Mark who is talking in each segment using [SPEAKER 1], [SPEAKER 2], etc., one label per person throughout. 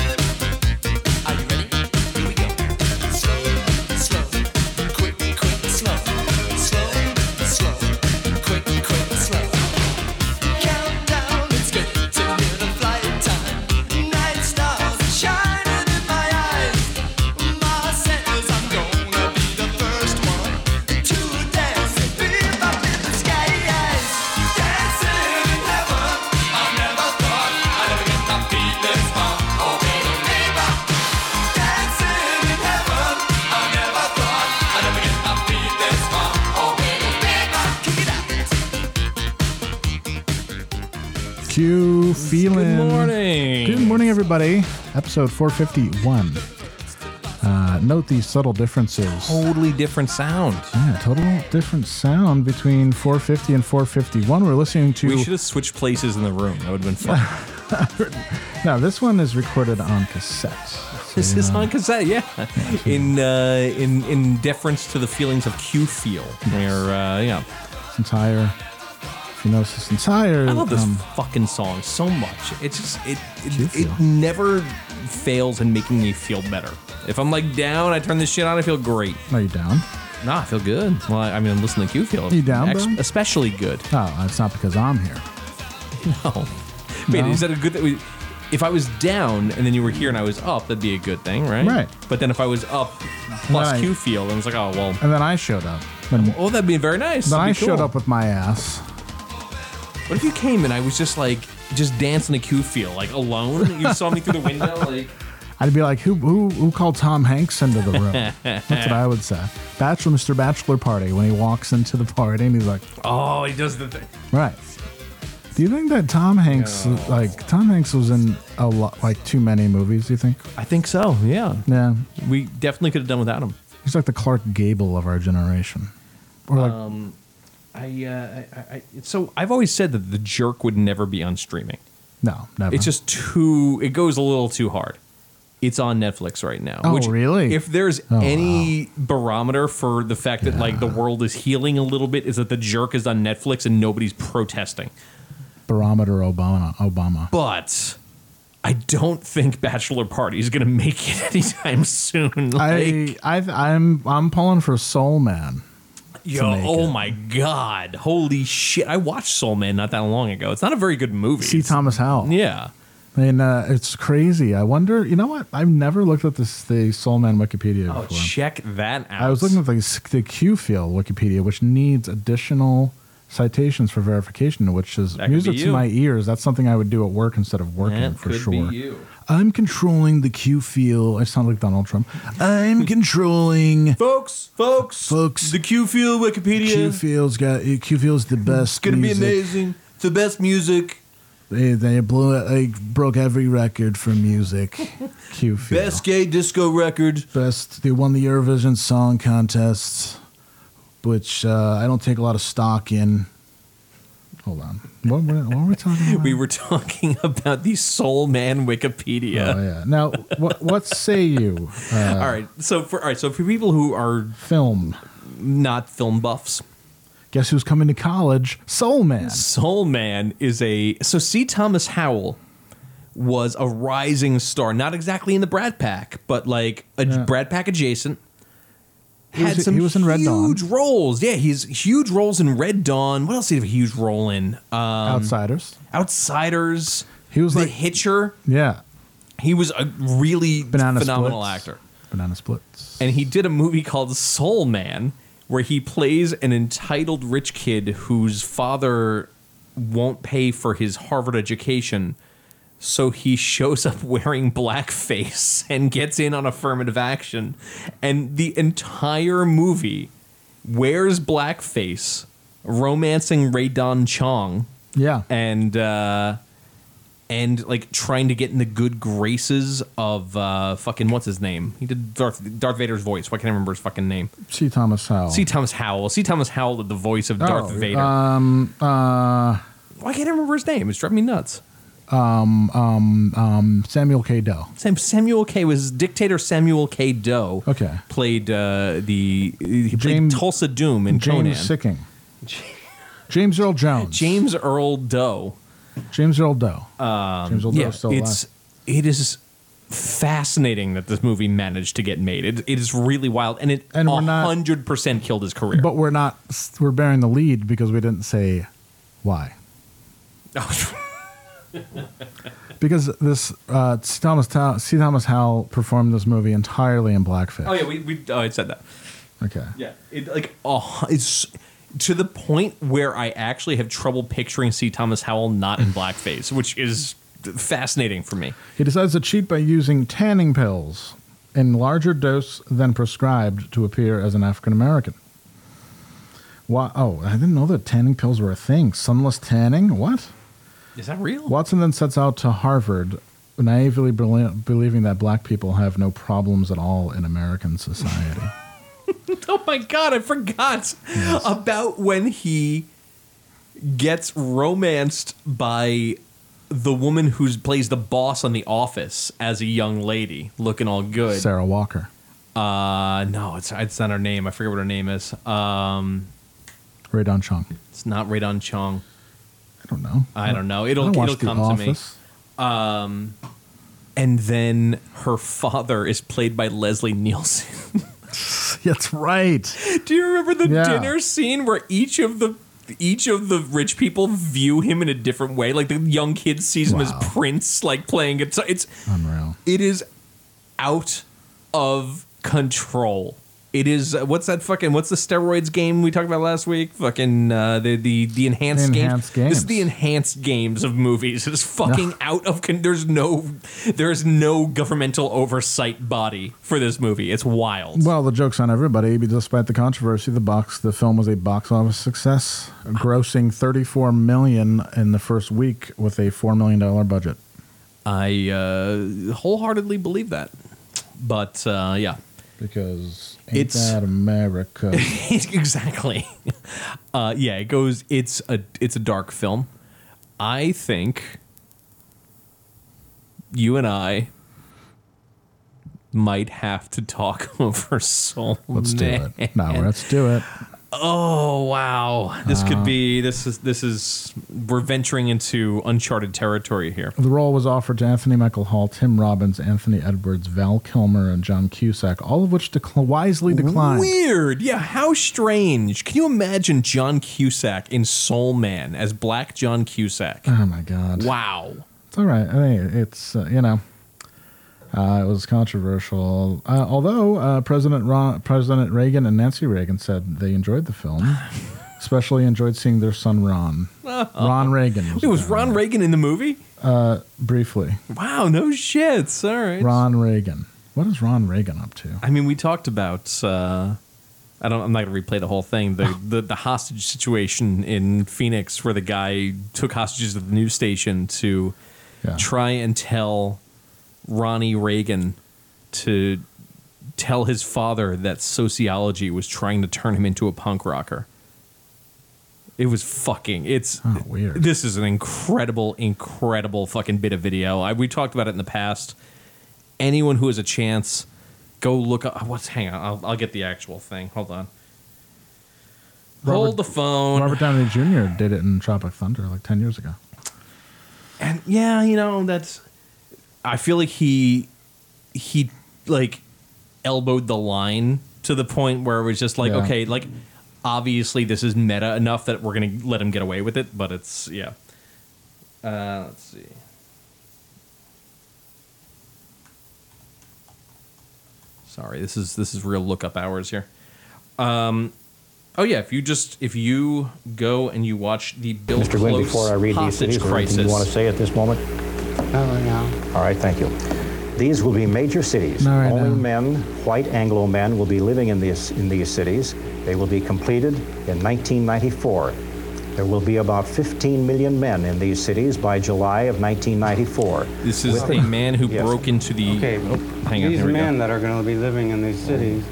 [SPEAKER 1] Are you ready? Here we go. Slow, slow, quick, quick, slow. Slow, slow, quick, quick, slow. Countdown, it's good to hear the flight time. Night stars shining in my eyes. My senses, I'm gonna be the first one to dance. Feel up in the sky, dancing in heaven. I never thought I'd ever get my feet this far. Oh, baby, baby. Dancing in heaven, I never thought I'd ever get my feet this far. Oh, baby, baby, kick it out.
[SPEAKER 2] Q feeling.
[SPEAKER 3] Good morning.
[SPEAKER 2] Good morning, everybody. Episode 451. Uh, note these subtle differences.
[SPEAKER 3] Totally different sound.
[SPEAKER 2] Yeah, total different sound between 450 and 451. We're listening to.
[SPEAKER 3] We should have switched places in the room. That would have been fun.
[SPEAKER 2] now, this one is recorded on cassette. So,
[SPEAKER 3] this is
[SPEAKER 2] uh,
[SPEAKER 3] on cassette, yeah. In uh, in in deference to the feelings of Q feel, where uh, yeah,
[SPEAKER 2] this entire. If you notice this entire.
[SPEAKER 3] I love this
[SPEAKER 2] um,
[SPEAKER 3] fucking song so much. It's just it
[SPEAKER 2] Q
[SPEAKER 3] it,
[SPEAKER 2] feel.
[SPEAKER 3] it never fails in making me feel better. If I'm like down, I turn this shit on. I feel great.
[SPEAKER 2] are you down?
[SPEAKER 3] Nah, I feel good. Well, I, I mean, I'm listening to Q feel.
[SPEAKER 2] You down, bro?
[SPEAKER 3] especially good.
[SPEAKER 2] Oh, it's not because I'm here.
[SPEAKER 3] Oh, wait,
[SPEAKER 2] No?
[SPEAKER 3] is that a good thing? If I was down and then you were here and I was up, that'd be a good thing, right?
[SPEAKER 2] Right.
[SPEAKER 3] But then if I was up plus
[SPEAKER 2] Right.
[SPEAKER 3] Q field, and it's like, oh well,
[SPEAKER 2] And then I showed up. Then,
[SPEAKER 3] oh that'd be very nice.
[SPEAKER 2] then I
[SPEAKER 3] That'd be
[SPEAKER 2] showed
[SPEAKER 3] cool.
[SPEAKER 2] up with my ass.
[SPEAKER 3] What if you came and I was just like just dancing to Q field, like alone? You saw me through the window, like
[SPEAKER 2] I'd be like, who who who called Tom Hanks into the room? That's what I would say. Bachelor, Mr. Bachelor party when he walks into the party and he's like,
[SPEAKER 3] oh, he does the thing.
[SPEAKER 2] right. Do you think that Tom Hanks like Tom Hanks was in a lot like too many movies? Do you think?
[SPEAKER 3] I think so. Yeah,
[SPEAKER 2] Yeah,
[SPEAKER 3] we definitely could have done without him.
[SPEAKER 2] he's like the Clark Gable of our generation. Or like,
[SPEAKER 3] Um, I, uh, I, I, I- so I've always said that the jerk would never be on streaming.
[SPEAKER 2] no, never.
[SPEAKER 3] It's just too. It goes a little too hard. It's on Netflix right now.
[SPEAKER 2] Oh,
[SPEAKER 3] which,
[SPEAKER 2] really?
[SPEAKER 3] If there's
[SPEAKER 2] Oh,
[SPEAKER 3] any barometer for the fact that like the world is healing a little bit, is that the jerk is on Netflix and nobody's protesting.
[SPEAKER 2] barometer Obama. Obama.
[SPEAKER 3] But I don't think Bachelor Party is going to make it anytime soon. Like,
[SPEAKER 2] I I I'm I'm pulling for Soul Man.
[SPEAKER 3] yo,
[SPEAKER 2] make
[SPEAKER 3] oh
[SPEAKER 2] it.
[SPEAKER 3] my god, holy shit! I watched Soul Man not that long ago. It's not a very good movie.
[SPEAKER 2] See Thomas Howell.
[SPEAKER 3] yeah.
[SPEAKER 2] I mean, uh, it's crazy. I wonder. You know what? I've never looked at this the Soul Man Wikipedia.
[SPEAKER 3] Oh,
[SPEAKER 2] before.
[SPEAKER 3] check that out.
[SPEAKER 2] I was looking at the, s- the Q field Wikipedia, which needs additional citations for verification, which is
[SPEAKER 3] That could
[SPEAKER 2] music
[SPEAKER 3] be
[SPEAKER 2] to
[SPEAKER 3] you.
[SPEAKER 2] my ears. That's something I would do at work instead of working
[SPEAKER 3] That
[SPEAKER 2] for
[SPEAKER 3] could
[SPEAKER 2] sure.
[SPEAKER 3] be you.
[SPEAKER 2] I'm controlling the Q field. I sound like Donald Trump. I'm controlling
[SPEAKER 3] Folks, folks,
[SPEAKER 2] Folks.
[SPEAKER 3] The Q Field Wikipedia.
[SPEAKER 2] Q field's got eh, Q field's the best.
[SPEAKER 3] It's gonna be
[SPEAKER 2] music.
[SPEAKER 3] amazing. It's the best music.
[SPEAKER 2] They, they blew it. They broke every record for music. Q field
[SPEAKER 3] Best gay disco record.
[SPEAKER 2] best. They won the Eurovision Song Contest, which uh, I don't take a lot of stock in. Hold on. What were, what were we talking about?
[SPEAKER 3] We were talking about the Soul Man Wikipedia.
[SPEAKER 2] Oh, yeah. Now, what, what say you? Uh,
[SPEAKER 3] All right. So for all right, so for people who are
[SPEAKER 2] film.
[SPEAKER 3] not film buffs,
[SPEAKER 2] Guess who's coming to college? Soul Man.
[SPEAKER 3] Soul Man is a so C. Thomas Howell was a rising star, not exactly in the Brad Pack, but like a
[SPEAKER 2] Yeah.
[SPEAKER 3] Brad Pack adjacent.
[SPEAKER 2] He was- he was in Red Dawn.
[SPEAKER 3] huge roles. Yeah, he's huge roles in Red Dawn. What else did he have a huge role in? Um,
[SPEAKER 2] Outsiders.
[SPEAKER 3] Outsiders.
[SPEAKER 2] He was
[SPEAKER 3] the
[SPEAKER 2] like-
[SPEAKER 3] Hitcher.
[SPEAKER 2] Yeah.
[SPEAKER 3] He was a really
[SPEAKER 2] Banana
[SPEAKER 3] phenomenal
[SPEAKER 2] Splits.
[SPEAKER 3] actor,
[SPEAKER 2] Banana Splits.
[SPEAKER 3] and he did a movie called Soul Man, where he plays an entitled rich kid whose father won't pay for his Harvard education. So he shows up wearing blackface and gets in on affirmative action. And the entire movie wears blackface, romancing Raydon Chong
[SPEAKER 2] Yeah.
[SPEAKER 3] and uh, and like trying to get in the good graces of uh, fucking what's his name? He did Darth Darth Vader's voice. Why can't I remember his fucking name?
[SPEAKER 2] C. Thomas Howell.
[SPEAKER 3] See Thomas Howell. See Thomas Howell did the voice of Darth
[SPEAKER 2] Oh,
[SPEAKER 3] Vader.
[SPEAKER 2] Um, uh,
[SPEAKER 3] Why can't I remember his name? It's driving me nuts.
[SPEAKER 2] um, um, Samuel K. Dell.
[SPEAKER 3] Sam Samuel K was dictator Samuel K. Doe.
[SPEAKER 2] Okay.
[SPEAKER 3] played uh, the he played
[SPEAKER 2] James-
[SPEAKER 3] Tulsa Doom in Conan.
[SPEAKER 2] James Sicking. James Earl Jones.
[SPEAKER 3] James Earl Doe.
[SPEAKER 2] James Earl Doe. James Earl
[SPEAKER 3] yeah,
[SPEAKER 2] Doe's still
[SPEAKER 3] it's
[SPEAKER 2] alive.
[SPEAKER 3] it is fascinating that this movie managed to get made. It, it is really wild, and it
[SPEAKER 2] And we're not-
[SPEAKER 3] hundred percent killed his career.
[SPEAKER 2] But we're not. We're bearing the lead because we didn't say why. Because this uh, C. Thomas Tow- C. Thomas Howell performed this movie entirely in blackface.
[SPEAKER 3] oh yeah, we we oh, I said that.
[SPEAKER 2] Okay.
[SPEAKER 3] Yeah, it like oh it's to the point where I actually have trouble picturing C. Thomas Howell not in blackface, which is fascinating for me.
[SPEAKER 2] He decides to cheat by using tanning pills in larger dose than prescribed to appear as an African American. Why? Oh, I didn't know that tanning pills were a thing. Sunless tanning? What?
[SPEAKER 3] Is that real?
[SPEAKER 2] Watson then sets out to Harvard, naively bel- believing that black people have no problems at all in American society.
[SPEAKER 3] Oh my god, I forgot about when he gets romanced by the woman who plays the boss on The Office as a young lady, looking all good.
[SPEAKER 2] Sarah Walker.
[SPEAKER 3] Uh, no, it's it's not her name. I forget what her name is. Um,
[SPEAKER 2] Radon Chong.
[SPEAKER 3] it's not Radon Chong.
[SPEAKER 2] I don't know.
[SPEAKER 3] I don't know. It'll
[SPEAKER 2] I don't watch
[SPEAKER 3] it'll
[SPEAKER 2] The
[SPEAKER 3] come to me.
[SPEAKER 2] Office.
[SPEAKER 3] And then her father is played by Leslie Nielsen.
[SPEAKER 2] That's right.
[SPEAKER 3] Do you remember the
[SPEAKER 2] Yeah.
[SPEAKER 3] dinner scene where each of the each of the rich people view him in a different way? Like the young kid sees him as
[SPEAKER 2] Wow.
[SPEAKER 3] Prince, like playing guitar. It's
[SPEAKER 2] Unreal.
[SPEAKER 3] it is out of control. It is uh, what's that fucking what's the steroids game we talked about last week? Fucking uh, the the the enhanced,
[SPEAKER 2] Enhanced
[SPEAKER 3] games. This is
[SPEAKER 2] games.
[SPEAKER 3] the enhanced games of movies. It's fucking out of con- there's no there's no governmental oversight body for this movie. It's wild.
[SPEAKER 2] Well, the joke's on everybody. But despite the controversy, the box the film was a box office success, grossing 34 million in the first week with a four million dollar budget.
[SPEAKER 3] I uh, wholeheartedly believe that. But uh, yeah,
[SPEAKER 2] Because ain't
[SPEAKER 3] It's-
[SPEAKER 2] that America?
[SPEAKER 3] exactly. Uh, yeah, it goes. It's a it's a dark film. I think you and I might have to talk over Soul.
[SPEAKER 2] Let's do it. No, let's do it.
[SPEAKER 3] Oh wow, this
[SPEAKER 2] Uh.
[SPEAKER 3] could be. This is this is. We're venturing into uncharted territory here.
[SPEAKER 2] The role was offered to Anthony Michael Hall, Tim Robbins, Anthony Edwards, Val Kilmer, and John Cusack, all of which decl- wisely declined.
[SPEAKER 3] Weird. Yeah, how strange. Can you imagine John Cusack in Soul Man as Black John Cusack?
[SPEAKER 2] Oh my God!
[SPEAKER 3] Wow.
[SPEAKER 2] It's all right. I think it's uh, you know, uh, it was controversial. Uh, although uh, President Ron- President Reagan and Nancy Reagan said they enjoyed the film, especially enjoyed seeing their son Ron. Ron Reagan. Was
[SPEAKER 3] Oh. It was
[SPEAKER 2] down
[SPEAKER 3] Ron
[SPEAKER 2] there.
[SPEAKER 3] Reagan in the movie?
[SPEAKER 2] briefly.
[SPEAKER 3] Wow, no shit. All right.
[SPEAKER 2] Ron Reagan. What is Ron Reagan up to?
[SPEAKER 3] I mean, we talked about uh I don't I'm not going to replay the whole thing. The, the the hostage situation in Phoenix where the guy took hostages at the news station to
[SPEAKER 2] Yeah.
[SPEAKER 3] try and tell Ronnie Reagan to tell his father that sociology was trying to turn him into a punk rocker. It was fucking. It's
[SPEAKER 2] Oh, weird.
[SPEAKER 3] This is an incredible, incredible fucking bit of video. I, we talked about it in the past. Anyone who has a chance, go look up. What's? Hang on, I'll, I'll get the actual thing. Hold on. Hold
[SPEAKER 2] Robert-
[SPEAKER 3] the phone.
[SPEAKER 2] Robert Downey Jr. did it in Tropic Thunder like ten years ago.
[SPEAKER 3] and yeah, you know that's. I feel like he, he like, elbowed the line to the point where it was just like,
[SPEAKER 2] Yeah.
[SPEAKER 3] okay, like, obviously this is meta enough that we're gonna let him get away with it, but it's yeah. Uh, let's see. Sorry, this is this is real lookup hours here. Um, Oh yeah, if you just if you go and you watch the Bill
[SPEAKER 4] Mr.
[SPEAKER 3] Close
[SPEAKER 4] Gwynn, before I read these,
[SPEAKER 3] hostage
[SPEAKER 4] is there anything
[SPEAKER 3] crisis,
[SPEAKER 4] you want to say at this moment?
[SPEAKER 2] Oh,
[SPEAKER 4] All right, thank you. These will be major cities.
[SPEAKER 2] No, I
[SPEAKER 4] Only
[SPEAKER 2] know.
[SPEAKER 4] men, white Anglo men, will be living in these in these cities. They will be completed in 1994. There will be about 15 million men in these cities by July of 1994.
[SPEAKER 3] this is a man who
[SPEAKER 4] Yes.
[SPEAKER 3] broke into the.
[SPEAKER 5] Okay,
[SPEAKER 3] oh, hang on,
[SPEAKER 5] these
[SPEAKER 3] here we
[SPEAKER 5] men
[SPEAKER 3] go.
[SPEAKER 5] that are going to be living in these cities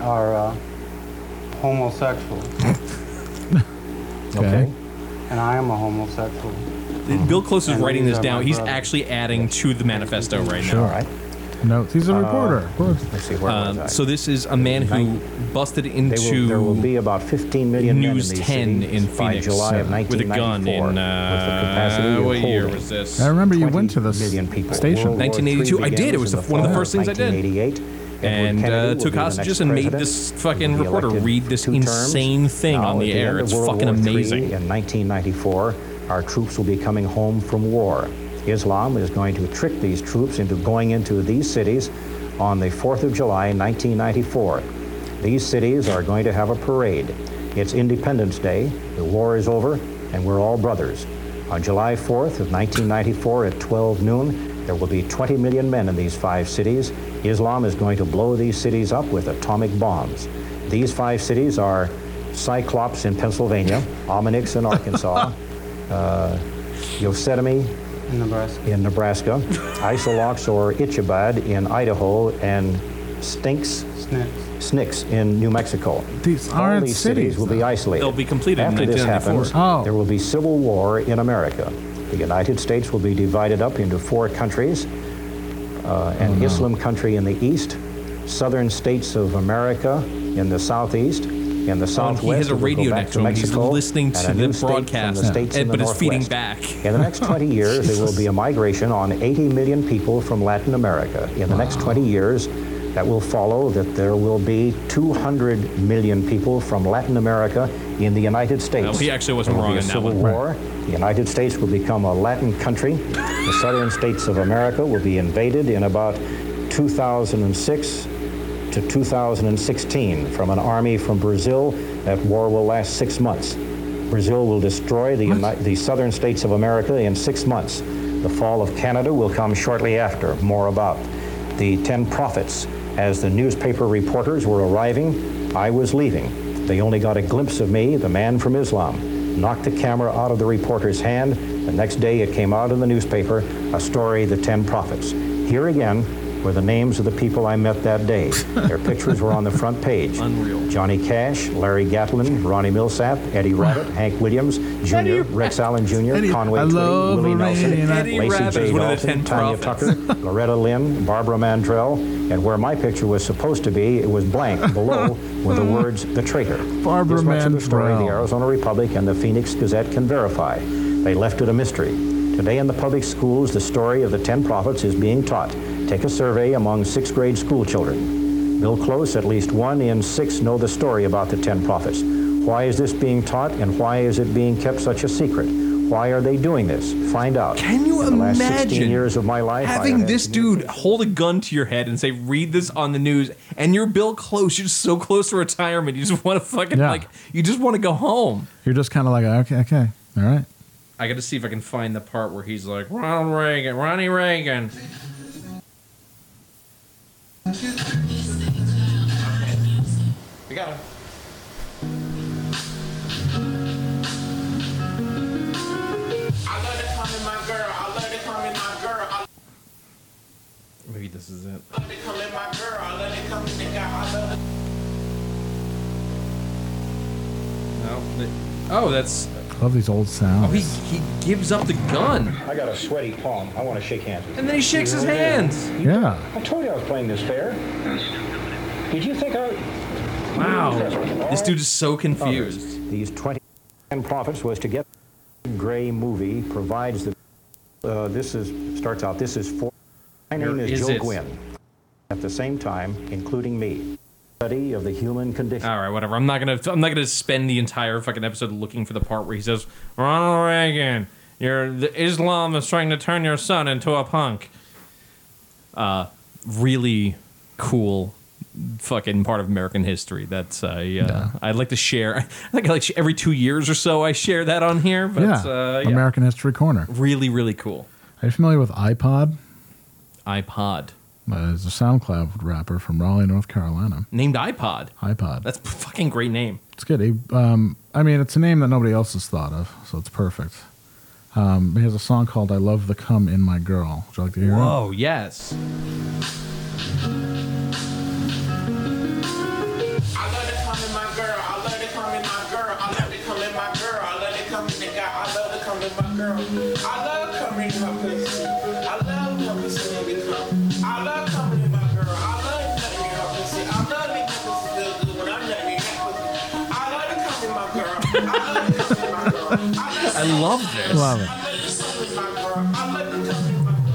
[SPEAKER 5] are uh, homosexual,
[SPEAKER 2] Okay.
[SPEAKER 5] and I am a homosexual.
[SPEAKER 3] Bill Close is
[SPEAKER 5] And
[SPEAKER 3] writing
[SPEAKER 5] these
[SPEAKER 3] this
[SPEAKER 5] are
[SPEAKER 3] down.
[SPEAKER 5] my
[SPEAKER 3] He's
[SPEAKER 5] brothers.
[SPEAKER 3] actually adding to the manifesto right now.
[SPEAKER 4] All right.
[SPEAKER 2] Notes. He's a
[SPEAKER 3] Uh,
[SPEAKER 2] reporter. Of course.
[SPEAKER 4] Let's see where was I?
[SPEAKER 3] Um, so this is a man who busted
[SPEAKER 4] They
[SPEAKER 3] into
[SPEAKER 4] will, there will be about 15 million men in
[SPEAKER 3] News
[SPEAKER 4] these
[SPEAKER 3] 10
[SPEAKER 4] cities
[SPEAKER 3] in
[SPEAKER 4] by
[SPEAKER 3] Phoenix,
[SPEAKER 4] July of
[SPEAKER 3] uh, with a gun
[SPEAKER 4] 1994,
[SPEAKER 3] in uh,
[SPEAKER 4] with the capacity
[SPEAKER 3] what
[SPEAKER 4] of
[SPEAKER 3] year
[SPEAKER 4] holding
[SPEAKER 3] was this?
[SPEAKER 2] I remember you
[SPEAKER 4] 20
[SPEAKER 2] went to this
[SPEAKER 4] million people.
[SPEAKER 2] station.
[SPEAKER 4] World War
[SPEAKER 3] 1982.
[SPEAKER 4] III
[SPEAKER 3] I did.
[SPEAKER 4] begins
[SPEAKER 3] It was
[SPEAKER 4] in
[SPEAKER 3] the- one of the
[SPEAKER 4] fall
[SPEAKER 3] first things I did.
[SPEAKER 4] 1988. Edward
[SPEAKER 3] And
[SPEAKER 4] Kennedy
[SPEAKER 3] uh,
[SPEAKER 4] will be
[SPEAKER 3] took
[SPEAKER 4] the next
[SPEAKER 3] hostages and made
[SPEAKER 4] president.
[SPEAKER 3] this
[SPEAKER 4] He
[SPEAKER 3] fucking
[SPEAKER 4] will be
[SPEAKER 3] reporter
[SPEAKER 4] elected
[SPEAKER 3] read this
[SPEAKER 4] two terms.
[SPEAKER 3] insane thing
[SPEAKER 4] Now,
[SPEAKER 3] on
[SPEAKER 4] at
[SPEAKER 3] the
[SPEAKER 4] end
[SPEAKER 3] air.
[SPEAKER 4] of
[SPEAKER 3] It's
[SPEAKER 4] World
[SPEAKER 3] fucking
[SPEAKER 4] War III
[SPEAKER 3] amazing.
[SPEAKER 4] In 1994, our troops will be coming home from war. Islam is going to trick these troops into going into these cities on the 4th of July, 1994. These cities are going to have a parade. It's Independence Day, the war is over, and we're all brothers. On July 4th of 1994 at 12 noon, there will be 20 million men in these five cities. Islam is going to blow these cities up with atomic bombs. These five cities are Cyclops in Pennsylvania, Ominix in Arkansas, uh, Yosemite
[SPEAKER 5] In Nebraska.
[SPEAKER 4] in Nebraska, Isolox or Ichabod in Idaho, and Stinks,
[SPEAKER 5] Snitch.
[SPEAKER 4] Snicks in New Mexico.
[SPEAKER 2] These
[SPEAKER 4] All
[SPEAKER 2] aren't
[SPEAKER 4] these
[SPEAKER 2] cities,
[SPEAKER 4] cities will be
[SPEAKER 2] though.
[SPEAKER 4] isolated.
[SPEAKER 3] They'll be completed in
[SPEAKER 4] After this
[SPEAKER 3] 1994.
[SPEAKER 4] happens,
[SPEAKER 2] Oh.
[SPEAKER 4] there will be civil war in America. The United States will be divided up into four countries: uh, an Islam country in the east, southern states of America in the southeast, in the
[SPEAKER 3] Oh, and
[SPEAKER 4] southwest.
[SPEAKER 3] he has a
[SPEAKER 4] it will go
[SPEAKER 3] radio
[SPEAKER 4] back
[SPEAKER 3] next to him. He's
[SPEAKER 4] Mexico,
[SPEAKER 3] listening
[SPEAKER 4] and
[SPEAKER 3] to
[SPEAKER 4] a new
[SPEAKER 3] the
[SPEAKER 4] state from
[SPEAKER 3] broadcast,
[SPEAKER 4] the states in
[SPEAKER 3] and-
[SPEAKER 4] the
[SPEAKER 3] but it's feeding
[SPEAKER 4] northwest.
[SPEAKER 3] back.
[SPEAKER 4] In the next 20 years, there will be a migration on 80 million people from Latin America. In the next 20 years, that will follow that there will be 200 million people from Latin America in the United States.
[SPEAKER 3] Well, he actually wasn't
[SPEAKER 4] There will be
[SPEAKER 3] wrong
[SPEAKER 4] a
[SPEAKER 3] on that
[SPEAKER 4] civil
[SPEAKER 3] one.
[SPEAKER 4] war. The United States will become a Latin country. the southern states of America will be invaded in about 2006 to 2016 from an army from Brazil. That war will last six months. Brazil will destroy the, uni- the southern states of America in six months. The fall of Canada will come shortly after. More about the Ten Prophets. As the newspaper reporters were arriving, I was leaving. They only got a glimpse of me, the man from Islam. Knocked the camera out of the reporter's hand. The next day it came out in the newspaper a story, The Ten Prophets. Here again were the names of the people I met that day. Their pictures were on the front page.
[SPEAKER 3] Unreal.
[SPEAKER 4] Johnny Cash, Larry Gatlin, Ronnie Millsap, Eddie Rabbit, Hank Williams Jr., Rex Allen Jr.,
[SPEAKER 2] Eddie-
[SPEAKER 4] Conway
[SPEAKER 2] I
[SPEAKER 4] Twitty,
[SPEAKER 2] love
[SPEAKER 4] Willie Nelson,
[SPEAKER 2] Eddie
[SPEAKER 3] Rabbit. Eddie Rabbit
[SPEAKER 4] Lacey
[SPEAKER 3] is
[SPEAKER 4] J.
[SPEAKER 3] one of the
[SPEAKER 4] Dalton,
[SPEAKER 3] ten
[SPEAKER 4] Tanya Tucker, Loretta Lynn, Barbara Mandrell, and where my picture was supposed to be, it was blank below with the words "The Traitor."
[SPEAKER 2] Barbara
[SPEAKER 4] this much of the story the
[SPEAKER 2] Mandrell.
[SPEAKER 4] Arizona Republic and the Phoenix Gazette can verify. They left it a mystery. Today in the public schools, the story of the ten prophets is being taught. Take a survey among sixth grade school children. Bill Close, at least one in six know the story about the ten prophets. Why is this being taught and why is it being kept such a secret? Why are they doing this? Find out.
[SPEAKER 3] Can you
[SPEAKER 4] In the last 16
[SPEAKER 3] imagine
[SPEAKER 4] years of my life, I
[SPEAKER 3] having
[SPEAKER 4] have
[SPEAKER 3] this
[SPEAKER 4] had-
[SPEAKER 3] dude hold a gun to your head and say, "Read this on the news," and you're Bill Close. You're so close to retirement. You just want to fucking
[SPEAKER 2] Yeah.
[SPEAKER 3] like. You just want to go home.
[SPEAKER 2] You're just kind of like, okay, okay, all right.
[SPEAKER 3] I got to see if I can find the part where he's like, "Ronald Reagan, Ronnie Reagan."
[SPEAKER 1] We got him. I love to come in my girl. I love to come in my girl. I
[SPEAKER 3] Maybe this is it.
[SPEAKER 1] love to come in my girl. I love to come in the guy. I love to.
[SPEAKER 3] No. th- Oh, that's.
[SPEAKER 2] Love these old sounds.
[SPEAKER 3] Oh, he he gives up the gun
[SPEAKER 4] I got a sweaty palm. I want to shake hands. with
[SPEAKER 3] and then he shakes his hands.
[SPEAKER 2] yeah.
[SPEAKER 4] you. I told you I was playing this fair. Did you think I?
[SPEAKER 3] Wow. This dude is so confused.
[SPEAKER 4] These 20 profits was to get gray movie provides the. Uh, this is starts out. This is for. My name
[SPEAKER 3] Where
[SPEAKER 4] is,
[SPEAKER 3] is
[SPEAKER 4] Joe
[SPEAKER 3] it?
[SPEAKER 4] Gwynn. At the same time, including me, study of the human condition.
[SPEAKER 3] All right, whatever. I'm not gonna. I'm not gonna spend the entire fucking episode looking for the part where he says, "Ronald Reagan, your the Islam is trying to turn your son into a punk." Uh, really cool fucking part of American history. That's uh, yeah. I'd like to share. I think like every two years or so I share that on here. But
[SPEAKER 2] yeah.
[SPEAKER 3] uh, yeah.
[SPEAKER 2] American History Corner.
[SPEAKER 3] really really cool
[SPEAKER 2] Are you familiar with iPod?
[SPEAKER 3] iPod
[SPEAKER 2] Uh, it's a SoundCloud rapper from Raleigh, North Carolina.
[SPEAKER 3] named iPod.
[SPEAKER 2] iPod.
[SPEAKER 3] That's a fucking great name.
[SPEAKER 2] It's good. He, um, I mean, it's a name that nobody else has thought of, so it's perfect. Um, he has a song called "I Love the Come in My Girl." Would you like to hear it?
[SPEAKER 3] Whoa, yes.
[SPEAKER 6] I love to come in my girl. I love to come in my girl. I love to come in my girl. I love to come in the guy. I love to come in my girl. I love coming in her pussy. I love coming to me to come. I love coming in my girl. I love letting her pussy. I love making her pussy feel good when I'm letting her pussy. I love to come in my girl. I love to come in my girl. I love
[SPEAKER 3] I love this.
[SPEAKER 2] Love it.
[SPEAKER 6] I love to come in my girl.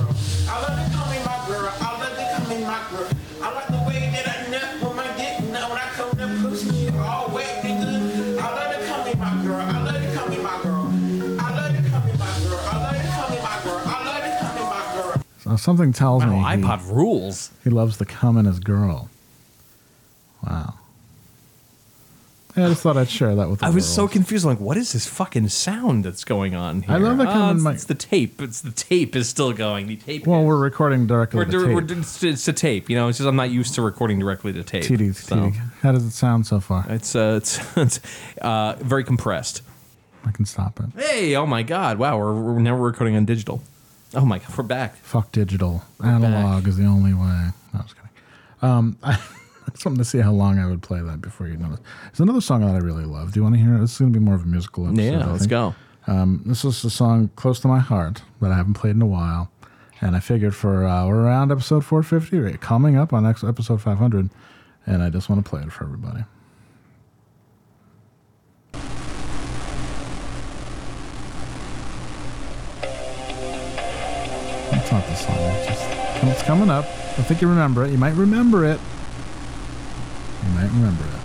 [SPEAKER 6] I love to come in my girl. I love to come in my girl. I love to come in my girl. I like the way that I nut with my dick. Now when I come to push me all wet, nigga. I love to come in my girl. I love to come in my girl. I love to come in my girl. I love to come in my girl. I love to come in my girl.
[SPEAKER 2] So Uh, something tells
[SPEAKER 3] Wow,
[SPEAKER 2] me he-
[SPEAKER 3] iPod rules.
[SPEAKER 2] He loves the cum in his girl. Wow. Yeah, I just thought I'd share that with the
[SPEAKER 3] I was so
[SPEAKER 2] world.
[SPEAKER 3] confused. Like, what is this fucking sound that's going on here?
[SPEAKER 2] I love the
[SPEAKER 3] Ah,
[SPEAKER 2] common
[SPEAKER 3] it's,
[SPEAKER 2] mic-
[SPEAKER 3] it's the tape. It's the tape is still going. The tape.
[SPEAKER 2] Well,
[SPEAKER 3] is-
[SPEAKER 2] we're recording directly
[SPEAKER 3] we're,
[SPEAKER 2] to
[SPEAKER 3] doing-
[SPEAKER 2] tape.
[SPEAKER 3] we're doing- it's, it's a tape. You know, it's just I'm not used to recording directly to tape.
[SPEAKER 2] TD,
[SPEAKER 3] so.
[SPEAKER 2] TD. How does it sound so far?
[SPEAKER 3] It's uh, it's, it's uh, very compressed.
[SPEAKER 2] I can stop it.
[SPEAKER 3] Hey, oh my god! Wow, we're, we're now we're recording on digital. Oh my god, we're back.
[SPEAKER 2] Fuck digital. Analog is the only way. No, I was kidding. Um, I, just wanted to see how long I would play that before you notice. There's another song that I really love. Do you want to hear it? This is going to be more of a musical episode.
[SPEAKER 3] Yeah,
[SPEAKER 2] I
[SPEAKER 3] let's
[SPEAKER 2] think.
[SPEAKER 3] go.
[SPEAKER 2] Um, this is a song close to my heart that I haven't played in a while. And I figured for uh, we're around episode 450, right, coming up on next episode 500. And I just want to play it for everybody. It's not the song. It's, just, it's coming up. I think you remember it. You might remember it. You might remember it.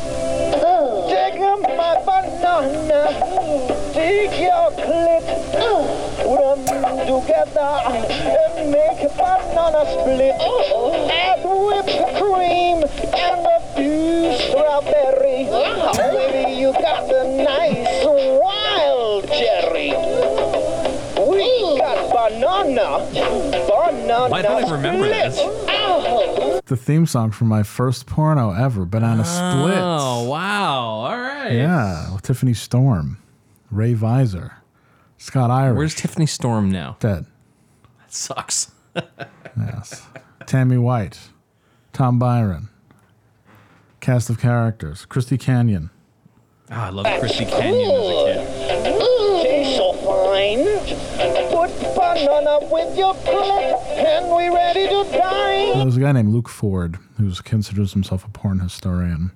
[SPEAKER 7] Take my banana, take your clit, put 'em together and make a banana split. Add whipped cream and a few strawberry. Baby, you got the nice wild cherry. We got banana, banana
[SPEAKER 3] Why don't I remember
[SPEAKER 7] split.
[SPEAKER 3] this?
[SPEAKER 2] The theme song from my first porno ever, Banana Split.
[SPEAKER 3] Oh wow! All right.
[SPEAKER 2] Yeah, with Tiffany Storm, Ray Visor, Scott Irish.
[SPEAKER 3] Where's Tiffany Storm now?
[SPEAKER 2] dead?
[SPEAKER 3] That sucks.
[SPEAKER 2] Yes. Tammy White, Tom Byron, cast of characters, Christy Canyon.
[SPEAKER 3] Oh, I love Chrissy Canyon as a
[SPEAKER 7] Taste so fine. Put banana with your plate, and we ready to dine.
[SPEAKER 2] There's a guy named Luke Ford who considers himself a porn historian.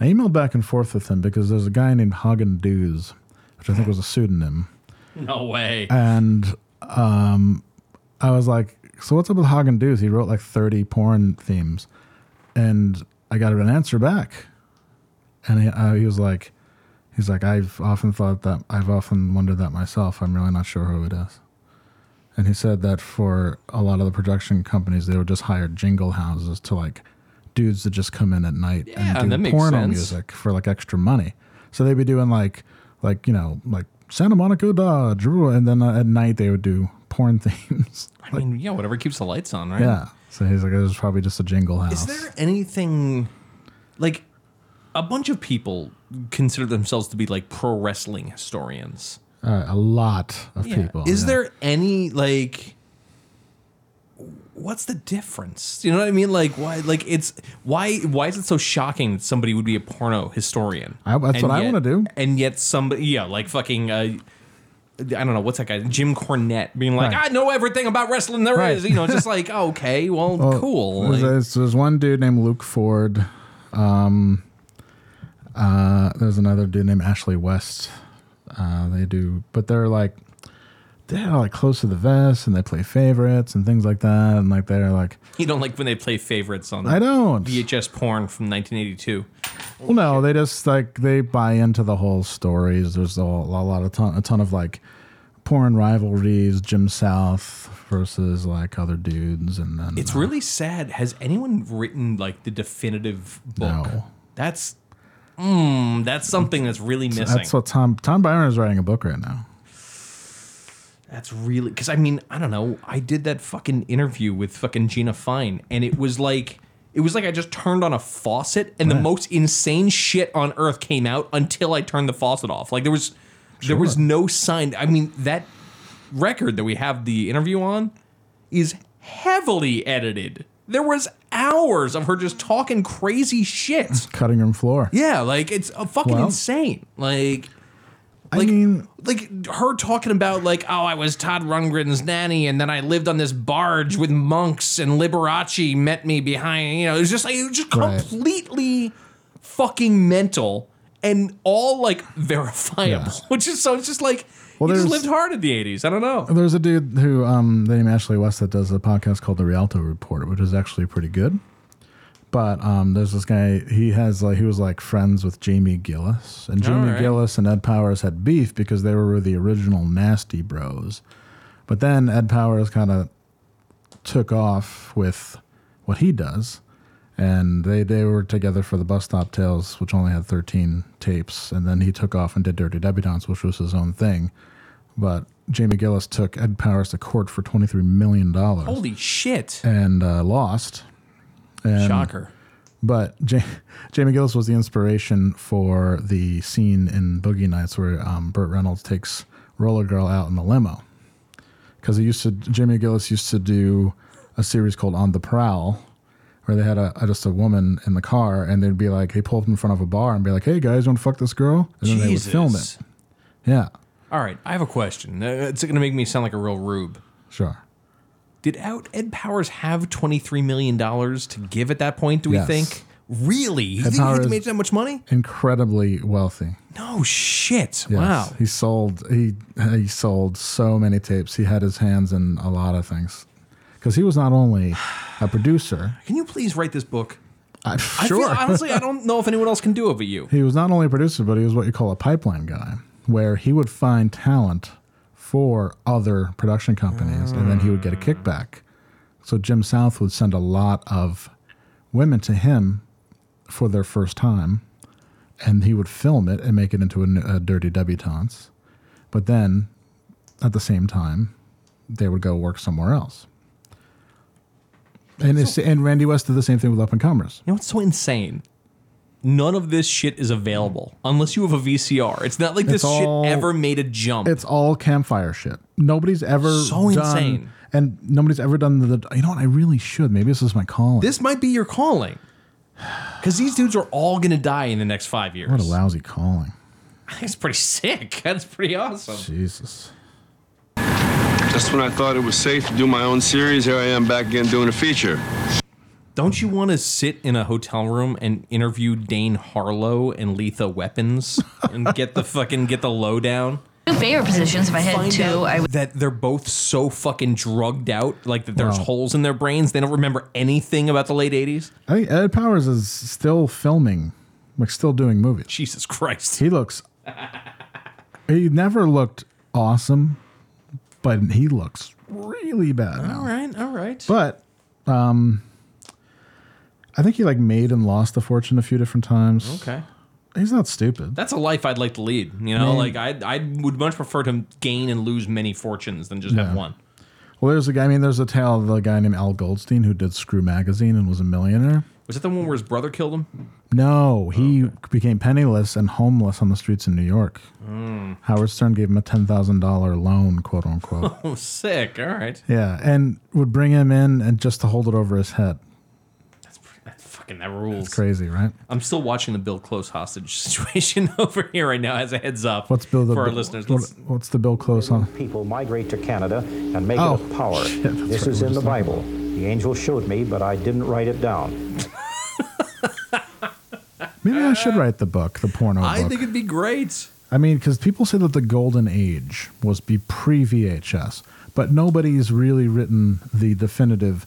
[SPEAKER 2] I emailed back and forth with him because there's a guy named Hagen Dews, which I think was a pseudonym.
[SPEAKER 3] kid. No way.
[SPEAKER 2] and um, I was like, "So what's up with Hagen Dazs? He wrote like thirty porn themes," and I got an answer back, and he, uh, he was like, "He's like, I've often thought that, I've often wondered that myself. I'm really not sure who it is." And he said that for a lot of the production companies, they would just hire jingle houses to like dudes that just come in at night
[SPEAKER 3] Yeah,
[SPEAKER 2] and
[SPEAKER 3] that
[SPEAKER 2] do
[SPEAKER 3] makes
[SPEAKER 2] porno
[SPEAKER 3] sense.
[SPEAKER 2] music for like extra money. So they'd be doing like like you know like Santa Monica Dodge, and then uh, at night they would do porn themes.
[SPEAKER 3] I mean, yeah, whatever keeps the lights on, right?
[SPEAKER 2] yeah. So he's like, it was probably just a jingle house.
[SPEAKER 3] Is there anything like a bunch of people consider themselves to be like pro wrestling historians?
[SPEAKER 2] uh, a lot of people?
[SPEAKER 3] Is
[SPEAKER 2] yeah.
[SPEAKER 3] there any like what's the difference? You know what I mean? Like why like it's why why is it so shocking that somebody would be a porno historian?
[SPEAKER 2] I- that's what I
[SPEAKER 3] yet-
[SPEAKER 2] wanna do.
[SPEAKER 3] And yet somebody yeah, like fucking uh I don't know what's that guy Jim Cornette being like
[SPEAKER 2] Right.
[SPEAKER 3] I know everything about wrestling there is
[SPEAKER 2] Right.
[SPEAKER 3] you know just like okay well,
[SPEAKER 2] Well,
[SPEAKER 3] cool
[SPEAKER 2] There's,
[SPEAKER 3] Like,
[SPEAKER 2] there's- there's one dude named Luke Ford. Um, uh, there's another dude named Ashley West. Uh, they do, but they're like they're like close to the vest, and they play favorites and things like that, and like they're like
[SPEAKER 3] you don't like when they play favorites on
[SPEAKER 2] I don't.
[SPEAKER 3] VHS porn from 1982
[SPEAKER 2] Well, no, they just like they buy into the whole stories. There's a, a lot of ton, a ton of like porn rivalries, Jim South versus like other dudes, and then
[SPEAKER 3] It's
[SPEAKER 2] uh,
[SPEAKER 3] really sad. Has anyone written like the definitive book?
[SPEAKER 2] No.
[SPEAKER 3] That's mm, that's something that's really missing.
[SPEAKER 2] that's what Tom Tom Byron is writing a book right now.
[SPEAKER 3] That's really because I mean I don't know. I did that fucking interview with fucking Gina Fine, and it was like it was like I just turned on a faucet, and the most insane shit on earth came out until I turned the faucet off. Like there was there was no sign. I mean that record that we have the interview on is heavily edited. There was hours of her just talking crazy shit.
[SPEAKER 2] Cutting room floor.
[SPEAKER 3] Yeah, like it's uh, fucking
[SPEAKER 2] Well-
[SPEAKER 3] insane. Like
[SPEAKER 2] I mean,
[SPEAKER 3] like her talking about like oh I was Todd Rundgren's nanny and then I lived on this barge with monks and Liberace met me behind you know it was just like it was just
[SPEAKER 2] Right.
[SPEAKER 3] completely fucking mental and all like verifiable
[SPEAKER 2] Yeah.
[SPEAKER 3] which is so it's just like
[SPEAKER 2] Well,
[SPEAKER 3] you just
[SPEAKER 2] there's-
[SPEAKER 3] lived hard in the eighties I don't know
[SPEAKER 2] There's a dude who um named Ashley West that does a podcast called The Rialto Report, which is actually pretty good. But um, there's this guy. He has like he was like friends with Jamie Gillis, and Jamie
[SPEAKER 3] right.
[SPEAKER 2] Gillis and Ed Powers had beef because they were the original Nasty Bros. But then Ed Powers kind of took off with what he does, and they they were together for the Bus Stop Tales, which only had 13 tapes, and then he took off and did Dirty Debutantes, which was his own thing. But Jamie Gillis took Ed Powers to court for 23 million dollars
[SPEAKER 3] holy shit
[SPEAKER 2] and uh, lost. And-
[SPEAKER 3] shocker
[SPEAKER 2] But Ja- Jamie Gillis was the inspiration for the scene in Boogie Nights where um, Burt Reynolds takes Roller Girl out in the limo, because he used to Jamie Gillis used to do a series called On the Prowl, where they had a, a- just a woman in the car and they'd be like they pull up in front of a bar and be like, "Hey guys, want to fuck this girl?" And then
[SPEAKER 3] Jesus
[SPEAKER 2] they would film it. Yeah,
[SPEAKER 3] all right I have a question Uh, it's gonna make me sound like a real rube
[SPEAKER 2] sure.
[SPEAKER 3] Did out Ed Powers have twenty three million dollars to give at that point? Do we
[SPEAKER 2] Yes.
[SPEAKER 3] think? Really? You think
[SPEAKER 2] Powers-
[SPEAKER 3] he made that much money?
[SPEAKER 2] Incredibly wealthy.
[SPEAKER 3] No shit!
[SPEAKER 2] Yes.
[SPEAKER 3] Wow.
[SPEAKER 2] He sold he he sold so many tapes. He had his hands in a lot of things. Cuz he was not only a producer,
[SPEAKER 3] Can you please write this book?
[SPEAKER 2] I'm
[SPEAKER 3] I feel, honestly, I don't know if anyone else can do it but you.
[SPEAKER 2] he was not only a producer, but he was what you call a pipeline guy, where he would find talent for other production companies and then he would get a kickback. So Jim South would send a lot of women to him for their first time and he would film it and make it into a, n- a dirty debutante. But then at the same time, they would go work somewhere else. And, it's, and Randy West did the same thing with Up and Comers.
[SPEAKER 3] You know what's so insane? None of this shit is available unless you have a VCR. It's not like this
[SPEAKER 2] It's all-
[SPEAKER 3] shit ever made a jump.
[SPEAKER 2] It's all campfire shit. Nobody's ever
[SPEAKER 3] So
[SPEAKER 2] done,
[SPEAKER 3] insane.
[SPEAKER 2] and nobody's ever done the. You know what? I really should. Maybe this is my calling.
[SPEAKER 3] this might be your calling. Because these dudes are all gonna die in the next five years.
[SPEAKER 2] what a lousy calling.
[SPEAKER 3] That's pretty sick. That's pretty awesome.
[SPEAKER 2] Jesus.
[SPEAKER 8] Just when I thought it was safe to do my own series, here I am back again doing a feature.
[SPEAKER 3] Don't you want to sit in a hotel room and interview Dane Harlow and Letha Weapons and get the fucking get the lowdown?
[SPEAKER 9] Two bigger positions. If I had two, I would.
[SPEAKER 3] That they're both so fucking drugged out, like that there's
[SPEAKER 2] Wow.
[SPEAKER 3] holes in their brains. They don't remember anything about the late '80s.
[SPEAKER 2] I think Ed Powers is still filming, like still doing movies.
[SPEAKER 3] Jesus Christ!
[SPEAKER 2] He looks. he never looked awesome, but he looks really bad now.
[SPEAKER 3] All right, all right.
[SPEAKER 2] But um, I think he like made and lost a fortune a few different times.
[SPEAKER 3] okay,
[SPEAKER 2] He's not stupid.
[SPEAKER 3] that's a life I'd like to lead. You know, like I I would much prefer to gain and lose many fortunes than just have one.
[SPEAKER 2] Well, there's a guy. I mean, there's a tale of a guy named Al Goldstein who did Screw Magazine and was a millionaire.
[SPEAKER 3] Was that the one where his brother killed him?
[SPEAKER 2] No,
[SPEAKER 3] Oh,
[SPEAKER 2] he became penniless and homeless on the streets in New York.
[SPEAKER 3] Hmm.
[SPEAKER 2] Howard Stern gave him a ten thousand dollar loan, quote unquote.
[SPEAKER 3] Oh, sick. All right.
[SPEAKER 2] yeah, and would bring him in and just to hold it over his head.
[SPEAKER 3] That's, that's fucking that rules.
[SPEAKER 2] Crazy, right?
[SPEAKER 3] I'm still watching the Bill Close hostage situation over here right now. As a heads up,
[SPEAKER 2] What's Bill the
[SPEAKER 3] for our listeners?
[SPEAKER 2] what-
[SPEAKER 3] Let's,
[SPEAKER 2] what's the Bill Close on?
[SPEAKER 4] People migrate to Canada and make
[SPEAKER 2] Oh,
[SPEAKER 4] it a power.
[SPEAKER 2] shit, that's
[SPEAKER 4] this
[SPEAKER 2] right,
[SPEAKER 4] is
[SPEAKER 2] we
[SPEAKER 4] in
[SPEAKER 2] were
[SPEAKER 4] the
[SPEAKER 2] just talking
[SPEAKER 4] Bible. The angel showed me, but I didn't write it down.
[SPEAKER 2] Maybe I should write the book, the porno
[SPEAKER 3] Uh, I
[SPEAKER 2] book.
[SPEAKER 3] think it'd be great.
[SPEAKER 2] I mean, because people say that the golden age was be pre VHS, but nobody's really written the definitive,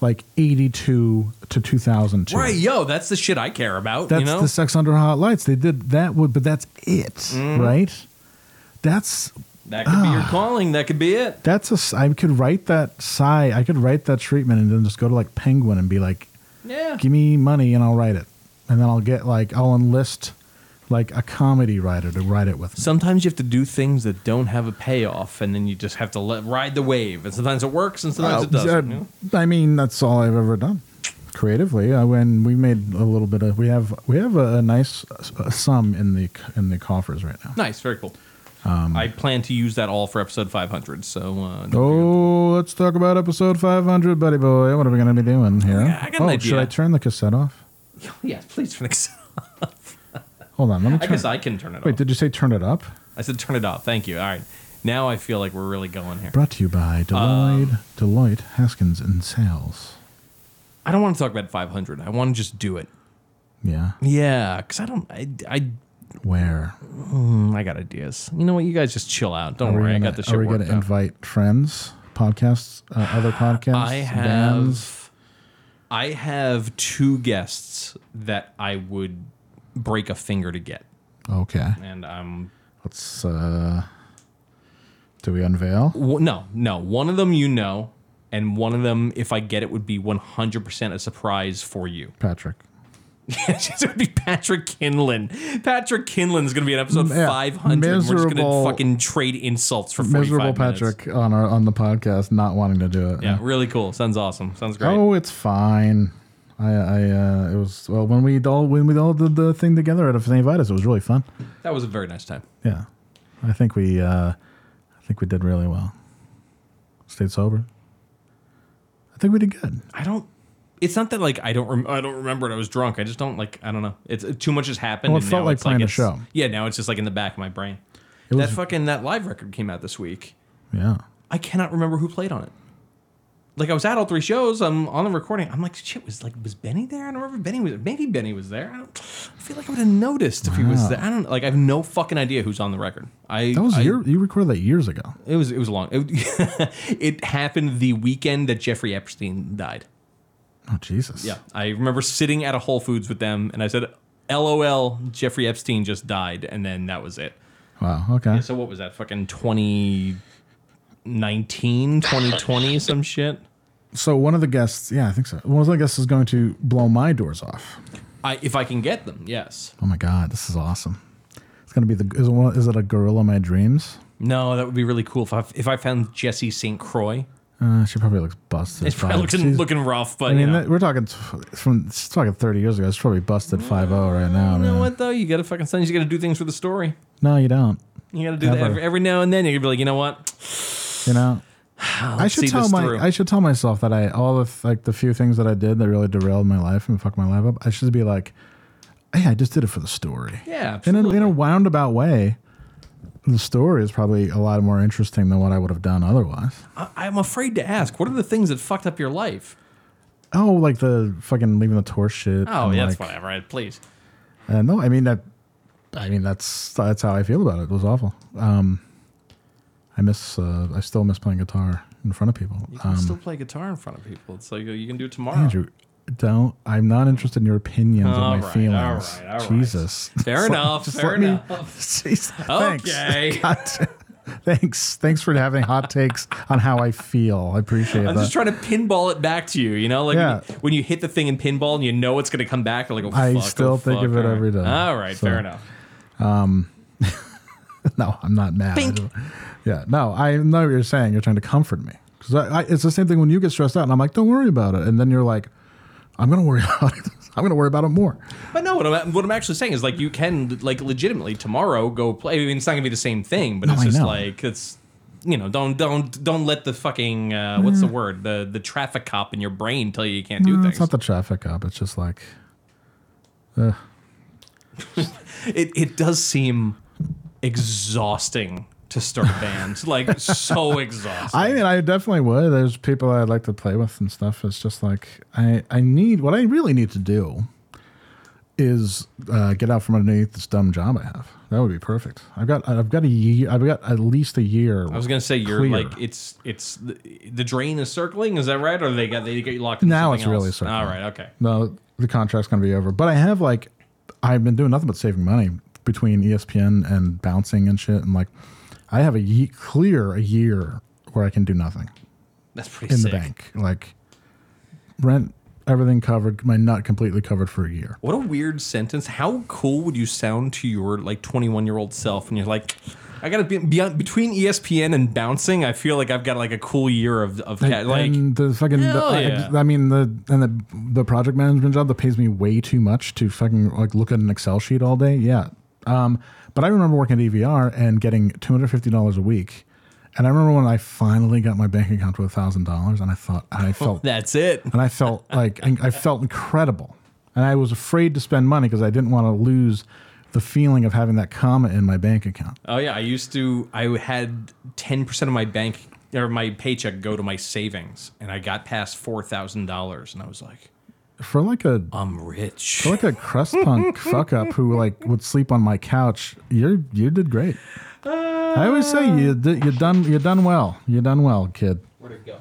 [SPEAKER 2] like eighty two to two thousand two.
[SPEAKER 3] Right, yo, that's the shit I care about.
[SPEAKER 2] That's
[SPEAKER 3] you know,
[SPEAKER 2] the
[SPEAKER 3] Mm-hmm.
[SPEAKER 2] sex under hot lights. They did that, would, but that's it, right? That's
[SPEAKER 3] That could be
[SPEAKER 2] Ah.
[SPEAKER 3] your calling. That could be it.
[SPEAKER 2] That's a. s- I could write that sigh. I could write that treatment and then just go to like Penguin and be like,
[SPEAKER 3] Yeah.
[SPEAKER 2] give me money and I'll write it, and then I'll get like I'll enlist like a comedy writer to write it with.
[SPEAKER 3] Sometimes you have to do things that don't have a payoff, and then you just have to let ride the wave. And sometimes it works, and sometimes it
[SPEAKER 2] Uh,
[SPEAKER 3] doesn't.
[SPEAKER 2] uh,
[SPEAKER 3] you know?
[SPEAKER 2] I mean, that's all I've ever done creatively. Uh, when we made a little bit of, we have we have a, a nice uh, sum in the in the coffers right now.
[SPEAKER 3] Nice, very cool. I plan to use that all for episode 500. So uh,
[SPEAKER 2] Um, Oh, let's talk about episode 500, buddy boy. What are we going to be doing here?
[SPEAKER 3] I got an
[SPEAKER 2] oh,
[SPEAKER 3] idea.
[SPEAKER 2] should I turn the cassette off?
[SPEAKER 3] yeah, please turn it.
[SPEAKER 2] Hold on, let me.
[SPEAKER 3] I
[SPEAKER 2] Turn
[SPEAKER 3] guess I can turn it
[SPEAKER 2] Wait,
[SPEAKER 3] off.
[SPEAKER 2] did you say turn it up?
[SPEAKER 3] I said turn it off. Thank you. All right, now I feel like we're really going here.
[SPEAKER 2] Brought to you by
[SPEAKER 3] Uh,
[SPEAKER 2] Deloitte, Deloitte Haskins and Sales.
[SPEAKER 3] I don't want to talk about 500. I want to just do it.
[SPEAKER 2] Yeah,
[SPEAKER 3] Yeah, because I don't. I. I
[SPEAKER 2] where?
[SPEAKER 3] Mm, I got ideas. You know what? You guys just chill out. Don't
[SPEAKER 2] Are we
[SPEAKER 3] worry.
[SPEAKER 2] gonna-
[SPEAKER 3] I got this
[SPEAKER 2] Are
[SPEAKER 3] shit
[SPEAKER 2] we
[SPEAKER 3] worked
[SPEAKER 2] to
[SPEAKER 3] out.
[SPEAKER 2] invite friends, podcasts, uh, other podcasts?
[SPEAKER 3] I have I have two guests that I would break a finger to get.
[SPEAKER 2] Okay.
[SPEAKER 3] And um, I'm
[SPEAKER 2] Let's. uh Do we unveil?
[SPEAKER 3] w- no, no. One of them you know, and one of them, if I get it, would be 100% a surprise for you.
[SPEAKER 2] Patrick.
[SPEAKER 3] it's going to be Patrick Kinlan. Patrick Kinlan is going to be in episode
[SPEAKER 2] Yeah,
[SPEAKER 3] 500. and We're just going
[SPEAKER 2] miserable-
[SPEAKER 3] to fucking trade insults for 45
[SPEAKER 2] Miserable
[SPEAKER 3] minutes.
[SPEAKER 2] Patrick on our on the podcast, not wanting to do it.
[SPEAKER 3] Yeah, really cool. Sounds awesome. Sounds great.
[SPEAKER 2] Oh, it's fine. I, I, uh, it was well when we all when we all did the thing together at St. Vitus. It was really fun.
[SPEAKER 3] That was a very nice time.
[SPEAKER 2] Yeah, I think we, uh, I think we did really well. Stayed sober. I think we did good.
[SPEAKER 3] I don't. It's not that like I don't. Rem- I don't remember it. I was drunk. I just don't like. I don't know. It's uh, too much has happened.
[SPEAKER 2] Well, it
[SPEAKER 3] and
[SPEAKER 2] felt
[SPEAKER 3] now
[SPEAKER 2] like
[SPEAKER 3] it's
[SPEAKER 2] playing a
[SPEAKER 3] it's-
[SPEAKER 2] show.
[SPEAKER 3] Yeah, now it's just like in the back of my brain. that
[SPEAKER 2] It was-
[SPEAKER 3] fucking that live record came out this week.
[SPEAKER 2] Yeah,
[SPEAKER 3] I cannot remember who played on it. Like I was at all three shows. I'm on the recording. I'm like, shit. Was like, was Benny there? I don't remember. if Benny was maybe Benny was there. I don't. I feel like I would have noticed if he was
[SPEAKER 2] Wow.
[SPEAKER 3] there. I don't like. I have no fucking idea who's on the record. I
[SPEAKER 2] that was
[SPEAKER 3] I-
[SPEAKER 2] year. You recorded that years ago.
[SPEAKER 3] It was it was long. It, it happened the weekend that Jeffrey Epstein died.
[SPEAKER 2] Oh Jesus.
[SPEAKER 3] Yeah, I remember sitting at a Whole Foods with them, and I said, "LOL, Jeffrey Epstein just died," and then that was it.
[SPEAKER 2] Wow. Okay.
[SPEAKER 3] Yeah, so what was that? Fucking 2019, 2020, some shit.
[SPEAKER 2] So one of the guests. Yeah, I think so. One of the guests is going to blow my doors off.
[SPEAKER 3] I if I can get them, yes.
[SPEAKER 2] Oh my God, this is awesome. It's gonna be the. Is it, one, is it a girl in my dreams?
[SPEAKER 3] No, that would be really cool if I if I found Jesse St. Croix.
[SPEAKER 2] Uh, she probably looks busted.
[SPEAKER 3] It's probably
[SPEAKER 2] but
[SPEAKER 3] looking
[SPEAKER 2] she's-
[SPEAKER 3] looking rough, but
[SPEAKER 2] I mean,
[SPEAKER 3] you know.
[SPEAKER 2] that, we're talking t- from it's talking 30 years ago. It's probably busted 5 0 right now,
[SPEAKER 3] you know
[SPEAKER 2] man.
[SPEAKER 3] what though? You gotta fucking sometimes you gotta do things for the story.
[SPEAKER 2] No, you don't.
[SPEAKER 3] You gotta do that
[SPEAKER 2] Ever.
[SPEAKER 3] every, every now and then. You're gonna be like, you know what?
[SPEAKER 2] You know, I
[SPEAKER 3] see
[SPEAKER 2] should tell
[SPEAKER 3] this
[SPEAKER 2] my
[SPEAKER 3] through.
[SPEAKER 2] I should tell myself that I all the th- like the few things that I did that really derailed my life and fucked my life up. I should be like, hey, I just did it for the story.
[SPEAKER 3] Yeah,
[SPEAKER 2] In a, in a
[SPEAKER 3] absolutely.
[SPEAKER 2] roundabout way, the story is probably a lot more interesting than what I would have done otherwise.
[SPEAKER 3] I, I'm afraid to ask. What are the things that fucked up your life?
[SPEAKER 2] Oh, like the fucking leaving the tour shit.
[SPEAKER 3] Oh,
[SPEAKER 2] and
[SPEAKER 3] yeah, that's
[SPEAKER 2] like-
[SPEAKER 3] whatever. I- Please.
[SPEAKER 2] Uh, no, I mean that. I mean that's that's how I feel about it. It was awful. Um, I miss. Uh, I still miss playing guitar in front of people.
[SPEAKER 3] You can
[SPEAKER 2] Um,
[SPEAKER 3] still play guitar in front of people. It's like uh, you can do it tomorrow.
[SPEAKER 2] Andrew, don't. I'm not interested in your opinions and
[SPEAKER 3] All
[SPEAKER 2] my
[SPEAKER 3] right, all
[SPEAKER 2] feelings.
[SPEAKER 3] right, all right.
[SPEAKER 2] Jesus.
[SPEAKER 3] Fair
[SPEAKER 2] Just let-
[SPEAKER 3] enough,
[SPEAKER 2] just
[SPEAKER 3] fair
[SPEAKER 2] let me-
[SPEAKER 3] enough.
[SPEAKER 2] Jeez,
[SPEAKER 3] Okay.
[SPEAKER 2] Thanks. God, thanks. Thanks for having hot takes on how I feel. I appreciate
[SPEAKER 3] I'm
[SPEAKER 2] that.
[SPEAKER 3] just trying to pinball it back to you. You know, like
[SPEAKER 2] Yeah.
[SPEAKER 3] when, you, when you hit the thing in pinball and you know it's going to come back. You're like, oh,
[SPEAKER 2] I
[SPEAKER 3] fuck,
[SPEAKER 2] still
[SPEAKER 3] oh,
[SPEAKER 2] think
[SPEAKER 3] fuck,
[SPEAKER 2] of it
[SPEAKER 3] all right.
[SPEAKER 2] every day,
[SPEAKER 3] All right,
[SPEAKER 2] so-
[SPEAKER 3] fair enough.
[SPEAKER 2] no, I'm not mad. I
[SPEAKER 3] Bink.
[SPEAKER 2] just- Yeah, no, I know what you're saying. You're trying to comfort me because I, I, it's the same thing when you get stressed out, and I'm like, "Don't worry about it," and then you're like, "I'm gonna worry about it. I'm gonna worry about it more."
[SPEAKER 3] But no, what I'm what I'm actually saying is like you can like legitimately tomorrow go play. I mean, it's not going to be the same thing, but
[SPEAKER 2] No,
[SPEAKER 3] it's
[SPEAKER 2] I
[SPEAKER 3] just
[SPEAKER 2] know.
[SPEAKER 3] like it's you know don't don't don't let the fucking uh, what's the word the the traffic cop in your brain tell you you can't do
[SPEAKER 2] No,
[SPEAKER 3] things.
[SPEAKER 2] it's not the traffic up. It's just like
[SPEAKER 3] it, it does seem exhausting to start bands like so exhausting
[SPEAKER 2] I mean, I definitely would. There's people I'd like to play with and stuff. It's just like I, I need what I really need to do is uh, get out from underneath this dumb job I have. That would be perfect. I've got I've got a year. I've got at least a year.
[SPEAKER 3] I was gonna say you're
[SPEAKER 2] clear.
[SPEAKER 3] like it's it's the, the drain is circling. Is that right? Or they got they get you locked in
[SPEAKER 2] now it's
[SPEAKER 3] else?
[SPEAKER 2] really circling.
[SPEAKER 3] All right, okay.
[SPEAKER 2] No, the contract's going to be over. But I have like, E I've been doing nothing but saving money between ESPN and bouncing and shit, and like, I have a ye- clear a year where I can do nothing.
[SPEAKER 3] That's pretty
[SPEAKER 2] in
[SPEAKER 3] sick.
[SPEAKER 2] the bank. Like rent, everything covered, my nut completely covered for a year.
[SPEAKER 3] What a weird sentence. How cool would you sound to your like 21 year old self when you're like, I gotta be beyond, between E ESPN and bouncing. I feel like I've got like a cool year of of ca-
[SPEAKER 2] And-
[SPEAKER 3] like
[SPEAKER 2] and the fucking the-
[SPEAKER 3] hell
[SPEAKER 2] I,
[SPEAKER 3] yeah.
[SPEAKER 2] I mean the and the the project management job that pays me way too much to fucking like look at an Excel sheet all day. Yeah. Um, but I remember working at EVR and getting two hundred fifty dollars a week. And I remember when I finally got my bank account to thousand dollars, and I thought I
[SPEAKER 3] Oh,
[SPEAKER 2] felt
[SPEAKER 3] that's it.
[SPEAKER 2] and I felt like I I felt incredible, and I was afraid to spend money because I didn't want to lose the feeling of having that comma in my bank account.
[SPEAKER 3] Oh yeah, I used to. I had ten percent of my bank or my paycheck go to my savings, and I got past four thousand dollars, and I was like,
[SPEAKER 2] For like a
[SPEAKER 3] I'm rich.
[SPEAKER 2] For like a crust punk fuck up who like would sleep on my couch. You you did great. I always say you did, you done you done well. You done well, kid.
[SPEAKER 3] "Where'd it go?"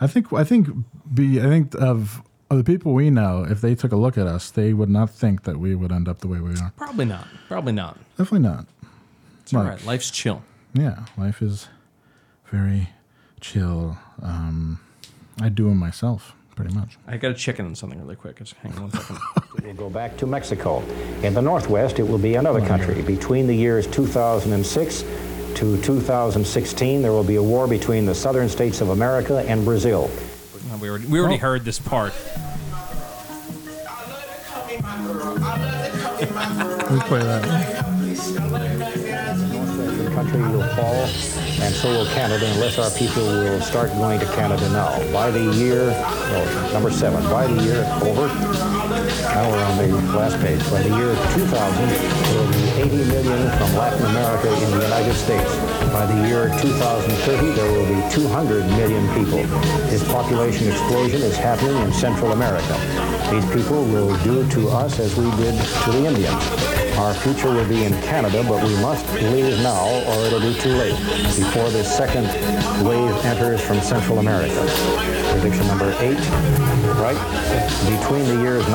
[SPEAKER 2] I think I think be I think of, of the people we know, if they took a look at us, they would not think that we would end up the way we are.
[SPEAKER 3] Probably not. Probably not.
[SPEAKER 2] Definitely not.
[SPEAKER 3] It's all
[SPEAKER 2] Like,
[SPEAKER 3] right. Life's chill.
[SPEAKER 2] Yeah, life is very chill. Um, I do them myself, pretty much.
[SPEAKER 3] I got to check in on something really quick. Just hang on one second.
[SPEAKER 4] It will go back to Mexico. In the Northwest, it will be another country. Between the years 2006 to 2016, there will be a war between the southern states of America and Brazil.
[SPEAKER 3] No, we already, we already heard this part.
[SPEAKER 2] We play that.
[SPEAKER 4] The country will fall, and so will Canada, unless our people will start going to Canada now. By the year, oh, number seven, by the year, over. Now we're on the last page. By the year 2000, there will be 80 million from Latin America in the United States. By the year 2030, there will be 200 million people. This population explosion is happening in Central America. These people will do to us as we did to the Indians. Our future will be in Canada, but we must leave now or it'll be too late before this second wave enters from Central America. Prediction number eight, right? Between the years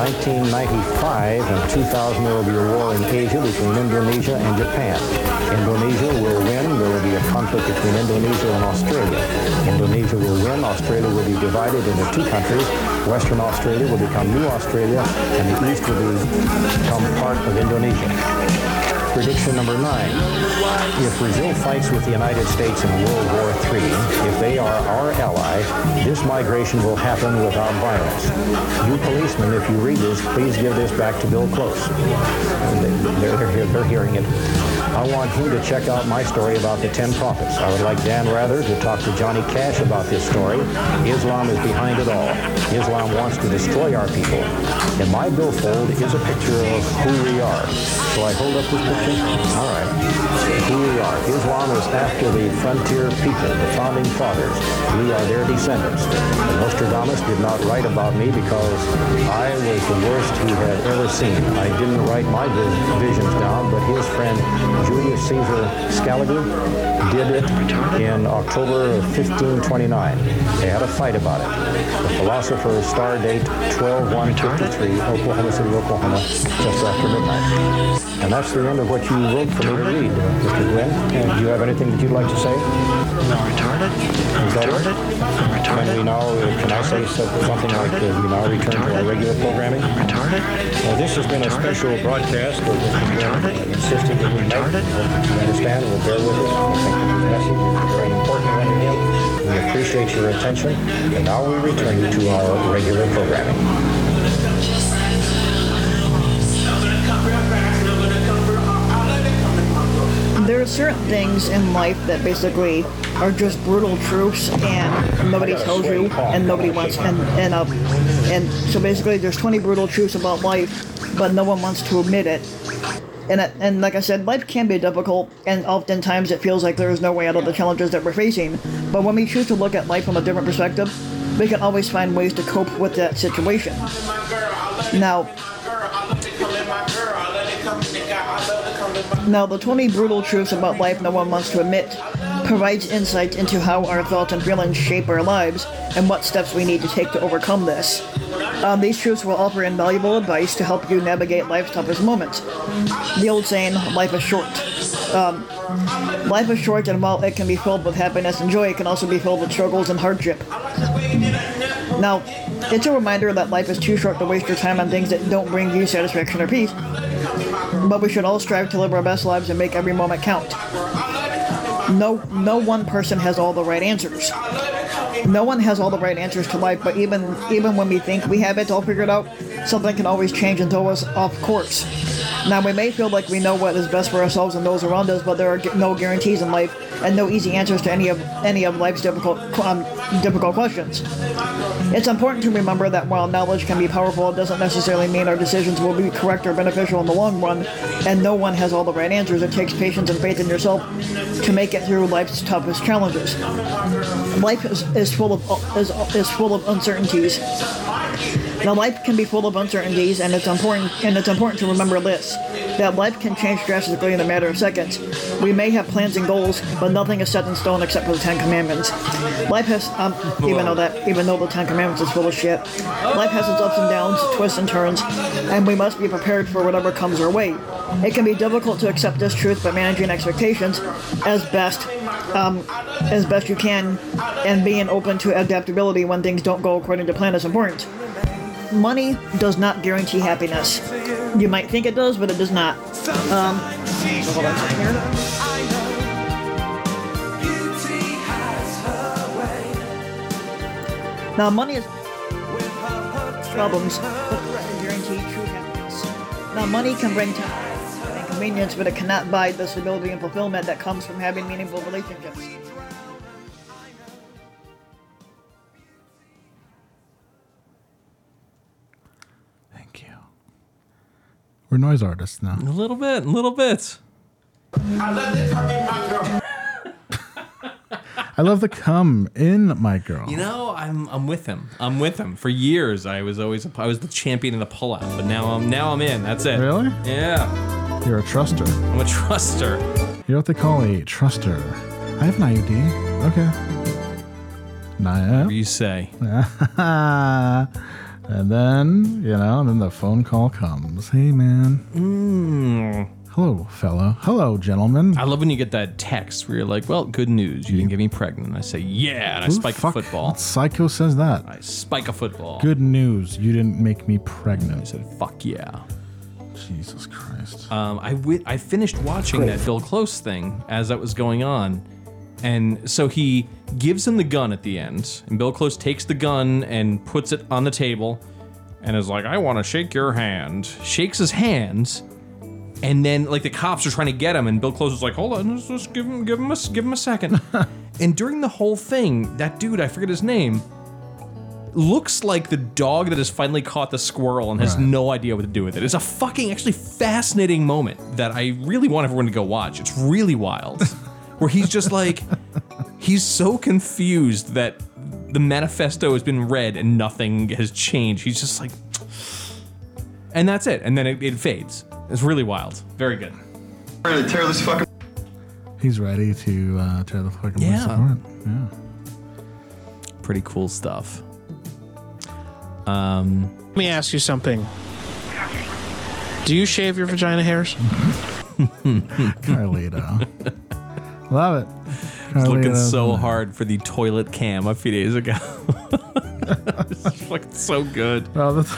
[SPEAKER 4] 1995 and 2000, there will be a war in Asia between Indonesia and Japan. Indonesia will win. There will be a conflict between Indonesia and Australia. Indonesia will win. Australia will be divided into two countries. Western Australia will become New Australia, and the East will become part of Indonesia. Prediction number nine. If Brazil fights with the United States in World War III, if they are our ally, this migration will happen without violence. You policemen, if you read this, please give this back to Bill Close. They're, they're, they're hearing it. I want you to check out my story about the Ten Prophets. I would like Dan Rather to talk to Johnny Cash about this story. Islam is behind it all. Islam wants to destroy our people. In my billfold is a picture of who we are. So I hold up this picture. All right. Who we are. Islam is after the frontier people, the founding fathers. We are their descendants. And Nostradamus did not write about me because I was the worst he had ever seen. I didn't write my vis- visions down, but his friend Julius Caesar Scaliger did it in October of 1529. They had a fight about it. The philosopher's star date 12153, Oklahoma City, Oklahoma, just after midnight. And that's the end of what you wrote for me to read, Mr. Gwynn. And do you have anything that you'd like to say? No, retarded. Is that retarded. It? Can we now, uh, can I say so- something like, uh, we now return to our regular programming? retarded. Well, this has been a special broadcast of Mr. Gwynn insisting that we make. You understand? Well, bear with us. We think this message is very important one to him. We appreciate your attention. And now we return you to our regular programming.
[SPEAKER 10] There are certain things in life that basically are just brutal truths, and nobody tells you, and nobody wants, and and uh, and so basically, there's 20 brutal truths about life, but no one wants to admit it. And it, and like I said, life can be difficult, and oftentimes it feels like there is no way out of the challenges that we're facing. But when we choose to look at life from a different perspective, we can always find ways to cope with that situation. Now, Now, the 20 brutal truths about life no one wants to admit provides insight into how our thoughts and feelings shape our lives and what steps we need to take to overcome this. Um, these truths will offer invaluable advice to help you navigate life's toughest moments. The old saying, life is short. Um, life is short, and while it can be filled with happiness and joy, it can also be filled with struggles and hardship. Now, it's a reminder that life is too short to waste your time on things that don't bring you satisfaction or peace, but we should all strive to live our best lives and make every moment count. No, no one person has all the right answers. No one has all the right answers to life, but even even when we think we have it all figured out, something can always change and throw us off course. Now we may feel like we know what is best for ourselves and those around us, but there are gu- no guarantees in life and no easy answers to any of any of life's difficult um, difficult questions. It's important to remember that while knowledge can be powerful, it doesn't necessarily mean our decisions will be correct or beneficial in the long run, and no one has all the right answers. It takes patience and faith in yourself to make it through life's toughest challenges. Life is, is full of is, is full of uncertainties. Now life can be full of uncertainties and it's important and it's important to remember this that life can change drastically in a matter of seconds. We may have plans and goals, but nothing is set in stone except for the Ten Commandments. Life has um, even though that even though the Ten Commandments is full of shit. Life has its ups and downs, twists and turns, and we must be prepared for whatever comes our way. It can be difficult to accept this truth, but managing expectations as best um, as best you can and being open to adaptability when things don't go according to plan is important. Money does not guarantee happiness. You might think it does, but it does not. Um, hold on a second here. Now, money is problems. but it doesn't guarantee true happiness. Now, money can bring time and convenience, but it cannot buy the stability and fulfillment that comes from having meaningful relationships.
[SPEAKER 2] We're noise artists now.
[SPEAKER 3] A little bit, a little bit.
[SPEAKER 2] I love the cum in my girl.
[SPEAKER 3] You know, I'm I'm with him. I'm with him. For years, I was always I was the champion of the pull-out, but now I'm now I'm in. That's it.
[SPEAKER 2] Really?
[SPEAKER 3] Yeah.
[SPEAKER 2] You're a truster.
[SPEAKER 3] I'm a truster.
[SPEAKER 2] You're what they call a truster. I have an IUD. Okay. Naya.
[SPEAKER 3] You say.
[SPEAKER 2] and then, you know, and then the phone call comes. Hey, man.
[SPEAKER 3] Mm.
[SPEAKER 2] Hello, fellow. Hello, gentlemen.
[SPEAKER 3] I love when you get that text where you're like, "Well, good news, you didn't get me pregnant." And I say, "Yeah," and I
[SPEAKER 2] Who the
[SPEAKER 3] spike
[SPEAKER 2] fuck-
[SPEAKER 3] a football.
[SPEAKER 2] What psycho says that?
[SPEAKER 3] I spike a football.
[SPEAKER 2] Good news. You didn't make me pregnant. I
[SPEAKER 3] said, Fuck yeah.
[SPEAKER 2] Jesus Christ.
[SPEAKER 3] Um, I wi- I finished watching that Bill Close thing as that was going on, and so he gives him the gun at the end, and Bill Close takes the gun and puts it on the table, and is like, "I want to shake your hand." Shakes his hand, and then like the cops are trying to get him, and Bill Close is like, "Hold on, let's just give him give him a s- give him a second. and during the whole thing, that dude I forget his name. Looks like the dog that has finally caught the squirrel and has
[SPEAKER 2] Right.
[SPEAKER 3] no idea what to do with it. It's a fucking actually fascinating moment that I really want everyone to go watch. It's really wild. where he's just like he's so confused that the manifesto has been read and nothing has changed. He's just like and that's it. And then it, it fades. It's really wild. Very good.
[SPEAKER 8] Ready to tear this fucking.
[SPEAKER 2] He's ready to uh, tear the fucking place
[SPEAKER 3] Yeah.
[SPEAKER 2] apart. Yeah.
[SPEAKER 3] Pretty cool stuff. Um,
[SPEAKER 11] Let me ask you something. Do you shave your vagina hairs?
[SPEAKER 2] Carlito. Love it.
[SPEAKER 3] was looking
[SPEAKER 2] Carlito's
[SPEAKER 3] so
[SPEAKER 2] in it.
[SPEAKER 3] hard for the toilet cam a few days ago. it's fucking so good.
[SPEAKER 2] Oh, that's.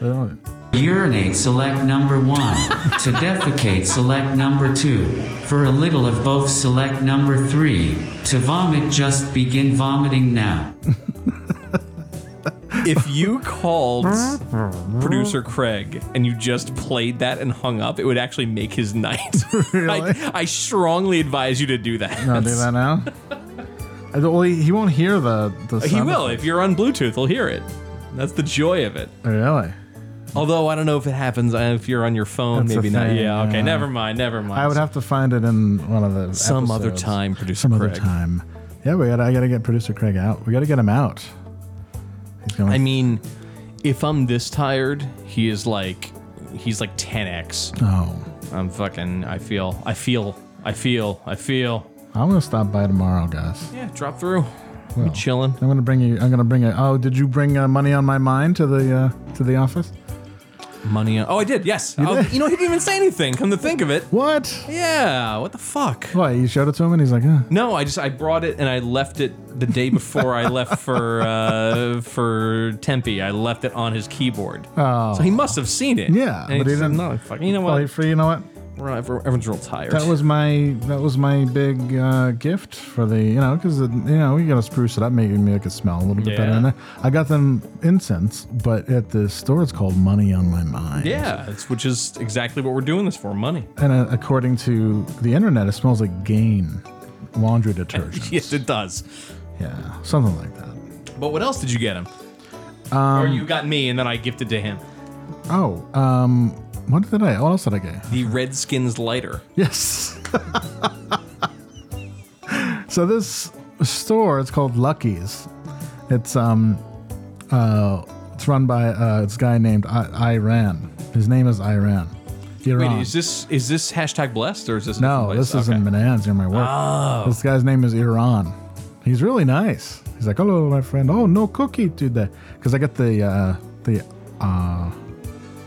[SPEAKER 2] Love it.
[SPEAKER 12] Urinate select number one. to defecate select number two. For a little of both select number three. To vomit just begin vomiting now.
[SPEAKER 3] If you called producer Craig and you just played that and hung up, it would actually make his night. I, I strongly advise you to do that.
[SPEAKER 2] No, do that now. I don't- well, he he won't hear the the.
[SPEAKER 3] Oh, He
[SPEAKER 2] sound
[SPEAKER 3] will.
[SPEAKER 2] effect.
[SPEAKER 3] If you're on Bluetooth, he'll hear it. That's the joy of it.
[SPEAKER 2] Really?
[SPEAKER 3] Although I don't know if it happens uh, if you're on your phone,
[SPEAKER 2] That's the
[SPEAKER 3] maybe not.
[SPEAKER 2] thing,
[SPEAKER 3] Yeah, okay,
[SPEAKER 2] yeah.
[SPEAKER 3] never mind, never mind.
[SPEAKER 2] I would have to find it in one of the
[SPEAKER 3] Some other
[SPEAKER 2] episodes.
[SPEAKER 3] time, producer
[SPEAKER 2] Some other
[SPEAKER 3] Craig.
[SPEAKER 2] time. Yeah, we gotta. I gotta get producer Craig out. We gotta get him out. He's going.
[SPEAKER 3] I mean, if I'm this tired, he is like, he's like 10x.
[SPEAKER 2] oh,
[SPEAKER 3] I'm fucking. I feel. I feel. I feel. I feel.
[SPEAKER 2] I'm gonna stop by tomorrow, guys.
[SPEAKER 3] Yeah, drop through.
[SPEAKER 2] Well,
[SPEAKER 3] chilling.
[SPEAKER 2] I'm gonna bring you. I'm gonna bring a. Oh, did you bring uh, money on my mind to the uh, to the office?
[SPEAKER 3] Money. On, oh, I did. Yes.
[SPEAKER 2] You
[SPEAKER 3] Oh,
[SPEAKER 2] did?
[SPEAKER 3] you know, he didn't even say anything. Come to think of it.
[SPEAKER 2] What?
[SPEAKER 3] Yeah. What the fuck?
[SPEAKER 2] Why you showed it to him and he's like, huh.
[SPEAKER 3] No, I just I brought it and I left it the day before I left for uh, for Tempe. I left it on his keyboard.
[SPEAKER 2] Oh.
[SPEAKER 3] So he must have seen it.
[SPEAKER 2] Yeah,
[SPEAKER 3] And he
[SPEAKER 2] but he
[SPEAKER 3] just said,
[SPEAKER 2] didn't.
[SPEAKER 3] No, fuck. You know
[SPEAKER 2] Well, he
[SPEAKER 3] what?
[SPEAKER 2] free- You know what?
[SPEAKER 3] We're- Everyone's real tired.
[SPEAKER 2] That was my that was my big uh, gift for the you know because you know we gotta spruce it up, make it make it smell a little bit better.
[SPEAKER 3] Yeah.
[SPEAKER 2] And I, I got them incense, but at the store it's called Money on My Mind.
[SPEAKER 3] Yeah, it's, which is exactly what we're doing this for money.
[SPEAKER 2] And uh, according to the internet, it smells like Gain laundry detergent,
[SPEAKER 3] yes, it does.
[SPEAKER 2] Yeah. something like that.
[SPEAKER 3] But what else did you get him?
[SPEAKER 2] Um,
[SPEAKER 3] or you got me and then I gifted to him
[SPEAKER 2] Oh, um, what did I? What else did I get?
[SPEAKER 3] the Redskins lighter.
[SPEAKER 2] Yes. So this store, it's called Lucky's. It's um, uh, it's run by uh, this guy named I- Iran. His name is Iran. Iran.
[SPEAKER 3] Wait, is this is this hashtag blessed or is this a
[SPEAKER 2] no,
[SPEAKER 3] different place?
[SPEAKER 2] this is in Manans near my work.
[SPEAKER 3] Oh.
[SPEAKER 2] This guy's name is Iran. He's really nice. He's like, hello, my friend. Oh, no cookie today, because I got the uh, the uh,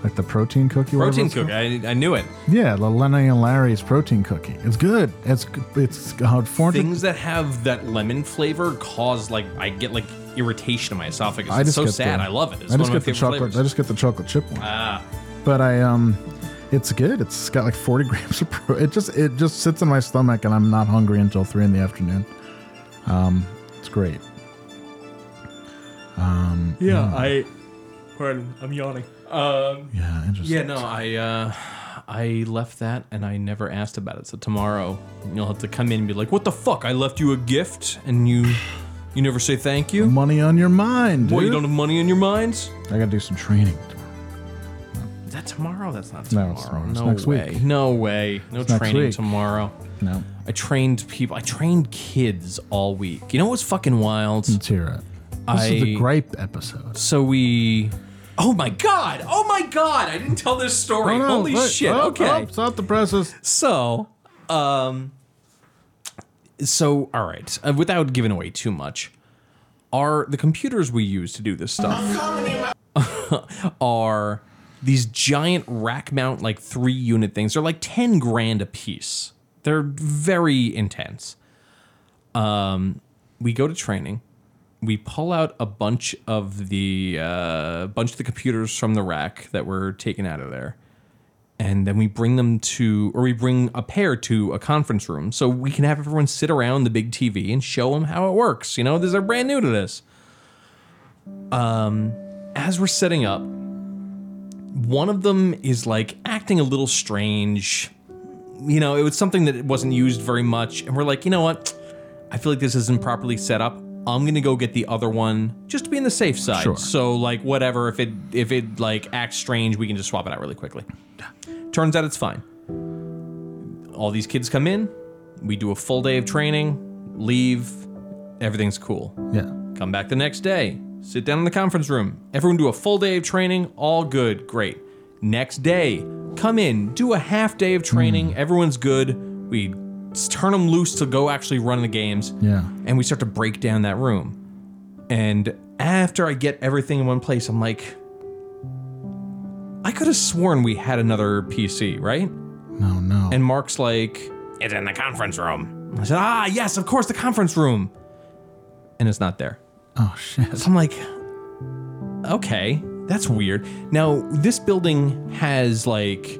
[SPEAKER 2] like the protein cookie. whatever
[SPEAKER 3] protein
[SPEAKER 2] it's called.
[SPEAKER 3] cook. I, I knew it.
[SPEAKER 2] Yeah, the Lenny and Larry's protein cookie. It's good. It's it's uh, 400
[SPEAKER 3] Things that have that lemon flavor cause like I get like irritation in my esophagus.
[SPEAKER 2] I
[SPEAKER 3] it's
[SPEAKER 2] just
[SPEAKER 3] so
[SPEAKER 2] get
[SPEAKER 3] sad.
[SPEAKER 2] the-
[SPEAKER 3] I love it. It's
[SPEAKER 2] I
[SPEAKER 3] one
[SPEAKER 2] just
[SPEAKER 3] of my
[SPEAKER 2] get the
[SPEAKER 3] favorite
[SPEAKER 2] chocolate.
[SPEAKER 3] flavors.
[SPEAKER 2] I just get the chocolate chip one.
[SPEAKER 3] Ah,
[SPEAKER 2] But I um, it's good. It's got like forty grams of pro. It just it just sits in my stomach, and I'm not hungry until three in the afternoon. Um, it's great. Um,
[SPEAKER 3] I. Pardon, I'm yawning. Um,
[SPEAKER 2] yeah, interesting.
[SPEAKER 3] Yeah, no, I uh, I left that and I never asked about it. So tomorrow you'll have to come in and be like, "What the fuck? I left you a gift and you you never say thank you."
[SPEAKER 2] Money on your mind, Mm, dude.
[SPEAKER 3] What? You don't have money in your minds?
[SPEAKER 2] I gotta do some training.
[SPEAKER 3] Is that tomorrow? That's not tomorrow.
[SPEAKER 2] No, it's not. It's
[SPEAKER 3] no
[SPEAKER 2] next
[SPEAKER 3] way.
[SPEAKER 2] week.
[SPEAKER 3] No way. No
[SPEAKER 2] It's next
[SPEAKER 3] training
[SPEAKER 2] week.
[SPEAKER 3] tomorrow.
[SPEAKER 2] No.
[SPEAKER 3] I trained people. I trained kids all week. You know what's fucking wild? Let's
[SPEAKER 2] hear it. This
[SPEAKER 3] I,
[SPEAKER 2] is the gripe episode.
[SPEAKER 3] So we. Oh my god! Oh my god! I didn't tell this story.
[SPEAKER 2] Oh, no,
[SPEAKER 3] Holy
[SPEAKER 2] wait.
[SPEAKER 3] shit!
[SPEAKER 2] Oh,
[SPEAKER 3] okay.
[SPEAKER 2] oh, stop the presses.
[SPEAKER 3] So, um, so all right. Uh, without giving away too much, are the computers we use to do this stuff are these giant rack mount like three unit things? They're like ten grand a piece. They're very intense. Um, we go to training. We pull out a bunch of the uh, bunch of the computers from the rack that were taken out of there and then we bring them to or we bring a pair to a conference room so we can have everyone sit around the big TV and show them how it works. You know, these are brand new to this. Um, as we're setting up, one of them is like acting a little strange. You know, it was something that wasn't used very much, and we're like, you know what? I feel like this isn't properly set up. I'm gonna go get the other one just to be on the safe side.
[SPEAKER 2] Sure.
[SPEAKER 3] So like whatever, if it if it like acts strange, we can just swap it out really quickly. Turns out it's fine. All these kids come in, we do a full day of training, leave, everything's cool.
[SPEAKER 2] Yeah.
[SPEAKER 3] Come back the next day, sit down in the conference room. Everyone do a full day of training, all good, great. Next day, come in, do a half day of training, everyone's good. We s- turn them loose to go actually run the games
[SPEAKER 2] Yeah.
[SPEAKER 3] and we start to break down that room. And after I get everything in one place, I'm like, I could have sworn we had another PC, right?
[SPEAKER 2] No, no.
[SPEAKER 3] And Mark's like, It's in the conference room. I said, Ah, yes, of course, the conference room. And it's not there.
[SPEAKER 2] Oh shit.
[SPEAKER 3] So I'm like, okay, that's weird. Now, this building has like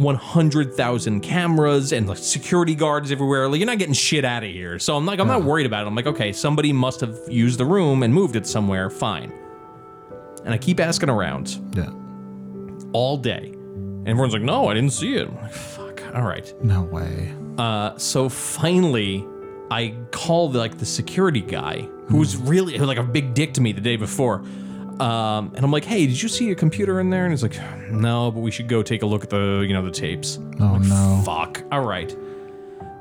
[SPEAKER 3] 100,000 cameras and like security guards everywhere. Like you're not getting shit out of here. So I'm like I'm not worried about it. I'm like, okay, somebody must have used the room and moved it somewhere. Fine. And I keep asking around
[SPEAKER 2] Yeah.
[SPEAKER 3] all day. And everyone's like, "No, I didn't see it." I'm like, "Fuck. All right."
[SPEAKER 2] No way.
[SPEAKER 3] Uh, so finally, I call like the security guy who was
[SPEAKER 2] Hmm.
[SPEAKER 3] really who was like a big dick to me the day before. Um, and I'm like, hey, did you see a computer in there? And he's like, no, but we should go take a look at the, you know, the tapes.
[SPEAKER 2] Oh no.
[SPEAKER 3] Fuck. All right.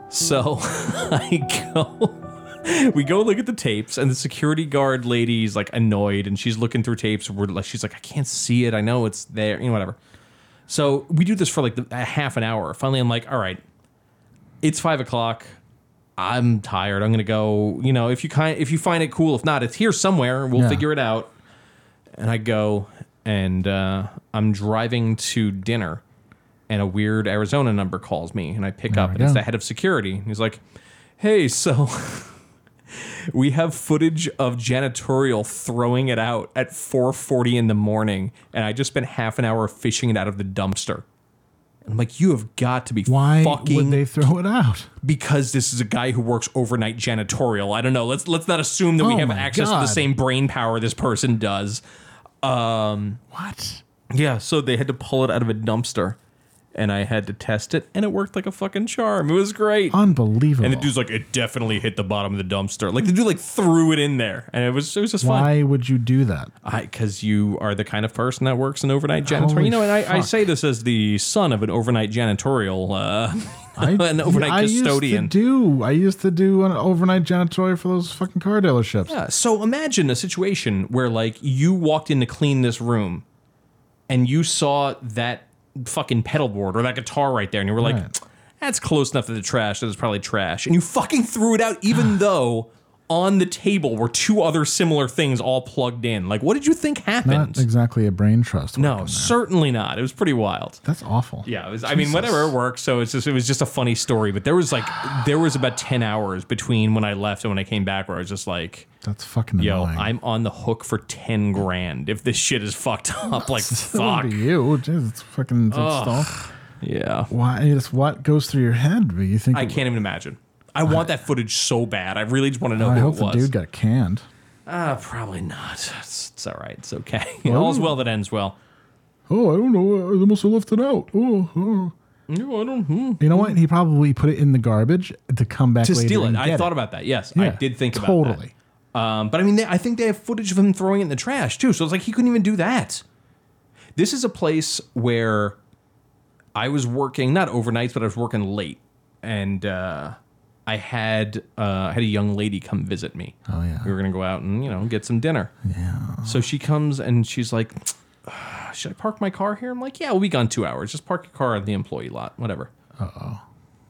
[SPEAKER 3] So I go. We go look at the tapes, and the security guard lady's like annoyed, and she's looking through tapes. We're like, she's like, I can't see it. I know it's there. You know, whatever. So we do this for like the, a half an hour. Finally, I'm like, all right, it's five o'clock. I'm tired. I'm gonna go. You know, if you kind, if you find it cool, if not, it's here somewhere. We'll
[SPEAKER 2] Yeah.
[SPEAKER 3] figure it out. And I go, and uh, I'm driving to dinner, and a weird Arizona number calls me, and I pick up,
[SPEAKER 2] we
[SPEAKER 3] and it's
[SPEAKER 2] go.
[SPEAKER 3] the head of security. And he's like, "Hey, so." We have footage of janitorial throwing it out at 4:40 in the morning, and I just spent half an hour fishing it out of the dumpster. And I'm like, you have got to be
[SPEAKER 2] Why
[SPEAKER 3] fucking
[SPEAKER 2] would they throw it out?
[SPEAKER 3] because this is a guy who works overnight janitorial. I don't know. Let's let's not assume that we
[SPEAKER 2] Oh
[SPEAKER 3] have
[SPEAKER 2] my
[SPEAKER 3] access to the
[SPEAKER 2] God.
[SPEAKER 3] same brain power this person does. Um,
[SPEAKER 2] what?
[SPEAKER 3] Yeah. So they had to pull it out of a dumpster, and I had to test it, and it worked like a fucking charm. It was great.
[SPEAKER 2] Unbelievable.
[SPEAKER 3] And the dude's like, it definitely hit the bottom of the dumpster. Like the dude like threw it in there, and it was it was just fun.
[SPEAKER 2] Why would you do that?
[SPEAKER 3] I because you are the kind of person that works in overnight janitorial.
[SPEAKER 2] Holy
[SPEAKER 3] you know, and I, I
[SPEAKER 2] fuck.
[SPEAKER 3] say this as the son of an overnight janitorial, uh, an overnight
[SPEAKER 2] I
[SPEAKER 3] custodian.
[SPEAKER 2] Used to do I used to do an overnight janitorial for those fucking car dealerships?
[SPEAKER 3] Yeah. So imagine a situation where like you walked in to clean this room and you saw that fucking pedal board or that guitar right there and you were like,
[SPEAKER 2] Right.
[SPEAKER 3] that's close enough to the trash. That is probably trash. And you fucking threw it out even though on the table were two other similar things all plugged in. Like, what did you think happened?
[SPEAKER 2] Not exactly a brain trust.
[SPEAKER 3] no, certainly not. It was pretty wild.
[SPEAKER 2] That's awful.
[SPEAKER 3] Yeah, it was, I mean, whatever it worked. So it's just it was just a funny story. But there was like there was about ten hours between when I left and when I came back, where I was just like,
[SPEAKER 2] That's fucking
[SPEAKER 3] Yo,
[SPEAKER 2] annoying.
[SPEAKER 3] I'm on the hook for ten grand if this shit is fucked up. Like
[SPEAKER 2] That
[SPEAKER 3] fuck.
[SPEAKER 2] would be you. Jeez, it's fucking it's
[SPEAKER 3] Ugh.
[SPEAKER 2] stuff.
[SPEAKER 3] Yeah.
[SPEAKER 2] Why? It's what goes through your head. But you think
[SPEAKER 3] I
[SPEAKER 2] it-
[SPEAKER 3] can't even imagine. I want that footage so bad. I really just want to know
[SPEAKER 2] I
[SPEAKER 3] who
[SPEAKER 2] hope
[SPEAKER 3] it
[SPEAKER 2] the
[SPEAKER 3] was.
[SPEAKER 2] dude got canned.
[SPEAKER 3] uh, probably not. It's, it's all right. It's okay.
[SPEAKER 2] Well-
[SPEAKER 3] All's well that ends well.
[SPEAKER 2] Oh, I don't know. They must have left it out. Oh, oh.
[SPEAKER 3] No, I don't. hmm.
[SPEAKER 2] You know what? He probably put it in the garbage to come back
[SPEAKER 3] To
[SPEAKER 2] later
[SPEAKER 3] steal it.
[SPEAKER 2] and
[SPEAKER 3] I
[SPEAKER 2] get
[SPEAKER 3] thought about that. Yes, I
[SPEAKER 2] Yeah,
[SPEAKER 3] did think about
[SPEAKER 2] totally.
[SPEAKER 3] that. Um, but I mean, they, I think they have footage of him throwing it in the trash too. So it's like he couldn't even do that. This is a place where I was working not overnights, but I was working late, and uh, I had uh, I had a young lady come visit me. Oh yeah, we were gonna go out and you know get some dinner. Yeah. So she comes and she's like, "Ah, "Should I park my car here?" I'm like, "Yeah, we'll be gone two hours. Just park your car at the employee lot, whatever." Uh oh.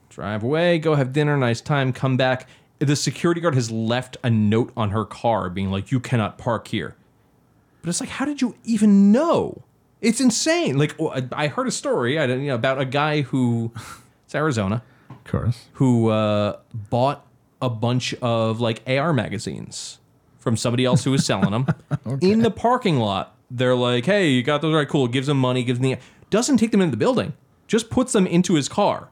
[SPEAKER 3] Drive away, go have dinner, nice time, come back. The security guard has left a note on her car being like, "You cannot park here." But it's like, how did you even know? It's insane. Like, oh, I- I heard a story I didn't, you know, about a guy who, it's Arizona, of
[SPEAKER 2] course,
[SPEAKER 3] who uh, bought a bunch of like AR magazines from somebody else who was selling them in the parking lot. They're like, hey, you got those? All right, cool. Gives him money, gives him the. Doesn't take them into the building, just puts them into his car.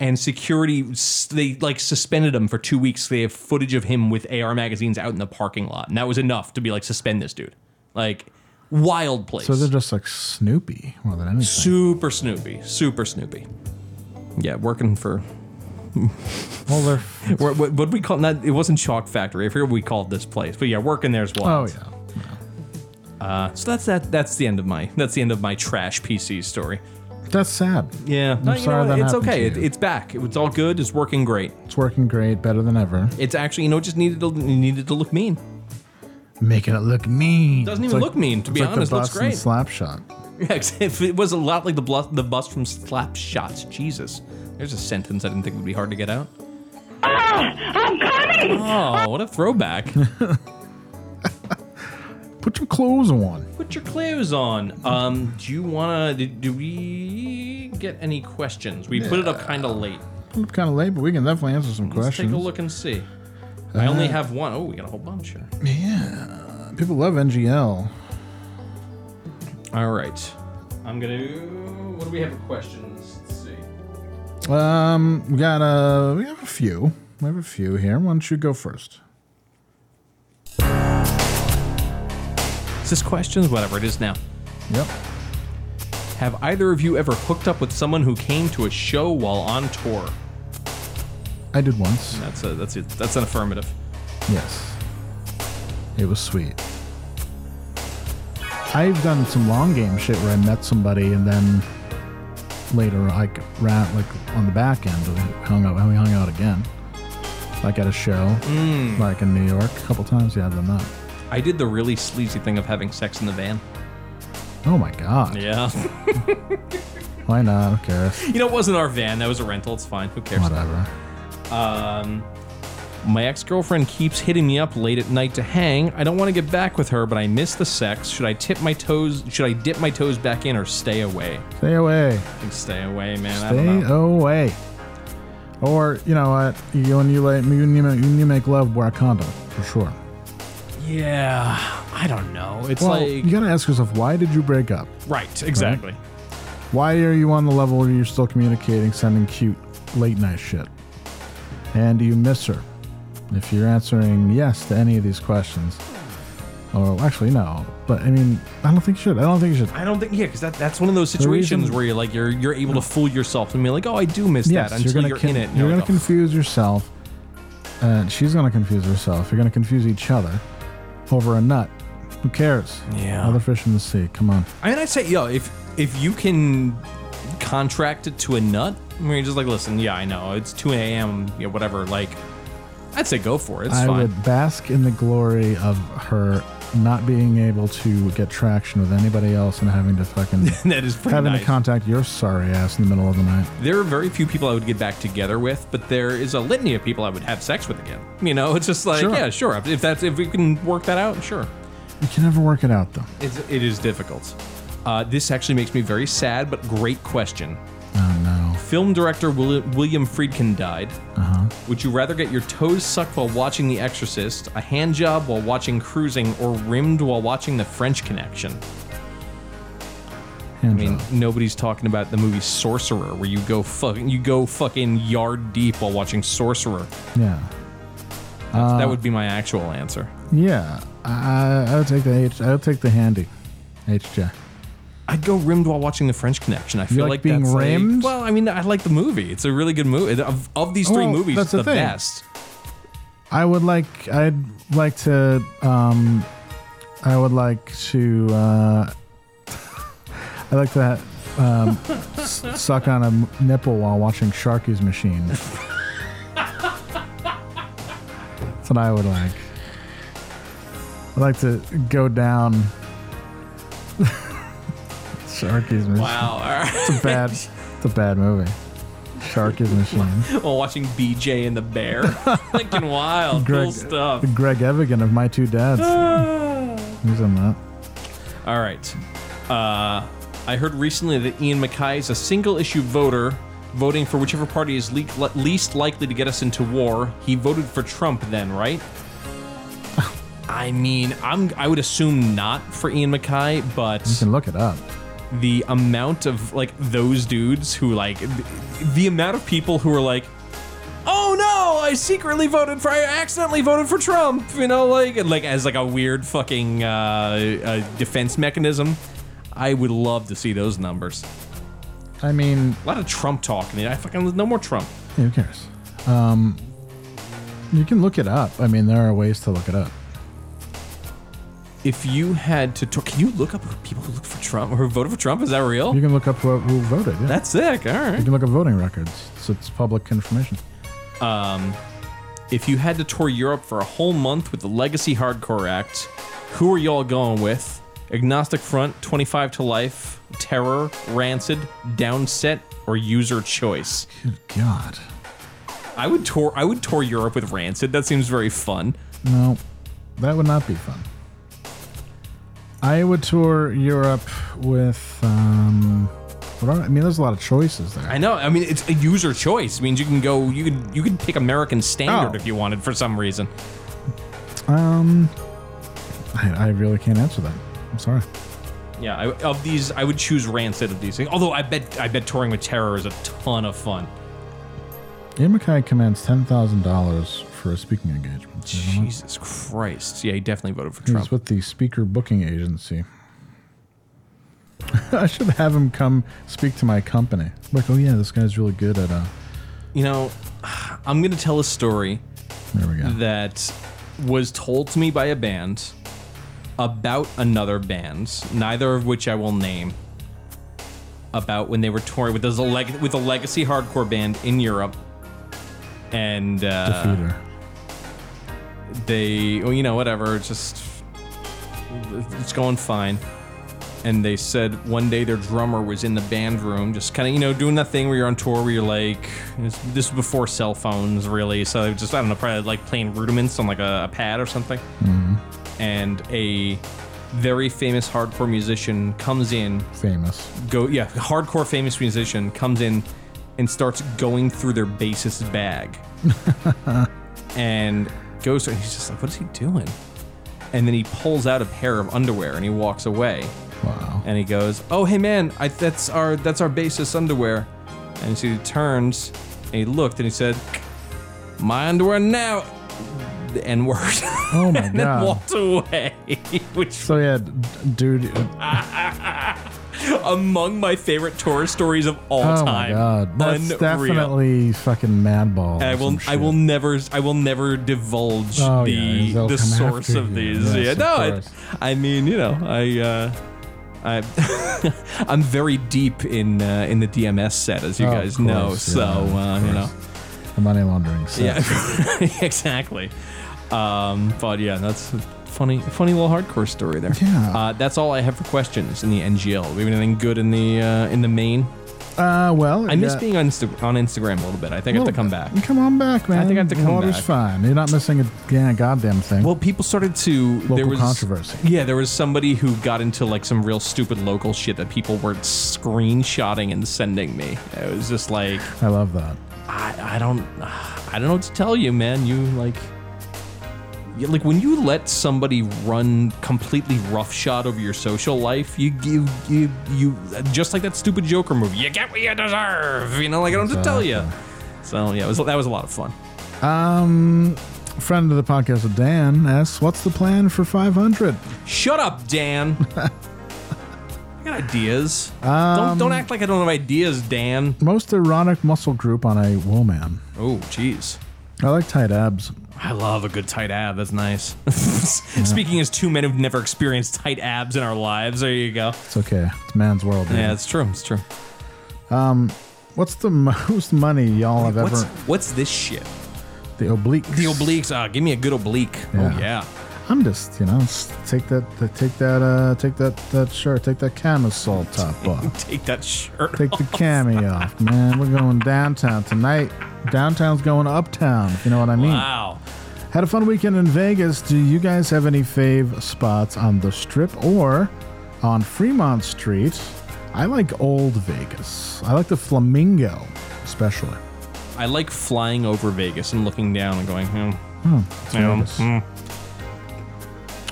[SPEAKER 3] And security, s- they like suspended him for two weeks. They have footage of him with AR magazines out in the parking lot. And that was enough to be like, suspend this dude. Like, wild place.
[SPEAKER 2] So they're just like Snoopy more than anything.
[SPEAKER 3] super Snoopy. Super Snoopy. Yeah, working for.
[SPEAKER 2] well, they're.
[SPEAKER 3] What, what, what'd we call that? It wasn't Chalk Factory. I forget what we called this place. But yeah, working there as well.
[SPEAKER 2] Oh yeah.
[SPEAKER 3] Uh, so that's that. That's the end of my. That's the end of my trash PC story.
[SPEAKER 2] That's sad.
[SPEAKER 3] Yeah,
[SPEAKER 2] I'm
[SPEAKER 3] No, you know
[SPEAKER 2] sorry
[SPEAKER 3] what?
[SPEAKER 2] that
[SPEAKER 3] it's
[SPEAKER 2] happened
[SPEAKER 3] okay.
[SPEAKER 2] to
[SPEAKER 3] It,
[SPEAKER 2] you.
[SPEAKER 3] it's back. It's all good. It's working great.
[SPEAKER 2] It's working great, better than ever.
[SPEAKER 3] It's actually, you know, it just needed to needed to look mean.
[SPEAKER 2] Making it look mean.
[SPEAKER 3] Doesn't
[SPEAKER 2] It's
[SPEAKER 3] even look mean, to
[SPEAKER 2] it's
[SPEAKER 3] be
[SPEAKER 2] like
[SPEAKER 3] honest,
[SPEAKER 2] The
[SPEAKER 3] looks
[SPEAKER 2] Boston
[SPEAKER 3] great.
[SPEAKER 2] Slap shot.
[SPEAKER 3] Yeah, except it was a lot like the bluff, the bus from Slap Shots. Jesus, there's a sentence I didn't think would be hard to get out. Ah, I'm coming! Oh, what a throwback!
[SPEAKER 2] Put your clothes on.
[SPEAKER 3] Put your clothes on. Um, do you wanna? Did, do we get any questions? We put it up kind of late.
[SPEAKER 2] I'm kind of late, but we can definitely answer some
[SPEAKER 3] Let's
[SPEAKER 2] questions.
[SPEAKER 3] take a look and see. I only
[SPEAKER 2] Uh,
[SPEAKER 3] have one. Oh, we got a whole bunch here.
[SPEAKER 2] Yeah, people love NGL.
[SPEAKER 3] All right. I'm gonna. What do we have for questions? Let's see.
[SPEAKER 2] Um, we got a we have a few. We have a few here. Why don't you go first?
[SPEAKER 3] Is this questions? Whatever it is now.
[SPEAKER 2] Yep.
[SPEAKER 3] Have either of you ever hooked up with someone who came to a show while on tour?
[SPEAKER 2] I did once.
[SPEAKER 3] That's a that's a, that's an affirmative.
[SPEAKER 2] Yes. It was sweet. I've done some long game shit where I met somebody and then later, like, ran, like on the back end, we hung out. We hung out again, like at a show,
[SPEAKER 3] Mm.
[SPEAKER 2] like in New York, a couple times. Yeah, I've done that.
[SPEAKER 3] I did the really sleazy thing of having sex in the van.
[SPEAKER 2] Oh my god!
[SPEAKER 3] Yeah.
[SPEAKER 2] Why not? I don't care.
[SPEAKER 3] you know, it wasn't our van. That was a rental. It's fine. Who cares?
[SPEAKER 2] Whatever.
[SPEAKER 3] Um, my ex girlfriend keeps hitting me up late at night to hang. I don't want to get back with her, but I miss the sex. Should I tip my toes? Should I dip my toes back in or stay away?
[SPEAKER 2] Stay away.
[SPEAKER 3] I think stay away, man. I don't
[SPEAKER 2] Stay
[SPEAKER 3] know.
[SPEAKER 2] away. Or you know what? You and you like you and you make, you and you make love wear a condom for sure.
[SPEAKER 3] Yeah, I don't know. It's
[SPEAKER 2] well,
[SPEAKER 3] like
[SPEAKER 2] you gotta ask yourself why did you break up?
[SPEAKER 3] right, exactly.
[SPEAKER 2] Why are you on the level where you're still communicating, sending cute late night shit? And do you miss her? If you're answering yes to any of these questions, or actually no, but I mean, I don't think you should. I don't think you should.
[SPEAKER 3] I don't think yeah, because that, that's one of those
[SPEAKER 2] The reason-
[SPEAKER 3] situations where you're like you're you're able to fool yourself and be like, oh, I do miss that until you're,
[SPEAKER 2] con-
[SPEAKER 3] in it. and you're
[SPEAKER 2] You're, gonna
[SPEAKER 3] like, "Oh,
[SPEAKER 2] confuse yourself. Uh, she's gonna confuse herself. You're gonna confuse each other over a nut. Who cares?
[SPEAKER 3] Yeah.
[SPEAKER 2] Other fish in the sea. Come on.
[SPEAKER 3] "Oh." I mean, I'd say, yo, if if you can contract it to a nut, I mean, you're just like, listen, yeah, I know it's 2 a.m., you know, whatever. Like, I'd say go for it. It's
[SPEAKER 2] I
[SPEAKER 3] fine.
[SPEAKER 2] would bask in the glory of her not being able to get traction with anybody else and having to fucking
[SPEAKER 3] That is pretty
[SPEAKER 2] having
[SPEAKER 3] nice.
[SPEAKER 2] to contact your sorry ass in the middle of the night.
[SPEAKER 3] there are very few people I would get back together with, but there is a litany of people I would have sex with again. You know, it's just like,
[SPEAKER 2] Sure.
[SPEAKER 3] yeah, sure. If that's if we can work that out, sure.
[SPEAKER 2] You can never work it out though.
[SPEAKER 3] It's, it is difficult. Uh, this actually makes me very sad, but great question.
[SPEAKER 2] Oh no.
[SPEAKER 3] Film director Willi- William Friedkin died.
[SPEAKER 2] Uh-huh.
[SPEAKER 3] Would you rather get your toes sucked while watching The Exorcist, a hand job while watching Cruising, or rimmed while watching The French Connection? I
[SPEAKER 2] Hand
[SPEAKER 3] mean, nobody's talking about the movie Sorcerer, where you go fucking you go fucking yard deep while watching Sorcerer.
[SPEAKER 2] Yeah. Uh,
[SPEAKER 3] that would be my actual answer.
[SPEAKER 2] Yeah. I I would take the H I would take the handy. HJ.
[SPEAKER 3] I'd go rimmed while watching The French Connection. I feel
[SPEAKER 2] like
[SPEAKER 3] like
[SPEAKER 2] being
[SPEAKER 3] that's like-
[SPEAKER 2] rimmed?
[SPEAKER 3] well, I mean, I like the movie. It's a really good movie. Of, of these three
[SPEAKER 2] Well,
[SPEAKER 3] movies,
[SPEAKER 2] Oh, that's
[SPEAKER 3] it's
[SPEAKER 2] the
[SPEAKER 3] the
[SPEAKER 2] thing.
[SPEAKER 3] best.
[SPEAKER 2] I would like. I'd like to. Um, I would like to. Uh, I like to um, s- suck on a m- nipple while watching Sharky's Machine. That's what I would like. I'd like to go down. Sharky's Machine.
[SPEAKER 3] Wow, all right.
[SPEAKER 2] It's a bad. It's a bad movie. Sharky's Machine.
[SPEAKER 3] While watching BJ and the Bear, Lincoln Wild, cool stuff. Ah.
[SPEAKER 2] Greg uh, Evigan of My Two Dads. He's in that.
[SPEAKER 3] All right. Uh, I heard recently that Ian Mackay is a single issue voter, voting for whichever party is le- le- least likely to get us into war. He voted for Trump then, right? I mean, I'm I would assume not for Ian Mackay, but you
[SPEAKER 2] can look it up.
[SPEAKER 3] The amount of like those dudes who like th- the amount of people who are like oh no, I secretly voted for, I accidentally voted for Trump, you know, like, and, like as like a weird fucking uh, uh, defense mechanism. I would love to see those numbers.
[SPEAKER 2] I mean,
[SPEAKER 3] A lot of Trump talk. I mean, I fucking no more Trump.
[SPEAKER 2] who cares? Um, you can look it up. I mean, there are ways to look it up.
[SPEAKER 3] If you had to, talk, can you look up who people who look for Trump or who voted for Trump? Is that real?
[SPEAKER 2] You can look up who, who voted. Yeah.
[SPEAKER 3] That's sick. All right.
[SPEAKER 2] You can look up voting records. So it's public information.
[SPEAKER 3] Um, if you had to tour Europe for a whole month with the Legacy Hardcore Act, who are y'all going with? Agnostic Front, 25 to Life, Terror, Rancid, Downset, or User Choice?
[SPEAKER 2] Good God.
[SPEAKER 3] I would tour. I would tour Europe with Rancid. That seems very fun.
[SPEAKER 2] No, that would not be fun. I would tour Europe with. Um, what are, I mean, there's a lot of choices there.
[SPEAKER 3] I know. I mean, it's a user choice. It means you can go. You could. You could pick American Standard if you wanted for some reason.
[SPEAKER 2] Um, I, I really can't answer that. I'm sorry.
[SPEAKER 3] Yeah. I, of these, I would choose Rancid of these things. Although I bet. I bet touring with Terror is a ton of fun.
[SPEAKER 2] Yamakai commands ten thousand dollars for a speaking engagement.
[SPEAKER 3] Jesus Christ. Yeah, he definitely voted for
[SPEAKER 2] He
[SPEAKER 3] Trump.
[SPEAKER 2] was with the speaker booking agency. I should have him come speak to my company. Like, oh yeah, this guy's really good at uh.
[SPEAKER 3] you know, I'm going to tell a story that was told to me by a band about another band, neither of which I will name, about when they were touring with, this leg- with a legacy hardcore band in Europe. And uh,
[SPEAKER 2] Defeater.
[SPEAKER 3] they, well, you know, whatever, it's just, it's going fine. and they said one day their drummer was in the band room, just kind of you know doing that thing where you're on tour where you're like, this this was before cell phones really, so they were just I don't know probably like playing rudiments on like a, a pad or something, and a very famous hardcore musician comes in
[SPEAKER 2] Famous.
[SPEAKER 3] go yeah hardcore famous musician comes in and starts going through their bassist bag and goes and he's just like what is he doing and then he pulls out a pair of underwear and he walks away wow and he goes oh hey man I, that's our that's our bassist underwear and so he turns and he looked and he said my underwear now the n word
[SPEAKER 2] Oh my
[SPEAKER 3] and then
[SPEAKER 2] God.
[SPEAKER 3] walked away which
[SPEAKER 2] So yeah, d- dude.
[SPEAKER 3] among my favorite tour stories of all
[SPEAKER 2] oh
[SPEAKER 3] time.
[SPEAKER 2] my god, that's
[SPEAKER 3] Unreal.
[SPEAKER 2] definitely fucking madball.
[SPEAKER 3] And I
[SPEAKER 2] or
[SPEAKER 3] will.
[SPEAKER 2] some
[SPEAKER 3] I
[SPEAKER 2] shit.
[SPEAKER 3] will never. I will never divulge
[SPEAKER 2] Oh,
[SPEAKER 3] the
[SPEAKER 2] yeah, they'll
[SPEAKER 3] the
[SPEAKER 2] come
[SPEAKER 3] source
[SPEAKER 2] after
[SPEAKER 3] of
[SPEAKER 2] you.
[SPEAKER 3] these.
[SPEAKER 2] Yes,
[SPEAKER 3] yeah,
[SPEAKER 2] of
[SPEAKER 3] no.
[SPEAKER 2] course.
[SPEAKER 3] I, I mean, you know, I. Uh, I, I'm very deep in uh, in the DMS set, as you
[SPEAKER 2] Oh, of
[SPEAKER 3] guys know.
[SPEAKER 2] course,
[SPEAKER 3] so
[SPEAKER 2] yeah,
[SPEAKER 3] uh,
[SPEAKER 2] of
[SPEAKER 3] you know,
[SPEAKER 2] course. the money laundering. Stuff.
[SPEAKER 3] yeah, exactly. Um, but yeah, that's a funny, funny little hardcore story there.
[SPEAKER 2] Yeah.
[SPEAKER 3] Uh, that's all I have for questions in the NGL. Do we have anything good in the uh, in the main?
[SPEAKER 2] Uh, well,
[SPEAKER 3] I miss
[SPEAKER 2] yeah. Oh.
[SPEAKER 3] being on, Insta- on Instagram a little bit. I think I have to
[SPEAKER 2] Little
[SPEAKER 3] come back.
[SPEAKER 2] Come on back, man.
[SPEAKER 3] I think I have to come
[SPEAKER 2] Water's
[SPEAKER 3] back.
[SPEAKER 2] fine. You're not missing a yeah, goddamn thing.
[SPEAKER 3] Well, people started to
[SPEAKER 2] local
[SPEAKER 3] there was
[SPEAKER 2] controversy.
[SPEAKER 3] Yeah, there was somebody who got into like some real stupid local shit that people were screenshotting and sending me. It was just like
[SPEAKER 2] I love that.
[SPEAKER 3] I, I don't I don't know what to tell you, man. You like you- like when you let somebody run completely roughshod over your social life, you you you, you just like that stupid Joker movie. You get what you deserve. You know, like I don't have to tell you. So yeah, it was, that was a lot of fun.
[SPEAKER 2] Um, friend of the podcast, Dan asks, "What's the plan for 500?"
[SPEAKER 3] Shut up, Dan. I got ideas. don't
[SPEAKER 2] Um,
[SPEAKER 3] don't act like I don't have ideas, Dan.
[SPEAKER 2] Most erotic muscle group on a woman.
[SPEAKER 3] Oh, jeez.
[SPEAKER 2] I like tight abs.
[SPEAKER 3] I love a good tight ab. That's nice. Speaking as two men who've never experienced tight abs in our lives, there you go.
[SPEAKER 2] It's okay. It's man's world. dude.
[SPEAKER 3] Yeah, it's true. It's true.
[SPEAKER 2] Um, what's the most money y'all have
[SPEAKER 3] What's,
[SPEAKER 2] ever?
[SPEAKER 3] what's this shit?
[SPEAKER 2] The obliques.
[SPEAKER 3] The obliques. Ah, give me a good oblique. Oh yeah.
[SPEAKER 2] I'm just, you know, s- take that, th- take that, uh, take that, that shirt, take that camisole top off,
[SPEAKER 3] Take that shirt.
[SPEAKER 2] take the cami off, man. We're going downtown tonight. Downtown's going uptown. if You know what I mean?
[SPEAKER 3] Wow.
[SPEAKER 2] Had a fun weekend in Vegas. Do you guys have any fave spots on the Strip or on Fremont Street? I like old Vegas. I like the Flamingo, especially.
[SPEAKER 3] I like flying over Vegas and looking down and going, hmm.
[SPEAKER 2] Hmm, it's
[SPEAKER 3] Yeah,
[SPEAKER 2] Vegas.
[SPEAKER 3] hmm.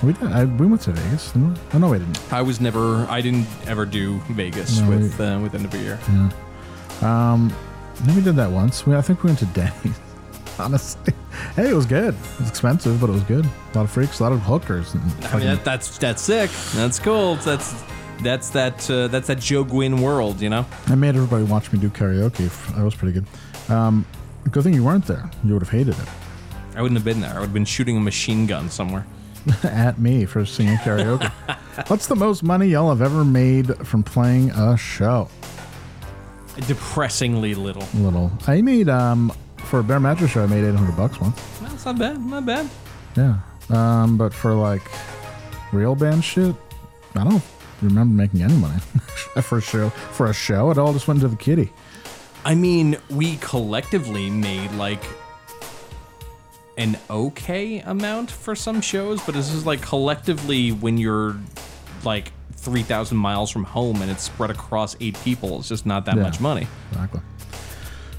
[SPEAKER 2] We did. I, we went to Vegas. Didn't we? Oh no, we didn't.
[SPEAKER 3] I was never. I didn't ever do Vegas
[SPEAKER 2] No,
[SPEAKER 3] with uh, with end of a year.
[SPEAKER 2] Yeah. Um, no, we did that once. We, I think we went to Denny's. Honestly, hey, it was good. It was expensive, but it was good. A lot of freaks, a lot of hookers. And
[SPEAKER 3] I mean, that, that's that's sick. That's cool. That's that's that uh, that's that Joe Gwynn world, you know.
[SPEAKER 2] I made everybody watch me do karaoke. F- That was pretty good. Um, good thing you weren't there. You would have hated it
[SPEAKER 3] I wouldn't have been there. I would have been shooting a machine gun somewhere.
[SPEAKER 2] at me for singing karaoke. What's the most money y'all have ever made from playing a show?
[SPEAKER 3] Depressingly little.
[SPEAKER 2] Little. I made um for a bare mattress show. I made eight hundred bucks once.
[SPEAKER 3] That's not bad. Not bad.
[SPEAKER 2] Yeah. Um, but for like real band shit, I don't remember making any money for a show. For a show, it all just went to the kitty.
[SPEAKER 3] I mean, we collectively made like an okay amount for some shows, but this is like collectively when you're like three thousand miles from home and it's spread across eight people. It's just not that
[SPEAKER 2] Yeah.
[SPEAKER 3] much money.
[SPEAKER 2] Exactly.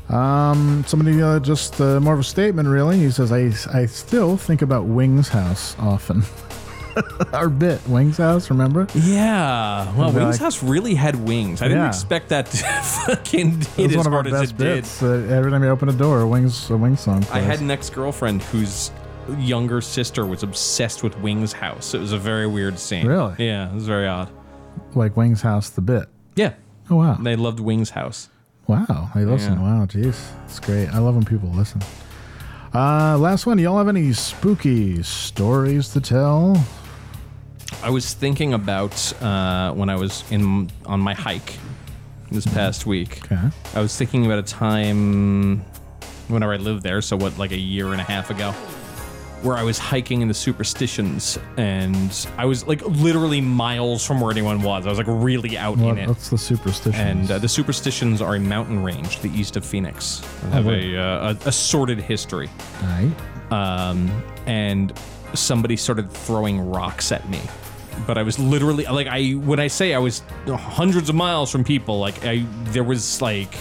[SPEAKER 2] Um, somebody uh, just uh, more of a statement, really. He says, "I I still think about Wings House often." Our bit Wings House, remember?
[SPEAKER 3] Yeah. Well,
[SPEAKER 2] It'd be
[SPEAKER 3] Wings
[SPEAKER 2] like-
[SPEAKER 3] House really had wings. I didn't
[SPEAKER 2] Yeah.
[SPEAKER 3] expect that to fucking
[SPEAKER 2] It
[SPEAKER 3] hit
[SPEAKER 2] was
[SPEAKER 3] as
[SPEAKER 2] one of our
[SPEAKER 3] hard as
[SPEAKER 2] best
[SPEAKER 3] it did.
[SPEAKER 2] bits. Uh, every time you open a door, a Wings a Wings song.
[SPEAKER 3] I had
[SPEAKER 2] plays.
[SPEAKER 3] an ex girlfriend whose younger sister was obsessed with Wings House. It was a very weird scene.
[SPEAKER 2] Really?
[SPEAKER 3] Yeah, it was very odd.
[SPEAKER 2] like Wings House the bit.
[SPEAKER 3] Yeah.
[SPEAKER 2] Oh wow.
[SPEAKER 3] They loved Wings House.
[SPEAKER 2] Wow, they listen.
[SPEAKER 3] Yeah.
[SPEAKER 2] Wow, jeez, it's great. I love when people listen. Uh, last one. Y'all have any spooky stories to tell?
[SPEAKER 3] I was thinking about uh, when I was in on my hike this past week.
[SPEAKER 2] Okay.
[SPEAKER 3] I was thinking about a time whenever I lived there, so what, like a year and a half ago, where I was hiking in the superstitions, and I was like literally miles from where anyone was. I was like really out
[SPEAKER 2] What-
[SPEAKER 3] in it.
[SPEAKER 2] what's the superstition?
[SPEAKER 3] And uh, the superstitions are a mountain range to the east of Phoenix. They have a, uh, a, a sordid history. Um, and somebody started throwing rocks at me. But I was literally like I when I say I was hundreds of miles from people, like I there was like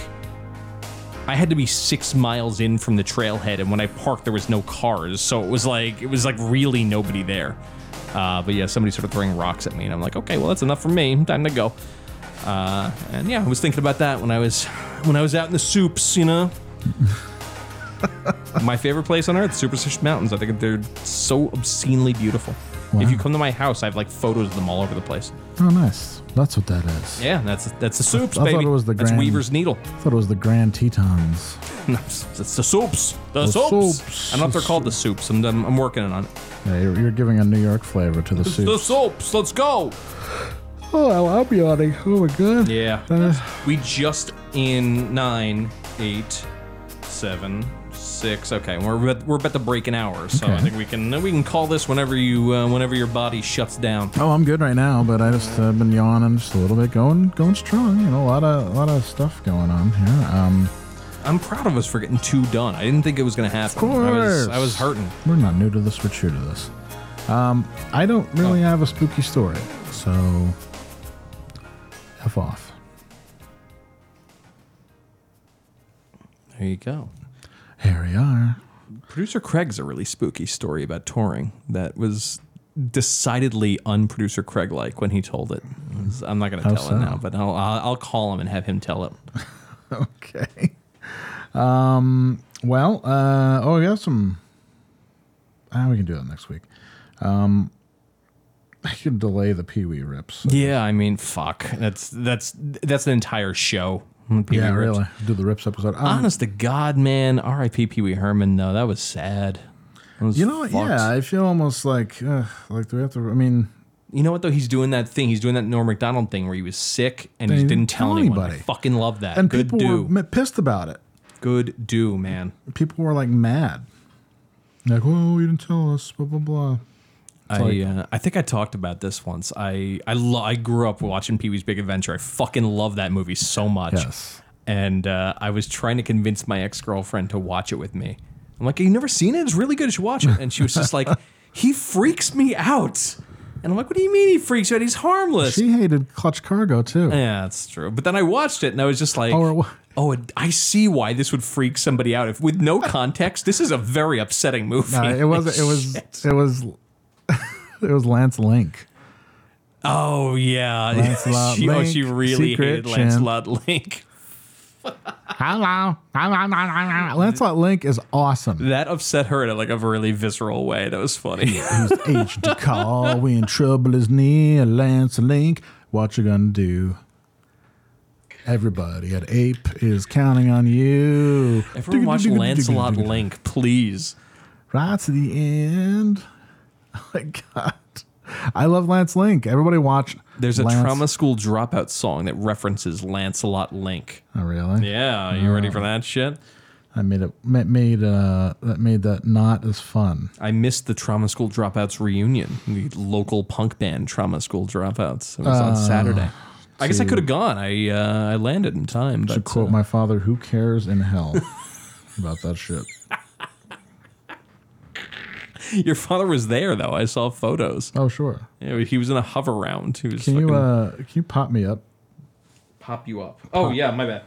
[SPEAKER 3] I had to be six miles in from the trailhead, and when I parked, there was no cars, so it was like it was like really nobody there. Uh, but yeah, somebody started throwing rocks at me, and I'm like, okay, well that's enough for me. Time to go. Uh, and yeah, I was thinking about that when I was when I was out in the soups, you know. my favorite place on earth, Superstition Mountains. I think they're so obscenely beautiful.
[SPEAKER 2] Wow.
[SPEAKER 3] If you come to my house, I have like photos of them all over the place.
[SPEAKER 2] Oh, nice. That's what that is.
[SPEAKER 3] Yeah, that's that's the soups,
[SPEAKER 2] I
[SPEAKER 3] baby.
[SPEAKER 2] thought it was the
[SPEAKER 3] that's
[SPEAKER 2] Grand
[SPEAKER 3] Weaver's Needle.
[SPEAKER 2] I thought it was the Grand Tetons.
[SPEAKER 3] No, it's it's the soups. The,
[SPEAKER 2] The
[SPEAKER 3] soups.
[SPEAKER 2] soups.
[SPEAKER 3] I don't know if they're called the soups. I'm, I'm, I'm working on it.
[SPEAKER 2] Yeah, you're, you're giving a New York flavor to the
[SPEAKER 3] It's The
[SPEAKER 2] soup.
[SPEAKER 3] soups. Let's go.
[SPEAKER 2] Oh, I'll, I'll be yawning. Oh my god.
[SPEAKER 3] Yeah.
[SPEAKER 2] Uh,
[SPEAKER 3] We just in nine, eight, seven, six. Okay, we're about, we're about to break an hour, so I
[SPEAKER 2] Okay.
[SPEAKER 3] think we can we can call this whenever you uh, whenever your body shuts down.
[SPEAKER 2] oh, I'm good right now, but I just uh, been yawning just a little bit, going going strong. You know, a lot of a lot of stuff going on here. Um,
[SPEAKER 3] I'm proud of us for getting two done. I didn't think it was gonna happen.
[SPEAKER 2] Of course.
[SPEAKER 3] I was, I was hurting.
[SPEAKER 2] We're not new to this. We're true to this. Um, I don't really
[SPEAKER 3] Oh.
[SPEAKER 2] have a spooky story, so f off.
[SPEAKER 3] There you go.
[SPEAKER 2] Here we are.
[SPEAKER 3] Producer Craig's a really spooky story about touring that was decidedly unproducer Craig like when he told it. I'm not going to
[SPEAKER 2] How
[SPEAKER 3] tell
[SPEAKER 2] so?
[SPEAKER 3] it now, but I'll, I'll I'll call him and have him tell it.
[SPEAKER 2] okay. Um. Well. Uh. Oh, we have some. Ah, we can do that next week. Um. I could delay the Pee Wee rips.
[SPEAKER 3] Yeah, I mean, fuck. That's that's that's an entire show. Pee
[SPEAKER 2] yeah,
[SPEAKER 3] Wee Rips.
[SPEAKER 2] really. Do the rips episode. Um,
[SPEAKER 3] Honest to God, man. R.I.P. Pee Wee Herman. Though that was sad. That was
[SPEAKER 2] You know. what?
[SPEAKER 3] fucked.
[SPEAKER 2] Yeah, I feel almost like. Uh, like, do we have to? I mean,
[SPEAKER 3] You know what though? He's doing that thing. He's doing that Norm Macdonald thing where he was sick and he
[SPEAKER 2] They
[SPEAKER 3] didn't tell
[SPEAKER 2] tell
[SPEAKER 3] anyone. I
[SPEAKER 2] anybody.
[SPEAKER 3] fucking love that.
[SPEAKER 2] and
[SPEAKER 3] Good
[SPEAKER 2] people
[SPEAKER 3] do.
[SPEAKER 2] were m- pissed about it.
[SPEAKER 3] Good do, man.
[SPEAKER 2] People were like mad. Like, oh, you didn't tell us. Blah blah blah.
[SPEAKER 3] I uh, I think I talked about this once. I I lo- I grew up watching Pee Wee's Big Adventure. I fucking love that movie so much.
[SPEAKER 2] Yes.
[SPEAKER 3] And uh, I was trying to convince my ex girlfriend to watch it with me. I'm like, "You never seen it? It's really good. You should watch it." And she was just like, "He freaks me out." And I'm like, "What do you mean he freaks you out? He's harmless."
[SPEAKER 2] She hated Clutch Cargo too.
[SPEAKER 3] yeah, that's true. But then I watched it and I was just like,
[SPEAKER 2] Or
[SPEAKER 3] "Oh, it- I see why this would freak somebody out. If with no context, this is a very upsetting movie."
[SPEAKER 2] No, it wasn't. It was. It was. it was Lance Link.
[SPEAKER 3] Oh yeah,
[SPEAKER 2] Lancelot
[SPEAKER 3] she, oh, she
[SPEAKER 2] Link,
[SPEAKER 3] really
[SPEAKER 2] secret
[SPEAKER 3] hated
[SPEAKER 2] champ.
[SPEAKER 3] Lancelot Link.
[SPEAKER 2] Hello. Lancelot Link is awesome.
[SPEAKER 3] That upset her in like a really visceral way. That was funny.
[SPEAKER 2] He's aged to call. We in trouble is near. Lance Link. What you gonna do? Everybody at Ape is counting on you.
[SPEAKER 3] Everyone watch Lancelot Link, please.
[SPEAKER 2] Right to the end. Oh my god. I love Lance Link. Everybody watch.
[SPEAKER 3] There's a
[SPEAKER 2] Lance-
[SPEAKER 3] trauma school dropout song that references Lancelot Link.
[SPEAKER 2] Oh really?
[SPEAKER 3] Yeah, you ready for
[SPEAKER 2] Ah.
[SPEAKER 3] that shit?
[SPEAKER 2] I made it ma- made uh that made that not as fun.
[SPEAKER 3] I missed the Trauma School Dropouts reunion, the local punk band Trauma School Dropouts. It was on
[SPEAKER 2] Uh,
[SPEAKER 3] Saturday. I guess I
[SPEAKER 2] dude.
[SPEAKER 3] could have gone. I uh, I landed in time,
[SPEAKER 2] To
[SPEAKER 3] but uh,
[SPEAKER 2] quote my father, "Who cares in hell about that shit?"
[SPEAKER 3] your father was there though. I saw photos.
[SPEAKER 2] Oh sure.
[SPEAKER 3] Yeah, he was in a hover round. He was
[SPEAKER 2] Can you
[SPEAKER 3] fucking-
[SPEAKER 2] uh can you pop me up?
[SPEAKER 3] pop you up. Oh yeah, my bad.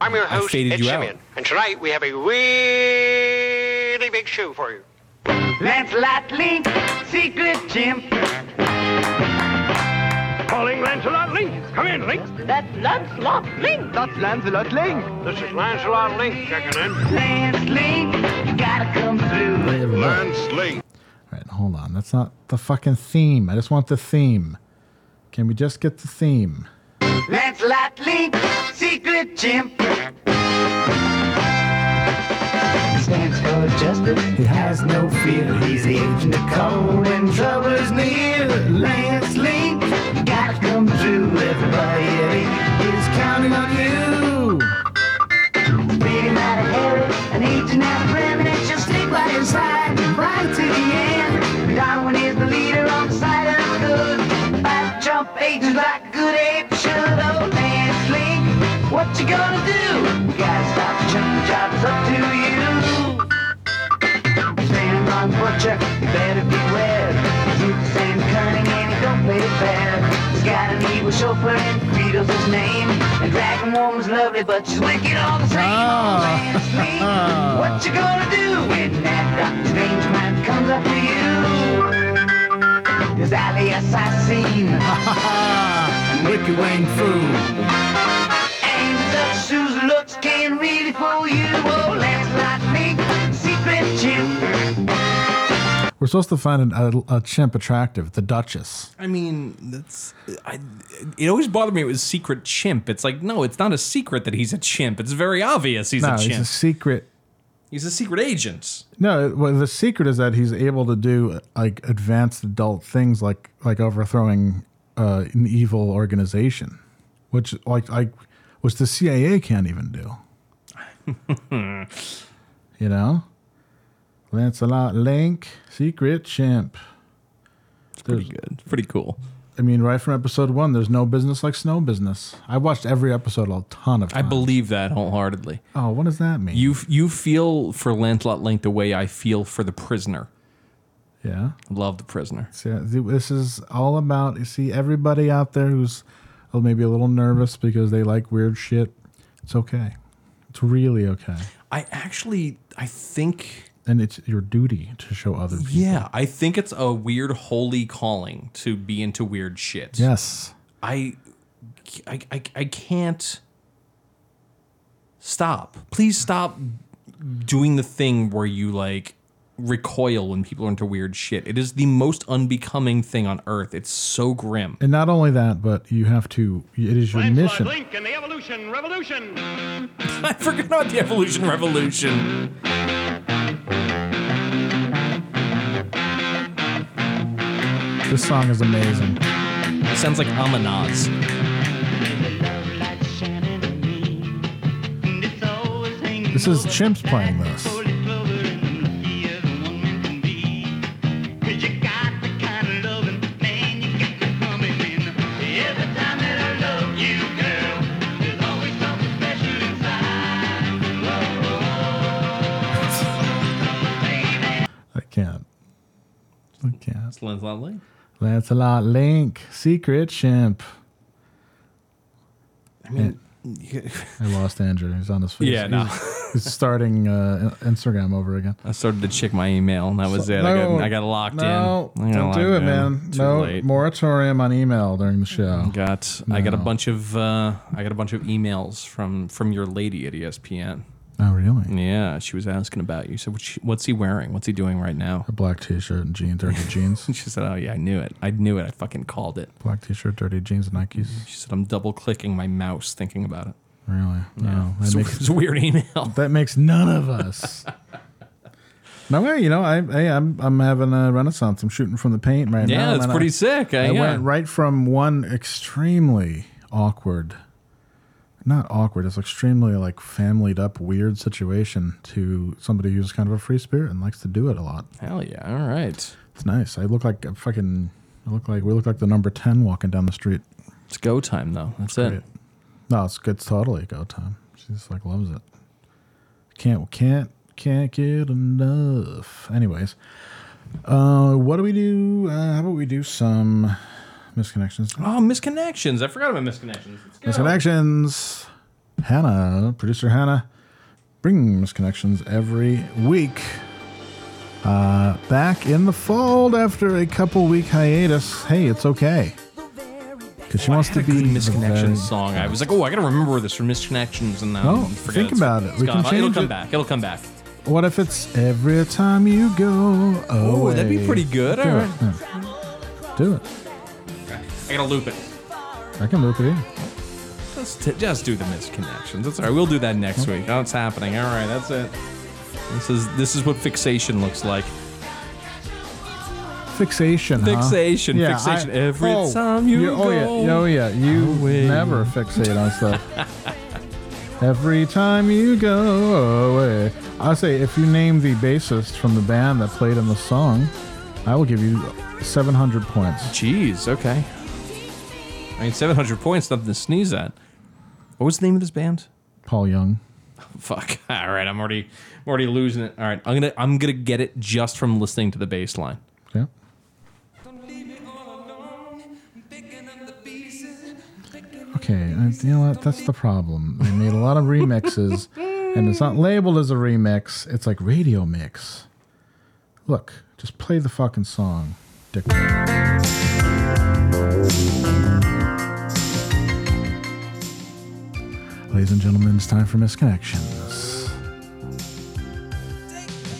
[SPEAKER 13] I'm your
[SPEAKER 3] I
[SPEAKER 13] host,
[SPEAKER 3] faded
[SPEAKER 13] Ed
[SPEAKER 3] you
[SPEAKER 13] Sheeran,
[SPEAKER 3] out.
[SPEAKER 13] and tonight we have a really big show for you.
[SPEAKER 7] Lancelot Link, secret chimp. Calling Lancelot Link. Come in, Link. That's Lancelot Link. That's Lancelot Link. This is Lancelot Link checking in. Lance Link, you gotta come through.
[SPEAKER 2] Lance
[SPEAKER 7] Link.
[SPEAKER 2] All right, hold on. That's not the fucking theme. I just want the theme. Can we just get the theme?
[SPEAKER 7] Lancelot Link, secret chimp. Stands for justice. He has no fear. He's the agent of cold when trouble is near. Lance Link, you gotta come through. Everybody is counting on you. Being out of hurry, an agent out of remedy, just sneak right inside, right to the you gonna do? You gotta stop the junk, the job's up to you. Same wrong butcher, you better beware. He's the same cunning and he don't play fair. He's got an evil chauffeur and Frito's his name. And Dragon Woman's lovely, but she's wicked all the same. Oh. what you gonna do when that Doctor Strange man comes up to you? His alley assassin. Wicked Wayne fool. Ain't such shoes looks can really fool you. Oh, let's not make secret chimp.
[SPEAKER 2] We're supposed to find an, a, a chimp attractive, the Duchess.
[SPEAKER 3] I mean, that's I. It always bothered me. It was secret chimp. It's like no, it's not a secret that he's a chimp. It's very obvious he's
[SPEAKER 2] no,
[SPEAKER 3] a chimp.
[SPEAKER 2] he's a secret.
[SPEAKER 3] He's a secret agent.
[SPEAKER 2] No, well, the secret is that he's able to do like advanced adult things, like like overthrowing uh, an evil organization, which like I, which the CIA can't even do. You know, Lancelot Link, secret chimp. It's
[SPEAKER 3] pretty good. Pretty cool.
[SPEAKER 2] I mean, right from episode one, there's no business like snow business. I watched every episode a ton of
[SPEAKER 3] I
[SPEAKER 2] times.
[SPEAKER 3] believe that wholeheartedly.
[SPEAKER 2] oh, what does that mean?
[SPEAKER 3] You f- you feel for Lancelot Link the way I feel for the prisoner.
[SPEAKER 2] Yeah.
[SPEAKER 3] Love the prisoner.
[SPEAKER 2] So, yeah, th- this is all about. You see, everybody out there who's oh, maybe a little nervous because they like weird shit. It's okay. It's really okay,
[SPEAKER 3] I actually I think
[SPEAKER 2] and it's your duty to show other people.
[SPEAKER 3] yeah, I think it's a weird holy calling to be into weird shit.
[SPEAKER 2] Yes.
[SPEAKER 3] I I I, I can't stop. Please stop doing the thing where you like recoil when people are into weird shit. It is the most unbecoming thing on earth. It's so grim.
[SPEAKER 2] And not only that, but you have to. It is your mission.
[SPEAKER 14] Link and the Evolution Revolution.
[SPEAKER 3] I forgot about the Evolution Revolution.
[SPEAKER 2] This song is amazing.
[SPEAKER 3] It sounds like Amanaz.
[SPEAKER 2] This is Chimps playing this. I can't. I can't.
[SPEAKER 3] It's Lancelot Link.
[SPEAKER 2] Lancelot Link, secret chimp. I mean, I lost Andrew. He's on his face.
[SPEAKER 3] Yeah, no.
[SPEAKER 2] He's, he's starting uh, Instagram over again.
[SPEAKER 3] I started to check my email, and that was it. I,
[SPEAKER 2] No,
[SPEAKER 3] got, I got locked
[SPEAKER 2] no,
[SPEAKER 3] in. I got
[SPEAKER 2] don't
[SPEAKER 3] locked
[SPEAKER 2] do it,
[SPEAKER 3] in.
[SPEAKER 2] man.
[SPEAKER 3] Too
[SPEAKER 2] no
[SPEAKER 3] late.
[SPEAKER 2] moratorium on email during the show.
[SPEAKER 3] Got I got a
[SPEAKER 2] No.
[SPEAKER 3] bunch of uh, I got a bunch of emails from from your lady at E ESPN.
[SPEAKER 2] Oh, really?
[SPEAKER 3] Yeah, she was asking about you. So what's, what's he wearing? What's he doing right now?
[SPEAKER 2] A black T-shirt and jeans, dirty jeans.
[SPEAKER 3] she said, "Oh yeah, I knew it. I knew it. I fucking called it."
[SPEAKER 2] Black T-shirt, dirty jeans, and Nikes.
[SPEAKER 3] She said, "I'm double clicking my mouse thinking about it."
[SPEAKER 2] Really? No, Oh, that
[SPEAKER 3] It's a-
[SPEAKER 2] makes-
[SPEAKER 3] it's a weird email.
[SPEAKER 2] That makes none of us. No way, you know, I, I am I'm having a renaissance. I'm shooting from the paint right
[SPEAKER 3] Yeah,
[SPEAKER 2] now.
[SPEAKER 3] that's
[SPEAKER 2] and
[SPEAKER 3] pretty
[SPEAKER 2] I-
[SPEAKER 3] sick, eh?
[SPEAKER 2] I
[SPEAKER 3] Yeah.
[SPEAKER 2] went right from one extremely awkward, not awkward, it's extremely like familied up weird situation to somebody who's kind of a free spirit and likes to do it a lot.
[SPEAKER 3] Hell yeah! All right,
[SPEAKER 2] It's nice. I look like a fucking. I look like we look like the number ten walking down the street.
[SPEAKER 3] it's go time though. That's it.
[SPEAKER 2] No, it's it's totally go time. She just like loves it. Can't can't can't get enough. Anyways, uh, what do we do? Uh, how about we do some misconnections?
[SPEAKER 3] Oh, misconnections! I forgot about misconnections. Let's go.
[SPEAKER 2] Misconnections. Hannah, producer Hannah, bringing misconnections every week. Uh, back in the fold after a couple week hiatus. Hey, it's okay. Because she
[SPEAKER 3] Oh, I
[SPEAKER 2] wants
[SPEAKER 3] had
[SPEAKER 2] to
[SPEAKER 3] a
[SPEAKER 2] be
[SPEAKER 3] good
[SPEAKER 2] the very-
[SPEAKER 3] misconnections song. I was like, oh, I gotta remember this from misconnections, and then
[SPEAKER 2] No,
[SPEAKER 3] I forgot
[SPEAKER 2] think
[SPEAKER 3] it's-
[SPEAKER 2] about it.
[SPEAKER 3] it's
[SPEAKER 2] We can
[SPEAKER 3] gone. It'll
[SPEAKER 2] change
[SPEAKER 3] come
[SPEAKER 2] it.
[SPEAKER 3] back. It'll come back.
[SPEAKER 2] What if it's every time you go away?
[SPEAKER 3] Oh, that'd be pretty good.
[SPEAKER 2] Do
[SPEAKER 3] All
[SPEAKER 2] it. Yeah. Do it.
[SPEAKER 3] I gotta loop it.
[SPEAKER 2] I can loop it in.
[SPEAKER 3] Just, t- just do the misconnections. That's all right. We'll do that next week. That's happening. All right, that's it. This is this is what fixation looks like.
[SPEAKER 2] Fixation. huh?
[SPEAKER 3] Fixation,
[SPEAKER 2] Yeah,
[SPEAKER 3] fixation.
[SPEAKER 2] I-
[SPEAKER 3] Every
[SPEAKER 2] oh,
[SPEAKER 3] time you
[SPEAKER 2] yeah, oh,
[SPEAKER 3] go
[SPEAKER 2] Yeah, oh, yeah. You never fixate on stuff. Every time you go away. I say, if you name the bassist from the band that played in the song, I will give you 700 points.
[SPEAKER 3] Jeez. Okay. I mean, 700 points, nothing to sneeze at. What was the name of this band?
[SPEAKER 2] Paul Young.
[SPEAKER 3] Fuck. All right, I'm already I'm already losing it. All right, I'm gonna I'm gonna get it just from listening to the bass line.
[SPEAKER 2] Yeah. Okay, uh, you know what? That's the problem. They made a lot of remixes, and it's not labeled as a remix. It's like radio mix. Look, just play the fucking song, Dick. Ladies and gentlemen, it's time for Misconnections.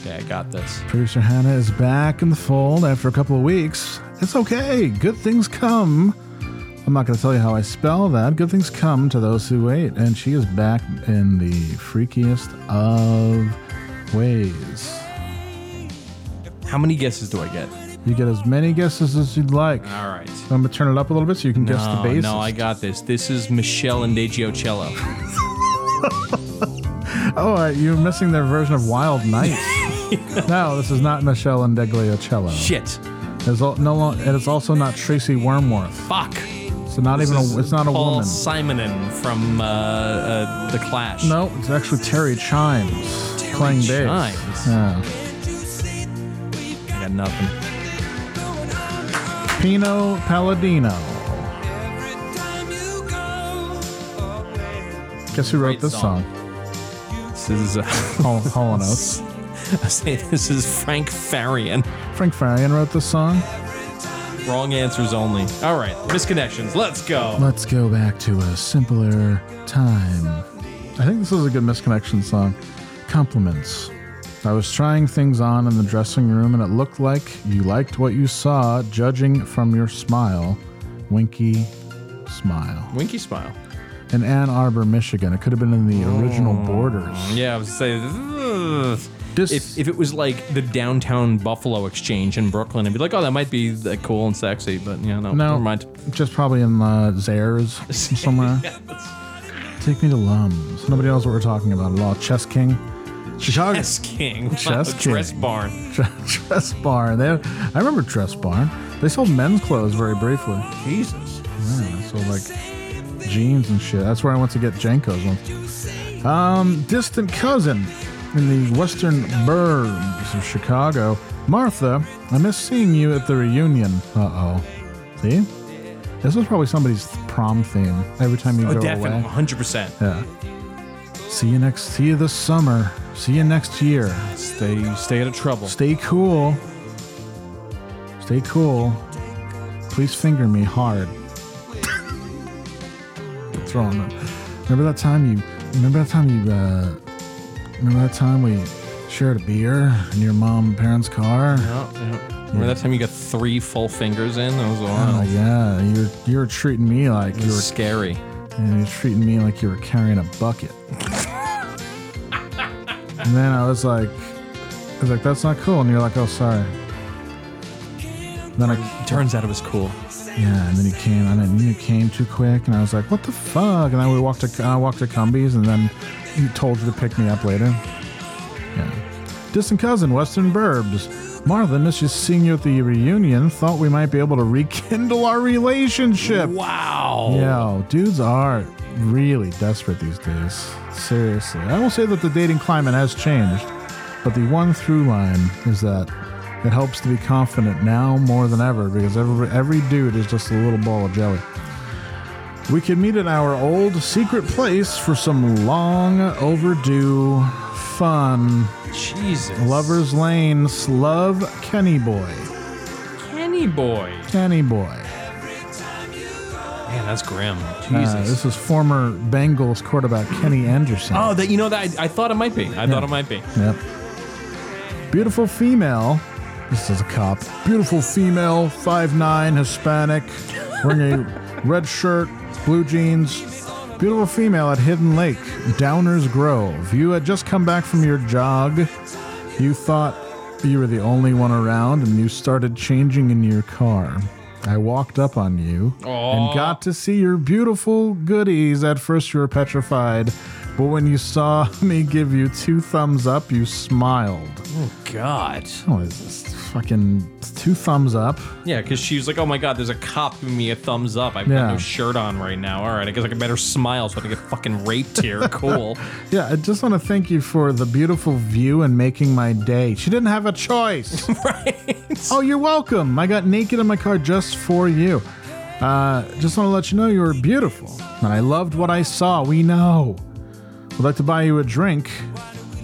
[SPEAKER 3] Okay, I got this.
[SPEAKER 2] Producer Hannah is back in the fold after a couple of weeks. It's okay. Good things come. I'm not going to tell you how I spell that. Good things come to those who wait. And she is back in the freakiest of ways.
[SPEAKER 3] How many guesses do I get?
[SPEAKER 2] You get as many guesses as you'd like.
[SPEAKER 3] All right. Oh,
[SPEAKER 2] I'm going to turn it up a little bit so you can guess the
[SPEAKER 3] No,
[SPEAKER 2] basis.
[SPEAKER 3] no, I got this. This is Michelle and Deggio Cello.
[SPEAKER 2] Oh, uh, you're missing their version of Wild Night. no, this is not Michelle and Degliacello.
[SPEAKER 3] Shit.
[SPEAKER 2] It's al- no, lo- and it's also not Tracy Wormworth.
[SPEAKER 3] Fuck.
[SPEAKER 2] So not
[SPEAKER 3] This
[SPEAKER 2] even
[SPEAKER 3] is
[SPEAKER 2] a, it's not a
[SPEAKER 3] Paul
[SPEAKER 2] woman.
[SPEAKER 3] Simonon from uh, uh, the Clash.
[SPEAKER 2] No, it's actually Terry Chimes playing bass.
[SPEAKER 3] Chimes.
[SPEAKER 2] Yeah.
[SPEAKER 3] I got nothing.
[SPEAKER 2] Pino Palladino. Guess who wrote
[SPEAKER 3] Great
[SPEAKER 2] this
[SPEAKER 3] song.
[SPEAKER 2] song?
[SPEAKER 3] This is uh,
[SPEAKER 2] Hol- Hall and Oates.
[SPEAKER 3] I say this is Frank Farian.
[SPEAKER 2] Frank Farian wrote this song.
[SPEAKER 3] Wrong answers only. All right, misconnections. Let's go.
[SPEAKER 2] Let's go back to a simpler time. I think this is a good misconnection song. Compliments. I was trying things on in the dressing room and it looked like you liked what you saw, judging from your smile. Winky smile.
[SPEAKER 3] Winky smile.
[SPEAKER 2] In Ann Arbor, Michigan. It could have been in the original
[SPEAKER 3] Oh.
[SPEAKER 2] borders.
[SPEAKER 3] Yeah, I was saying. ugh. if, if it was like the downtown Buffalo Exchange in Brooklyn, I'd be like, oh, that might be like, cool and sexy, but you know,
[SPEAKER 2] No,
[SPEAKER 3] never mind.
[SPEAKER 2] just probably in uh, Zares somewhere. uh, Take me to Lums. Nobody knows what we're talking about at all. Chess King. Chicago.
[SPEAKER 3] Chess King. Wow,
[SPEAKER 2] Chess King.
[SPEAKER 3] Dress barn.
[SPEAKER 2] Dress Barn. They, I remember Dress Barn. They sold men's clothes very briefly.
[SPEAKER 3] Jesus.
[SPEAKER 2] Yeah, so like jeans and shit. That's where I went to get Janko's one. Um, distant cousin in the western burbs of Chicago. Martha, I miss seeing you at the reunion. Uh oh. See? This was probably somebody's prom theme every time you
[SPEAKER 3] Oh,
[SPEAKER 2] go
[SPEAKER 3] definitely,
[SPEAKER 2] away.
[SPEAKER 3] 100%.
[SPEAKER 2] Yeah. See you next. See you this summer. See you next year.
[SPEAKER 3] Stay, stay out of trouble.
[SPEAKER 2] Stay cool. Stay cool. Please finger me hard. Throwing up. Remember that time you? Remember that time you? Uh, remember that time we shared a beer in your mom and parents' car?
[SPEAKER 3] Yeah, yeah. Remember that time you got three full fingers in? That was
[SPEAKER 2] Oh
[SPEAKER 3] wild.
[SPEAKER 2] yeah, you're you're treating me like
[SPEAKER 3] It
[SPEAKER 2] you
[SPEAKER 3] was
[SPEAKER 2] were
[SPEAKER 3] scary.
[SPEAKER 2] and you're treating me like you were carrying a bucket. and then I was like, I was like, that's not cool. And you're like, oh, sorry. Then I
[SPEAKER 3] Turns out it was cool.
[SPEAKER 2] yeah, and then you came, and then you came too quick, and I was like, what the fuck? And then we walked to, and I walked to Cumbies, and then you told you to pick me up later. Yeah. Distant cousin, Western Burbs. Martha, miss you seeing you at the reunion. Thought we might be able to rekindle our relationship.
[SPEAKER 3] Wow.
[SPEAKER 2] Yo, dudes are really desperate these days. Seriously. I will say that the dating climate has changed, but the one through line is that it helps to be confident now more than ever because every, every dude is just a little ball of jelly. We could meet at our old secret place for some long overdue fun.
[SPEAKER 3] Jesus.
[SPEAKER 2] Lover's Lane, Slove Kenny Boy.
[SPEAKER 3] Kenny boy.
[SPEAKER 2] Kenny Boy.
[SPEAKER 3] Man, that's grim.
[SPEAKER 2] Uh,
[SPEAKER 3] Jesus.
[SPEAKER 2] this is former Bengals quarterback Kenny Anderson.
[SPEAKER 3] oh, that you know that I, I thought it might be. I thought it might be.
[SPEAKER 2] Yep. Beautiful female. This is a cop. Beautiful female, 5'9, Hispanic, wearing a red shirt, blue jeans. Beautiful female at Hidden Lake, Downers Grove. You had just come back from your jog. You thought you were the only one around and you started changing in your car. I walked up on you and got to see your beautiful goodies. At first, you were petrified. But when you saw me give you two thumbs up, you smiled.
[SPEAKER 3] Oh, God.
[SPEAKER 2] Oh, is this fucking two thumbs up?
[SPEAKER 3] Yeah, because she's like, oh my god, there's a cop giving me a thumbs up. I've got
[SPEAKER 2] Yeah.
[SPEAKER 3] no shirt on right now. All right, I guess I can better smile so I don't get fucking raped here. Cool.
[SPEAKER 2] Yeah, I just want to thank you for the beautiful view and making my day. She didn't have a choice.
[SPEAKER 3] right.
[SPEAKER 2] Oh, you're welcome. I got naked in my car just for you. Uh, just want to let you know you were beautiful. And I loved what I saw. We know. Would like to buy you a drink.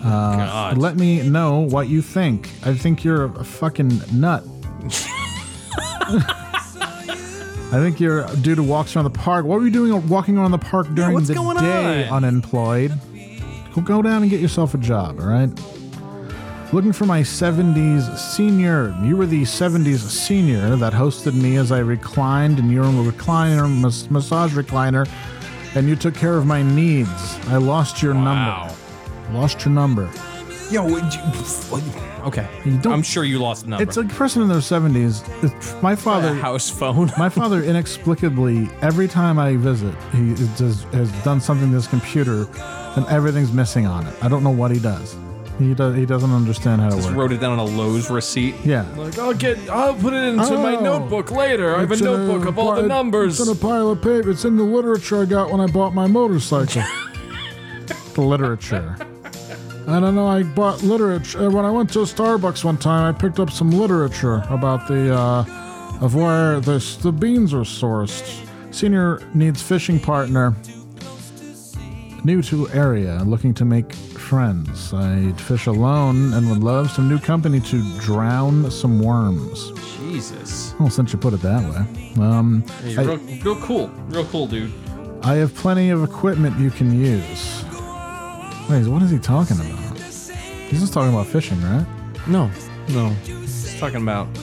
[SPEAKER 2] Uh, Let me know what you think. I think you're a fucking nut. I think you're a dude who walks around the park. What were you doing walking around the park during
[SPEAKER 3] what's
[SPEAKER 2] the
[SPEAKER 3] going
[SPEAKER 2] day
[SPEAKER 3] on?
[SPEAKER 2] unemployed? Go- Go down and get yourself a job, all right? Looking for my 70s senior. You were the 70s senior that hosted me as I reclined in your recliner, mas- massage recliner, and you took care of my needs. I lost your number. Lost your number.
[SPEAKER 3] Yo, would you- okay. I'm sure you lost the number.
[SPEAKER 2] It's like a person in their 70s. It's- My father.
[SPEAKER 3] house phone.
[SPEAKER 2] my father inexplicably, every time I visit, he is- does, has done something to his computer and everything's missing on it. I don't know what he does. He, does, he doesn't understand how to
[SPEAKER 3] just
[SPEAKER 2] work.
[SPEAKER 3] wrote it down on a Lowe's receipt.
[SPEAKER 2] Yeah.
[SPEAKER 3] Like I'll get, I'll put it into my
[SPEAKER 2] Oh.
[SPEAKER 3] notebook later. I have a
[SPEAKER 2] It's in
[SPEAKER 3] notebook of all
[SPEAKER 2] pi-
[SPEAKER 3] the numbers.
[SPEAKER 2] It's in a pile of paper. It's in the literature I got when I bought my motorcycle. the literature. I don't know. I bought literature uh, when I went to Starbucks one time. I picked up some literature about the uh, of where the s- the beans are sourced. Senior needs fishing partner. New to area, looking to make friends. I'd fish alone and would love some new company to drown some worms.
[SPEAKER 3] Jesus.
[SPEAKER 2] Well, since you put it that way, um,
[SPEAKER 3] Hey,
[SPEAKER 2] I,
[SPEAKER 3] real, real cool. Real cool, dude.
[SPEAKER 2] I have plenty of equipment you can use. Wait, what is he talking about? He's just talking about fishing, right?
[SPEAKER 3] No, no. He's talking about.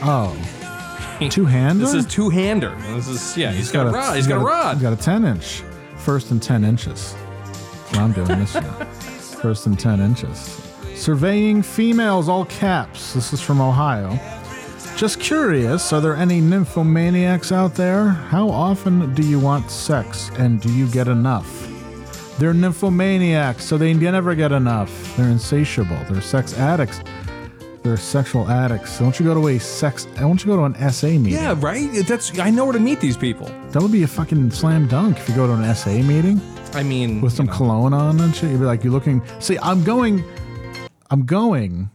[SPEAKER 2] Oh, two hander.
[SPEAKER 3] This is two hander. This is yeah. he's got, a rod. He's got a
[SPEAKER 2] He's
[SPEAKER 3] rod.
[SPEAKER 2] got a ten inch, first and ten inches. That's what I'm doing this year. First and ten inches. Surveying females, all caps. This is from Ohio. Just curious, are there any nymphomaniacs out there? How often do you want sex and do you get enough? They're nymphomaniacs, so they never get enough. They're insatiable. They're sex addicts. They're sexual addicts. Don't you go to a sex? Don't you go to an SA meeting?
[SPEAKER 3] Yeah, right. That's I know where to meet these people.
[SPEAKER 2] That would be a fucking slam dunk if you go to an SA meeting
[SPEAKER 3] I mean,
[SPEAKER 2] with some
[SPEAKER 3] you know.
[SPEAKER 2] cologne on and shit. You'd be like, you're looking. See, I'm going. I'm going.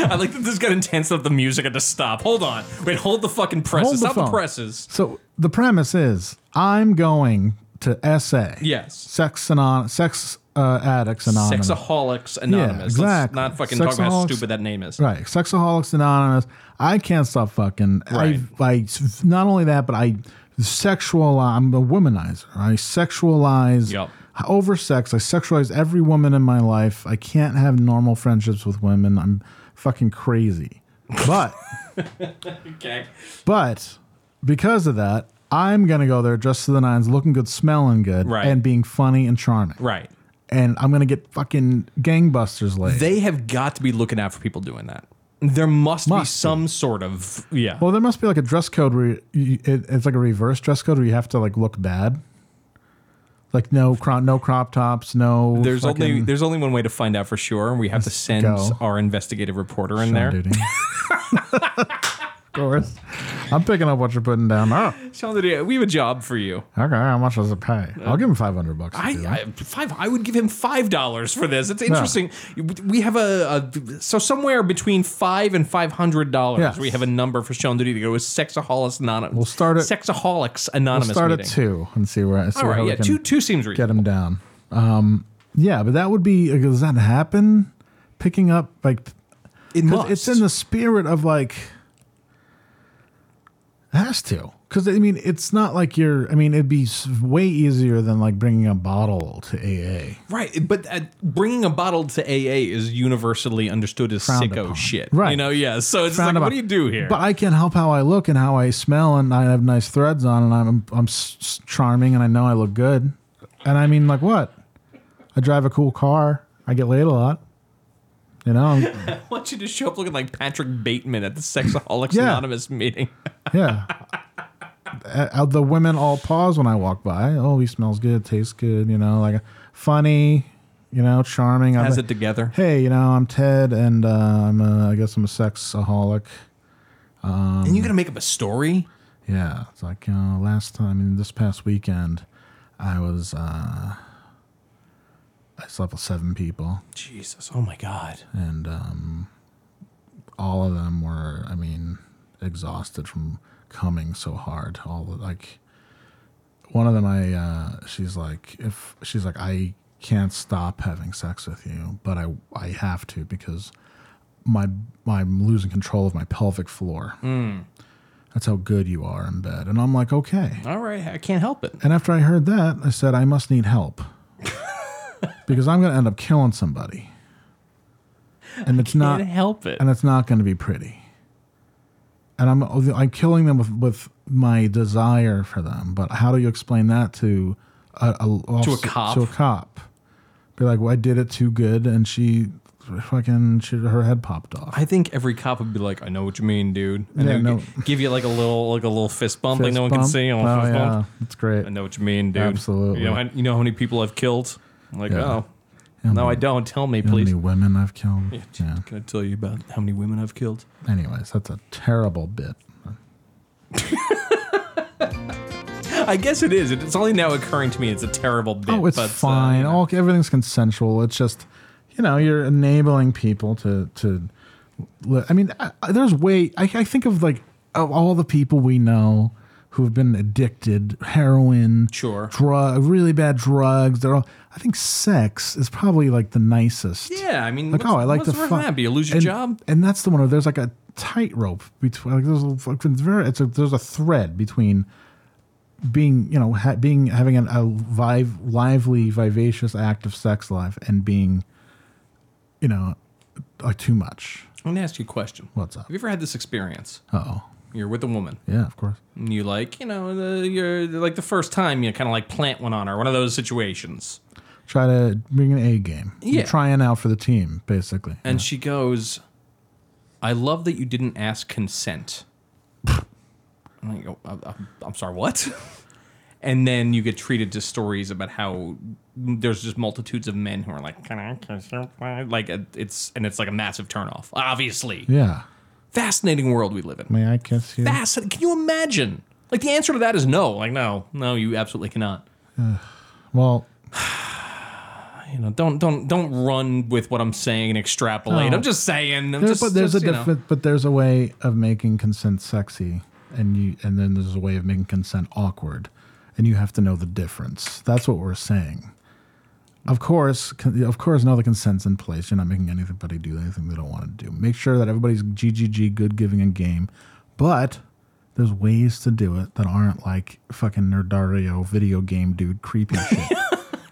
[SPEAKER 3] I like that this got intense that the music had to stop. Hold on. Wait, hold the fucking presses.
[SPEAKER 2] Hold the
[SPEAKER 3] stop the
[SPEAKER 2] phone.
[SPEAKER 3] presses.
[SPEAKER 2] So the premise is I'm going to SA.
[SPEAKER 3] Yes.
[SPEAKER 2] Sex anon- sex uh, addicts anonymous.
[SPEAKER 3] Sexaholics
[SPEAKER 2] Yeah,
[SPEAKER 3] Anonymous. Let's
[SPEAKER 2] exactly.
[SPEAKER 3] not fucking talk about how
[SPEAKER 2] Sexaholics-
[SPEAKER 3] stupid that name is.
[SPEAKER 2] Right. Sexaholics Anonymous. I can't stop fucking.
[SPEAKER 3] Right.
[SPEAKER 2] I, I, not only that, but I sexual. I'm a womanizer. I sexualize.
[SPEAKER 3] Yep.
[SPEAKER 2] I oversex. I sexualize every woman in my life. I can't have normal friendships with women. I'm fucking crazy. But.
[SPEAKER 3] okay.
[SPEAKER 2] But because of that, I'm gonna go there dressed to the nines, looking good, smelling good,
[SPEAKER 3] Right.
[SPEAKER 2] and being funny and charming.
[SPEAKER 3] Right.
[SPEAKER 2] And I'm gonna get fucking gangbusters laid.
[SPEAKER 3] They have got to be looking out for people doing that. There must, be some sort of yeah.
[SPEAKER 2] well, there must be like a dress code where you, you- it, it's like a reverse dress code where you have to like look bad. Like no crop, no crop tops, no.
[SPEAKER 3] There's
[SPEAKER 2] fucking,
[SPEAKER 3] only there's only one way to find out for sure, and we have to send
[SPEAKER 2] go.
[SPEAKER 3] our investigative reporter in
[SPEAKER 2] Sean
[SPEAKER 3] there.
[SPEAKER 2] Duty. of course. I'm picking up what you're putting down. Oh,
[SPEAKER 3] Sean Duty, we have a job for you.
[SPEAKER 2] okay. How much does it pay? I'll give him 500 bucks. to
[SPEAKER 3] I,
[SPEAKER 2] do that.
[SPEAKER 3] I five. I would give him five dollars for this. It's
[SPEAKER 2] Yeah.
[SPEAKER 3] interesting. We have a, a so somewhere between five and five hundred dollars.
[SPEAKER 2] Yes.
[SPEAKER 3] We have a number for Sean Duty to go with Sexaholics Anonymous. We'll
[SPEAKER 2] start at-
[SPEAKER 3] Sexaholics Anonymous.
[SPEAKER 2] We'll start
[SPEAKER 3] meeting.
[SPEAKER 2] at two and see where. See
[SPEAKER 3] All right,
[SPEAKER 2] how we
[SPEAKER 3] yeah,
[SPEAKER 2] can
[SPEAKER 3] two- two seems
[SPEAKER 2] Get him down. Um, yeah, but that would be. Does that happen? Picking up like,
[SPEAKER 3] it
[SPEAKER 2] It's in the spirit of like. Has to, because I mean, it's not like you're. I mean, it'd be s- way easier than like bringing a bottle to AA.
[SPEAKER 3] Right, but uh, bringing a bottle to AA is universally understood as
[SPEAKER 2] Frowned
[SPEAKER 3] sicko
[SPEAKER 2] upon.
[SPEAKER 3] shit.
[SPEAKER 2] Right.
[SPEAKER 3] You know, yeah. So it's
[SPEAKER 2] Frowned
[SPEAKER 3] like, what
[SPEAKER 2] upon.
[SPEAKER 3] do you do here?
[SPEAKER 2] But I can help how I look and how I smell, and I have nice threads on, and I'm I'm s- s- charming, and I know I look good. And I mean, like what? I drive a cool car. I get laid a lot. You know. I'm-
[SPEAKER 3] I want you to show up looking like Patrick Bateman at the Sexaholics
[SPEAKER 2] Yeah.
[SPEAKER 3] Anonymous meeting.
[SPEAKER 2] yeah. uh, the women all pause when I walk by. Oh, he smells good, tastes good, you know, like funny, you know, charming. I'm
[SPEAKER 3] Has
[SPEAKER 2] like,
[SPEAKER 3] it together.
[SPEAKER 2] Hey, you know, I'm Ted, and uh, I'm a, I guess I'm a sexaholic. Um,
[SPEAKER 3] and you gonna make up a story?
[SPEAKER 2] yeah, it's like uh, last time, I mean, this past weekend, I was uh, I slept with seven people.
[SPEAKER 3] Jesus, oh my God.
[SPEAKER 2] And um, all of them were, I mean, exhausted from coming so hard. All the, like one of them, I uh, she's like, if she's like, I can't stop having sex with you, but I I have to because my I'm losing control of my pelvic floor.
[SPEAKER 3] Mm.
[SPEAKER 2] That's how good you are in bed. And I'm like, okay.
[SPEAKER 3] All right, I can't help it.
[SPEAKER 2] And after I heard that, I said, I must need help because I'm going to end up killing somebody. And it's not
[SPEAKER 3] can't help it.
[SPEAKER 2] And it's not going to be pretty. And I'm oh, I'm killing them with, with my desire for them. But how do you explain that to a, a
[SPEAKER 3] To a cop?
[SPEAKER 2] To a cop, be like, well, I did it too good, and she fucking she, her head popped off.
[SPEAKER 3] I think every cop would be like, "I know what you mean, dude," and
[SPEAKER 2] Yeah,
[SPEAKER 3] they would
[SPEAKER 2] no.
[SPEAKER 3] gi- give you like a little, like a little fist bump, like
[SPEAKER 2] Fist
[SPEAKER 3] no one can
[SPEAKER 2] bump?
[SPEAKER 3] see. a
[SPEAKER 2] Oh,
[SPEAKER 3] little fist
[SPEAKER 2] yeah.
[SPEAKER 3] bump.
[SPEAKER 2] That's great.
[SPEAKER 3] I know what you mean, dude.
[SPEAKER 2] Absolutely.
[SPEAKER 3] You know, I, you know how many people I've killed? I'm like,
[SPEAKER 2] Yeah.
[SPEAKER 3] oh, no,
[SPEAKER 2] How many-
[SPEAKER 3] I don't. Tell me,
[SPEAKER 2] You know
[SPEAKER 3] please.
[SPEAKER 2] How many women I've killed.
[SPEAKER 3] Yeah, dude, Can I tell you about how many women I've killed?
[SPEAKER 2] Anyways, that's a terrible bit.
[SPEAKER 3] I guess it is. It- It's only now occurring to me. It's a terrible bit.
[SPEAKER 2] oh, it's
[SPEAKER 3] but, uh,
[SPEAKER 2] fine. All everything's consensual. It's just, you know, you're enabling people to to. li- I mean, I, I- there's way. I, I think of like of all the people we know who've been addicted, heroin,
[SPEAKER 3] sure,
[SPEAKER 2] drug, really bad drugs. They're all. I think sex is probably like the nicest.
[SPEAKER 3] yeah, I mean,
[SPEAKER 2] Like,
[SPEAKER 3] what's,
[SPEAKER 2] oh, I like
[SPEAKER 3] what's
[SPEAKER 2] the
[SPEAKER 3] wrong
[SPEAKER 2] fun.
[SPEAKER 3] with that? But You lose your
[SPEAKER 2] and,
[SPEAKER 3] job.
[SPEAKER 2] and that's the one where there's like a tightrope between. Like there's a fucking very. It's a, there's a thread between being you know ha- being having an, a vive, lively vivacious active sex life and being you know uh, too much
[SPEAKER 3] I'm gonna ask you a question.
[SPEAKER 2] What's up?
[SPEAKER 3] Have you ever had this experience?
[SPEAKER 2] oh
[SPEAKER 3] You're with a woman.
[SPEAKER 2] yeah of course
[SPEAKER 3] And you like, you know, the, you're like the first time you kind of like plant one on her, one of those situations.
[SPEAKER 2] try to bring an a game
[SPEAKER 3] Yeah.
[SPEAKER 2] you're trying out for the team basically
[SPEAKER 3] And she goes, I love that you didn't ask consent. and I go, "I- I'm, I'm sorry, what? and then you get treated to stories about how there's just multitudes of men who are like, can I kiss your butt?" Like, uh, it's, and it's like a massive turnoff, obviously.
[SPEAKER 2] yeah
[SPEAKER 3] Fascinating world we live in.
[SPEAKER 2] may i kiss you
[SPEAKER 3] Fascinating. Can you imagine? Like, the answer to that is no. Like, no, no, you absolutely cannot.
[SPEAKER 2] Ugh. well
[SPEAKER 3] You know, don't don't don't run with what I'm saying and extrapolate.
[SPEAKER 2] No.
[SPEAKER 3] I'm just saying. I'm
[SPEAKER 2] there-
[SPEAKER 3] just,
[SPEAKER 2] but there's
[SPEAKER 3] just,
[SPEAKER 2] a
[SPEAKER 3] you know.
[SPEAKER 2] different but there's a way of making consent sexy and you and then there's a way of making consent awkward and you have to know the difference that's what we're saying of course con- of course now the consent's in place you're not making anybody do anything they don't want to do make sure that everybody's ggg good giving and game but there's ways to do it that aren't like fucking nerdario video game dude creepy shit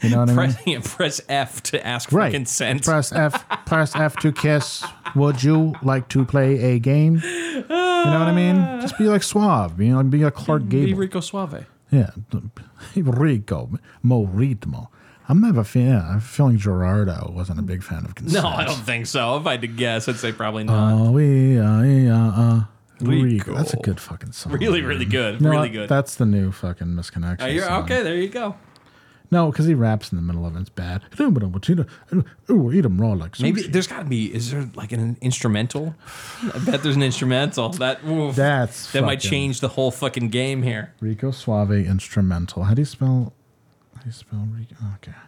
[SPEAKER 2] you know what i mean
[SPEAKER 3] press, yeah, press F to ask for
[SPEAKER 2] Right.
[SPEAKER 3] consent.
[SPEAKER 2] Press F. press F to kiss. Would you like to play a game? You know what I mean? Just be like suave. You know, be like Clark
[SPEAKER 3] Be
[SPEAKER 2] Gable.
[SPEAKER 3] Rico Suave.
[SPEAKER 2] Yeah, Rico Mo Ritmo. I'm never feeling. Yeah, I'm feeling Gerardo wasn't a big fan of consent.
[SPEAKER 3] No, I don't think so. If I had to guess, I'd say probably not.
[SPEAKER 2] Oh, we, uh, we, uh, uh, Rico.
[SPEAKER 3] Rico.
[SPEAKER 2] That's a good fucking song.
[SPEAKER 3] Really, really good.
[SPEAKER 2] You know
[SPEAKER 3] really
[SPEAKER 2] what?
[SPEAKER 3] good.
[SPEAKER 2] That's the new fucking misconnection.
[SPEAKER 3] Oh, you're,
[SPEAKER 2] song.
[SPEAKER 3] okay, there you go.
[SPEAKER 2] No, because he raps in the middle of it. It's bad. Ooh, eat him raw like sushi.
[SPEAKER 3] Maybe there's got to be. Is there like an instrumental? I bet there's an instrumental that oof,
[SPEAKER 2] That's
[SPEAKER 3] that might
[SPEAKER 2] fucking-
[SPEAKER 3] change the whole fucking game here.
[SPEAKER 2] Rico Suave instrumental. How do you spell? How do you spell Rico? Okay,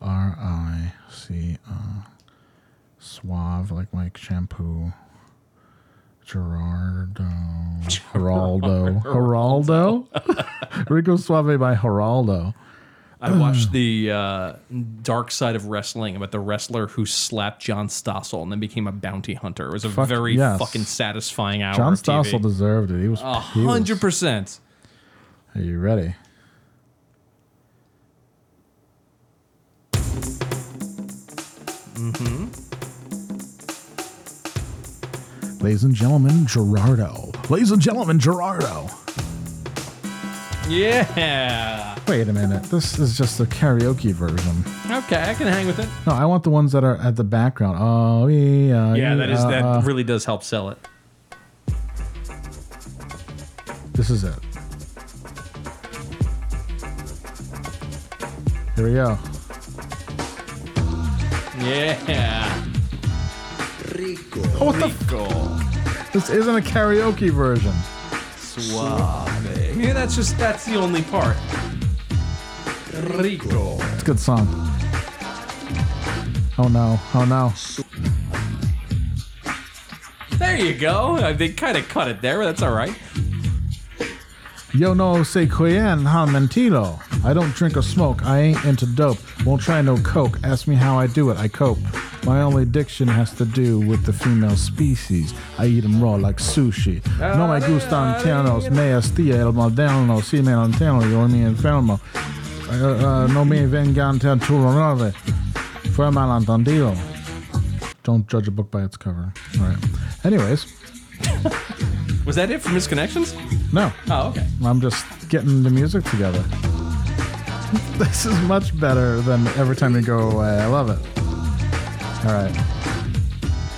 [SPEAKER 2] R I C O. Suave, like like shampoo. Gerardo, Geraldo, Geraldo. Rico Suave by Geraldo.
[SPEAKER 3] I watched the uh, Dark Side of Wrestling about the wrestler who slapped John Stossel and then became a bounty hunter. It was a
[SPEAKER 2] Fuck
[SPEAKER 3] very
[SPEAKER 2] yes.
[SPEAKER 3] fucking satisfying hour.
[SPEAKER 2] John
[SPEAKER 3] of TV.
[SPEAKER 2] Stossel deserved it. He was.
[SPEAKER 3] A
[SPEAKER 2] he was-
[SPEAKER 3] hundred percent.
[SPEAKER 2] Are you ready?
[SPEAKER 3] Mm-hmm.
[SPEAKER 2] Mm-hmm. Ladies and gentlemen, Gerardo. Ladies and gentlemen, Gerardo.
[SPEAKER 3] Yeah.
[SPEAKER 2] Wait a minute. This is just the karaoke version.
[SPEAKER 3] Okay, I can hang with it.
[SPEAKER 2] No, I want the ones that are at the background. Oh, yeah.
[SPEAKER 3] yeah, that is
[SPEAKER 2] uh,
[SPEAKER 3] that
[SPEAKER 2] uh,
[SPEAKER 3] really does help sell it.
[SPEAKER 2] This is it. Here we go.
[SPEAKER 3] Yeah. Rico.
[SPEAKER 2] Oh, what the f-
[SPEAKER 3] Rico.
[SPEAKER 2] This isn't a karaoke version.
[SPEAKER 3] Suave. Yeah, that's just that's the only part. Rico.
[SPEAKER 2] It's a good song. Oh no! Oh no!
[SPEAKER 3] There you go. Uh, They kind of cut it there, but that's all right.
[SPEAKER 2] Yo no se quien han mentido. I don't drink or smoke. I ain't into dope. Won't try no coke. Ask me how I do it. I cope. My only addiction has to do with the female species. I eat 'em raw like sushi. No me gustan tiernos, me astilla el moderno, si me lanterno, yo mi enfermo. Uh, uh, no me vengan tan turronave. Fue malentendido. Don't judge a book by its cover. All right. Anyways,
[SPEAKER 3] Was that it for misconnections?
[SPEAKER 2] no.
[SPEAKER 3] Oh, okay.
[SPEAKER 2] I'm just getting the music together. This is much better than every time you go away. I love it. All right.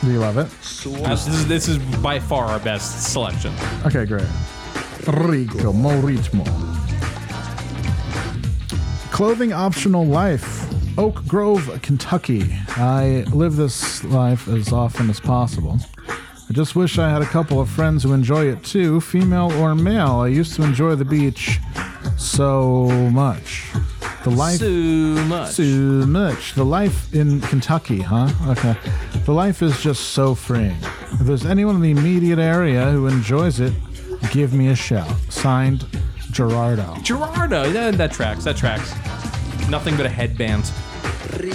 [SPEAKER 2] Do you love it?
[SPEAKER 3] Uh, This is, this is by far our best selection.
[SPEAKER 2] Okay, great. Rico, mo ritmo. Clothing optional life. Oak Grove, Kentucky. I live this life as often as possible. I just wish I had a couple of friends who enjoy it too, female or male. I used to enjoy the beach so much. The life
[SPEAKER 3] Too much.
[SPEAKER 2] Too much. The life in Kentucky, huh? Okay. The life is just so freeing. If there's anyone in the immediate area who enjoys it, give me a shout. Signed, Gerardo.
[SPEAKER 3] Gerardo, that, that tracks. That tracks. Nothing but a headband.
[SPEAKER 2] There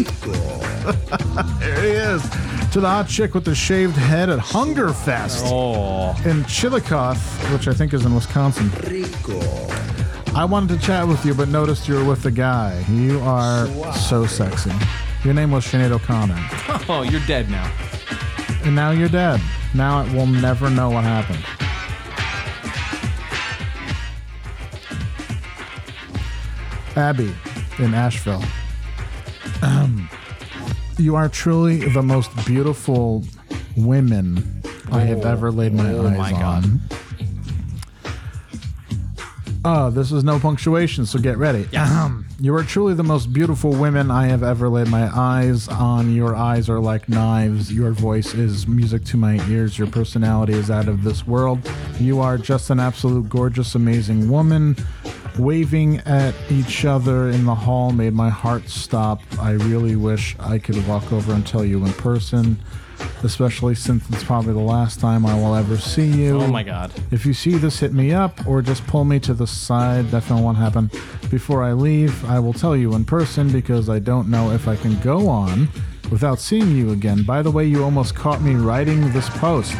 [SPEAKER 2] he is. To the hot chick with the shaved head at Hungerfest
[SPEAKER 3] oh.
[SPEAKER 2] in Chillicothe, which I think is in Wisconsin. I wanted to chat with you, but noticed you were with a guy. You are so sexy. Your name was Sinead O'Connor.
[SPEAKER 3] Oh, you're dead now.
[SPEAKER 2] And now you're dead. Now it will never know what happened. Abby in Asheville. Um, you are truly the most beautiful women I have ever laid my
[SPEAKER 3] Oh
[SPEAKER 2] eyes
[SPEAKER 3] my God.
[SPEAKER 2] on. Oh, this is no punctuation, so get ready. Ahem. you are truly the most beautiful women I have ever laid my eyes on. Your eyes are like knives. Your voice is music to my ears. Your personality is out of this world. You are just an absolute gorgeous, amazing woman. Waving at each other in the hall made my heart stop. I really wish I could walk over and tell you in person, especially since it's probably the last time I will ever see you.
[SPEAKER 3] Oh my God.
[SPEAKER 2] If you see this, hit me up or just pull me to the side. Definitely won't happen. Before I leave, I will tell you in person because I don't know if I can go on without seeing you again. By the way, you almost caught me writing this post.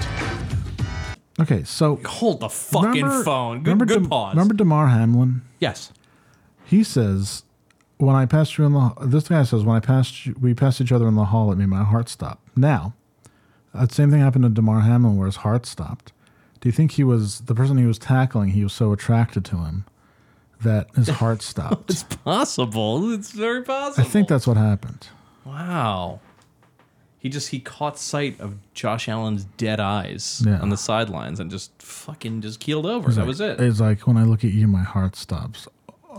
[SPEAKER 2] Okay, so
[SPEAKER 3] Hold the fucking
[SPEAKER 2] remember-
[SPEAKER 3] phone. Good,
[SPEAKER 2] remember
[SPEAKER 3] good
[SPEAKER 2] Dem-
[SPEAKER 3] pause.
[SPEAKER 2] Remember Damar Hamlin?
[SPEAKER 3] Yes.
[SPEAKER 2] He says, "When I passed you in the this guy says when I passed you, we passed each other in the hall, it made my heart stop." Now, that same thing happened to Damar Hamlin, where his heart stopped. Do you think he was the person he was tackling? He was so attracted to him that his heart stopped.
[SPEAKER 3] It's possible. It's very
[SPEAKER 2] I
[SPEAKER 3] possible.
[SPEAKER 2] think that's what happened.
[SPEAKER 3] Wow. He just he caught sight of Josh Allen's dead eyes
[SPEAKER 2] Yeah.
[SPEAKER 3] on the sidelines and just fucking just keeled over.
[SPEAKER 2] He's
[SPEAKER 3] That
[SPEAKER 2] like-
[SPEAKER 3] was it.
[SPEAKER 2] It's like when I look at you, my heart stops.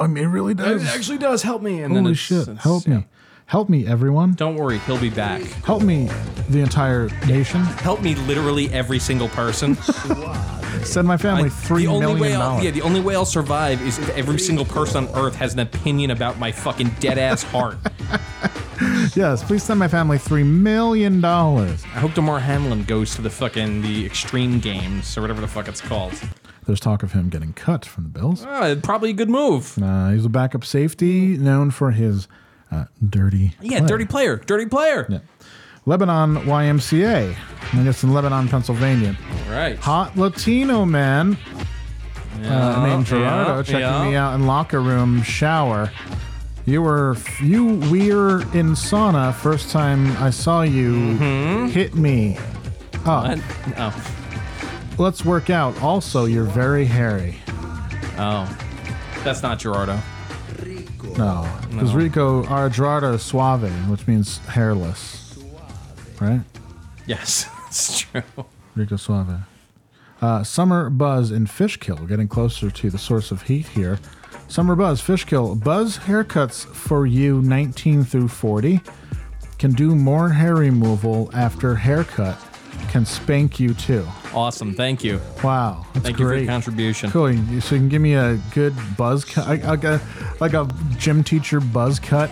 [SPEAKER 2] I mean, it really does.
[SPEAKER 3] It actually does help me. And then
[SPEAKER 2] Holy
[SPEAKER 3] it's-
[SPEAKER 2] shit!
[SPEAKER 3] it's-
[SPEAKER 2] Help me, help me, everyone!
[SPEAKER 3] Don't worry, he'll be back.
[SPEAKER 2] Help me, the entire nation.
[SPEAKER 3] Help me, literally every single person.
[SPEAKER 2] Send my family three
[SPEAKER 3] the
[SPEAKER 2] million
[SPEAKER 3] only way I'll,
[SPEAKER 2] dollars.
[SPEAKER 3] yeah, the only way I'll survive is if every single person on Earth has an opinion about my fucking dead ass heart.
[SPEAKER 2] Yes, please send my family three million dollars.
[SPEAKER 3] I hope Damar Hamlin goes to the fucking the extreme games or whatever the fuck it's called.
[SPEAKER 2] There's talk of him getting cut from the Bills.
[SPEAKER 3] Ah, probably a good move.
[SPEAKER 2] Uh, he's a backup safety known for his uh, dirty.
[SPEAKER 3] Yeah,
[SPEAKER 2] play.
[SPEAKER 3] dirty player, dirty player.
[SPEAKER 2] Lebanon YMCA. I guess in Lebanon, Pennsylvania.
[SPEAKER 3] All right.
[SPEAKER 2] Hot Latino man uh, named Gerardo
[SPEAKER 3] yeah,
[SPEAKER 2] checking
[SPEAKER 3] yeah.
[SPEAKER 2] me out in locker room shower. You were you we're in sauna. First time I saw you,
[SPEAKER 3] Mm-hmm.
[SPEAKER 2] hit me up.
[SPEAKER 3] What? Oh.
[SPEAKER 2] Let's work out. Also, you're very hairy.
[SPEAKER 3] Oh. That's not Gerardo.
[SPEAKER 2] No, because
[SPEAKER 3] No.
[SPEAKER 2] Rico our Gerardo is suave, which means hairless, right?
[SPEAKER 3] Yes, it's true.
[SPEAKER 2] Rico Suave. Uh, summer buzz in Fishkill, getting closer to the source of heat here. Summer Buzz, Fish Kill. Buzz haircuts for you 19 through 40. Can do more hair removal after haircut. Can spank you too.
[SPEAKER 3] Awesome. Thank you.
[SPEAKER 2] Wow. That's
[SPEAKER 3] Thank you for
[SPEAKER 2] great.
[SPEAKER 3] your contribution.
[SPEAKER 2] Cool. you- So you can give me a good buzz cut, like, like a, like a gym teacher buzz cut,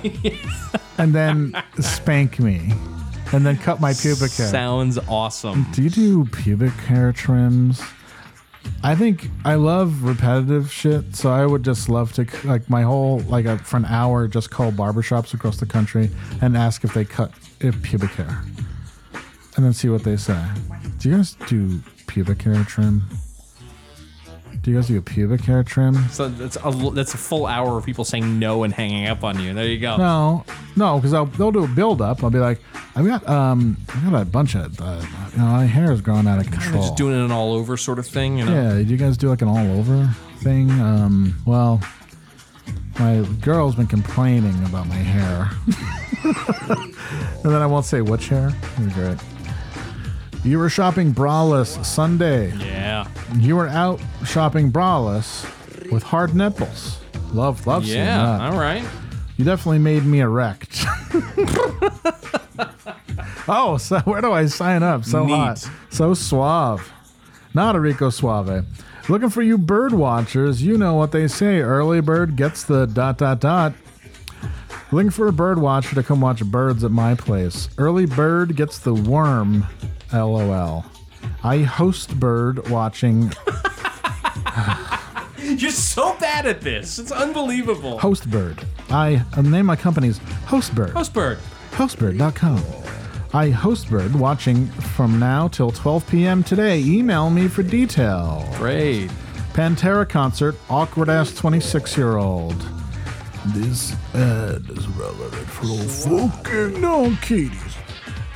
[SPEAKER 2] and then spank me, and then cut my pubic hair.
[SPEAKER 3] Sounds awesome.
[SPEAKER 2] Do you do pubic hair trims? I think I love repetitive shit, so I would just love to like my whole like a, for an hour just call barbershops across the country and ask if they cut if pubic hair, and then see what they say. Do you guys do pubic hair trim? Do you guys do a pubic hair trim?
[SPEAKER 3] So that's a that's a full hour of people saying no and hanging up on you. There you go.
[SPEAKER 2] No, no, because they'll do a build up. I'll be like, I've got um, I got a bunch of uh, you know, my hair is growing out of
[SPEAKER 3] They're
[SPEAKER 2] control.
[SPEAKER 3] just doing an all over sort of thing. You know?
[SPEAKER 2] Yeah, did you guys do like an all over thing? Um, well, my girl's been complaining about my hair. and then I won't say which hair. That'd be great. You were shopping braless Sunday.
[SPEAKER 3] Yeah.
[SPEAKER 2] You were out shopping braless with hard nipples. Love, love seeing
[SPEAKER 3] Yeah,
[SPEAKER 2] that.
[SPEAKER 3] all right.
[SPEAKER 2] You definitely made me erect. oh, so where do I sign up? So
[SPEAKER 3] Neat.
[SPEAKER 2] hot. So suave. Not a Rico Suave. Looking for you bird watchers. You know what they say. Early bird gets the dot dot dot. Looking for a bird watcher to come watch birds at my place. Early bird gets the worm. LOL. I host bird watching.
[SPEAKER 3] You're so bad at this. It's unbelievable.
[SPEAKER 2] host bird. I uh, name my company's host bird.
[SPEAKER 3] Hostbird.
[SPEAKER 2] Hostbird.com. I host Bird watching from now till 12 p.m. today. Email me for detail.
[SPEAKER 3] Great.
[SPEAKER 2] Pantera concert, awkward ass 26 year old. This ad is relevant for all fucking non Katie's.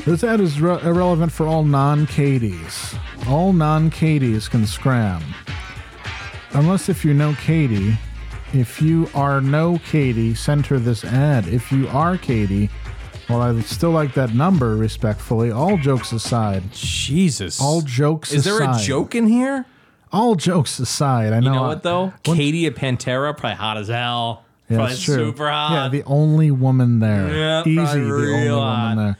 [SPEAKER 2] This ad is re- irrelevant for all non Katie's. All non Katie's can scram. Unless if you know Katie. If you are no Katie, send her this ad. If you are Katie, well, I still like that number, respectfully. All jokes aside.
[SPEAKER 3] Jesus.
[SPEAKER 2] All jokes
[SPEAKER 3] Is there
[SPEAKER 2] aside.
[SPEAKER 3] a joke in here?
[SPEAKER 2] All jokes aside. I know.
[SPEAKER 3] You know
[SPEAKER 2] I-
[SPEAKER 3] what though? Katie at Pantera, probably hot as hell.
[SPEAKER 2] Yeah,
[SPEAKER 3] probably
[SPEAKER 2] that's true.
[SPEAKER 3] super
[SPEAKER 2] Yeah,
[SPEAKER 3] hot.
[SPEAKER 2] the only woman there.
[SPEAKER 3] Yeah,
[SPEAKER 2] Easy,
[SPEAKER 3] probably
[SPEAKER 2] the
[SPEAKER 3] real
[SPEAKER 2] only
[SPEAKER 3] hot.
[SPEAKER 2] woman there.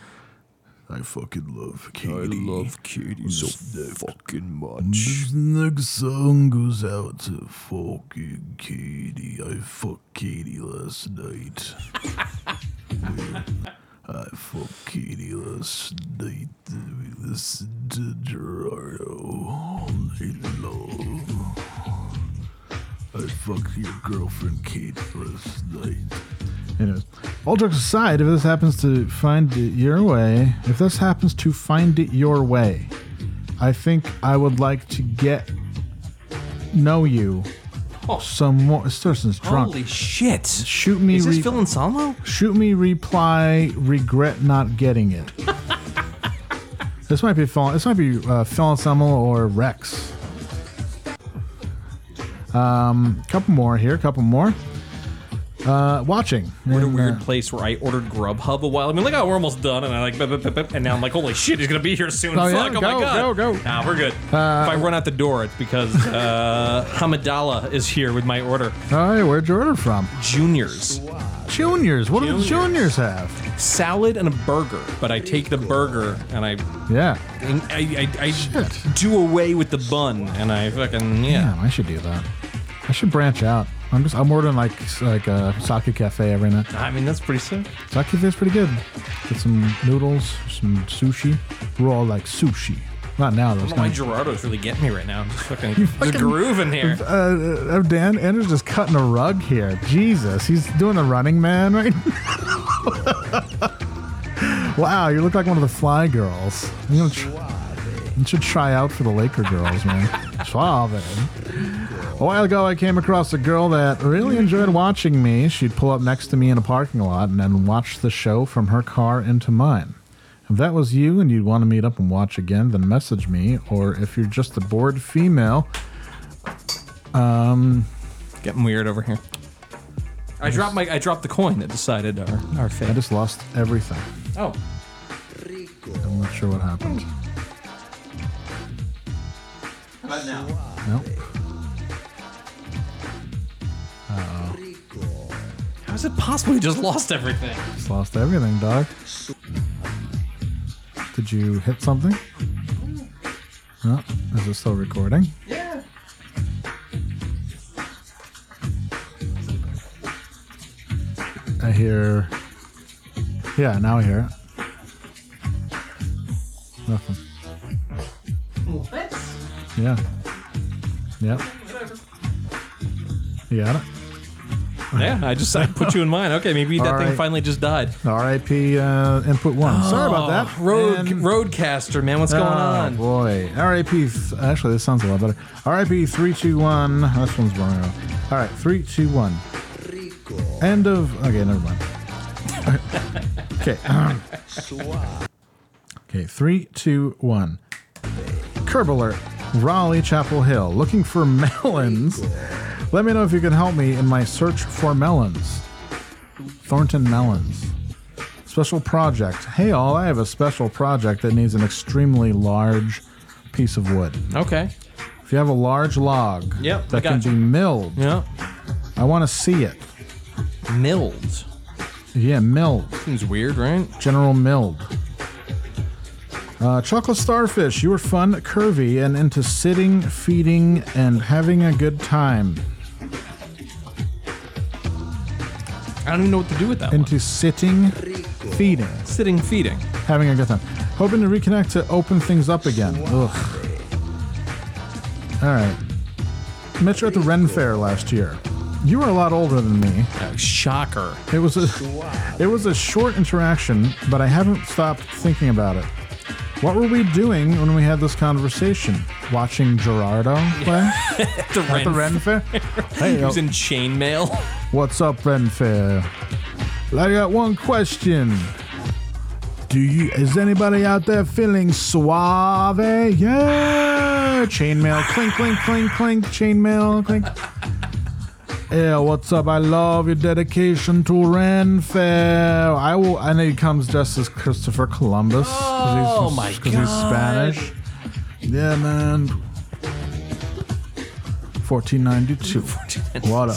[SPEAKER 15] I fucking love Katie. I love Katie so fucking much. This next song goes out to fucking Katie. I fucked Katie last night. I fucked Katie last night. We listened to Gerardo all night long. I fucked your girlfriend Katie last night.
[SPEAKER 2] Anyways, all jokes aside, if this happens to find it your way, if this happens to find it your way, I think I would like to get know you some more. This person's drunk.
[SPEAKER 3] Holy shit.
[SPEAKER 2] Shoot me.
[SPEAKER 3] Is this
[SPEAKER 2] re-
[SPEAKER 3] Phil Anselmo?
[SPEAKER 2] Shoot me. Reply. Regret not getting it. this might be Phil. This might be uh, Phil Anselmo or Rex. Um, couple more here. Couple more. Uh, watching.
[SPEAKER 3] We're in a
[SPEAKER 2] And,
[SPEAKER 3] weird
[SPEAKER 2] uh,
[SPEAKER 3] place where I ordered Grubhub a while. I mean, look how we're almost done, and I like, bup, bup, bup, bup, and now I'm like, holy shit, he's gonna be here soon.
[SPEAKER 2] Oh, yeah,
[SPEAKER 3] Fuck, oh my
[SPEAKER 2] go,
[SPEAKER 3] god.
[SPEAKER 2] go, Uh, go.
[SPEAKER 3] Nah, we're good. if I run out the door, it's because uh, Hamadala is here with my order.
[SPEAKER 2] All right, where'd you order from?
[SPEAKER 3] Juniors.
[SPEAKER 2] Juniors. What do the juniors have?
[SPEAKER 3] Salad and a burger, but I take the burger and I
[SPEAKER 2] Yeah.
[SPEAKER 3] and I, I, I do away with the bun, and I fucking yeah.
[SPEAKER 2] Damn, I should do that. I should branch out. I'm just I'm ordering like like a sake cafe every night.
[SPEAKER 3] I mean, that's pretty sick.
[SPEAKER 2] Sake cafe's pretty good. Get some noodles, some sushi. Raw like sushi. Not now
[SPEAKER 3] I
[SPEAKER 2] though.
[SPEAKER 3] don't
[SPEAKER 2] it's
[SPEAKER 3] know why
[SPEAKER 2] kinda-
[SPEAKER 3] Gerardo's really getting me right now. I'm just fucking, there's a groove in here.
[SPEAKER 2] Uh, uh, Dan Andrew's just cutting a rug here. Jesus, he's doing the running man right. now. wow, you look like one of the fly girls. I'm gonna tr- you should try out for the Laker girls, man. Suave. A while ago, I came across a girl that really enjoyed watching me. She'd pull up next to me in a parking lot and then watch the show from her car into mine. If that was you and you'd want to meet up and watch again, then message me. Or if you're just a bored female, um,
[SPEAKER 3] Getting weird over here. I dropped my I dropped the coin that decided our our fate.
[SPEAKER 2] I just lost everything.
[SPEAKER 3] Oh.
[SPEAKER 2] I'm not sure what happened.
[SPEAKER 3] But now.
[SPEAKER 2] Nope. Uh-oh.
[SPEAKER 3] How is it possible you just lost everything?
[SPEAKER 2] Just lost everything, dog. Did you hit something? No. Is it still recording?
[SPEAKER 1] Yeah.
[SPEAKER 2] I hear. Yeah, now I hear it. Nothing.
[SPEAKER 1] What?
[SPEAKER 2] Yeah. Yep. You got it?
[SPEAKER 3] Yeah, I just I put you in mine. Okay, maybe that
[SPEAKER 2] All
[SPEAKER 3] thing
[SPEAKER 2] right.
[SPEAKER 3] finally just died.
[SPEAKER 2] RIP uh, input one. Sorry about that.
[SPEAKER 3] Oh, Road Roadcaster, man, what's going
[SPEAKER 2] oh,
[SPEAKER 3] on?
[SPEAKER 2] boy. RIP. th- actually, this sounds a lot better. RIP 321. This one's wrong. All right, 321. End of. Okay, never mind. okay. um, okay, 321. Curb alert. Raleigh, Chapel Hill. Looking for melons. Let me know if you can help me in my search for melons. Thornton Melons. Special project. Hey all, I have a special project that needs an extremely large piece of wood.
[SPEAKER 3] Okay.
[SPEAKER 2] If you have a large log
[SPEAKER 3] Yep, I
[SPEAKER 2] that can
[SPEAKER 3] got
[SPEAKER 2] be milled,
[SPEAKER 3] Yeah.
[SPEAKER 2] I want to see it.
[SPEAKER 3] Milled.
[SPEAKER 2] Yeah, milled.
[SPEAKER 3] Seems weird, right?
[SPEAKER 2] General Milled. Uh, Chocolate Starfish, you were fun, curvy, and into sitting, feeding, and having a good time.
[SPEAKER 3] I don't even know what to do with that
[SPEAKER 2] into sitting, feeding.
[SPEAKER 3] Sitting, feeding.
[SPEAKER 2] Having a good time. Hoping to reconnect to open things up again. Ugh. All right. Met you at the Ren Fair last year. You were a lot older than me.
[SPEAKER 3] Oh, shocker.
[SPEAKER 2] It was a, it was a short interaction, but I haven't stopped thinking about it. What were we doing when we had this conversation? Watching Gerardo play?
[SPEAKER 3] the
[SPEAKER 2] At the Ren Fair? Hey,
[SPEAKER 3] he was
[SPEAKER 2] yo.
[SPEAKER 3] in chainmail.
[SPEAKER 2] What's up, Renfair? I got one question. Do you is anybody out there feeling suave? Yeah. Chainmail clink clink clink clink chainmail clink. Yeah, what's up? I love your dedication to Renfair. I will I know he comes dressed as Christopher Columbus. 'cause he's-
[SPEAKER 3] Oh my
[SPEAKER 2] 'cause he's
[SPEAKER 3] God.
[SPEAKER 2] Spanish. Yeah, man. 1492. What up?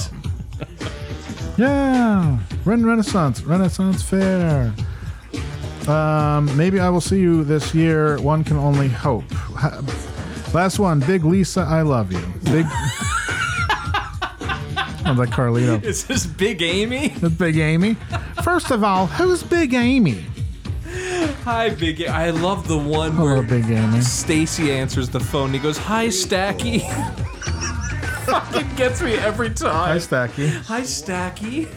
[SPEAKER 2] Yeah, Ren Renaissance, Renaissance Fair. Um, maybe I will see you this year. One can only hope. Ha- Last one, Big Lisa, I love you. Big. I'm like Carlito.
[SPEAKER 3] Is this Big Amy?
[SPEAKER 2] That's Big Amy. First of all, who's Big Amy?
[SPEAKER 3] Hi, Big. A- I love the one
[SPEAKER 2] Hello, Big Amy.
[SPEAKER 3] where Stacy answers the phone. and He goes, "Hi, Stacky." Fucking gets me every
[SPEAKER 2] Hi,
[SPEAKER 3] time.
[SPEAKER 2] Stacky.
[SPEAKER 3] Hi, Stacky.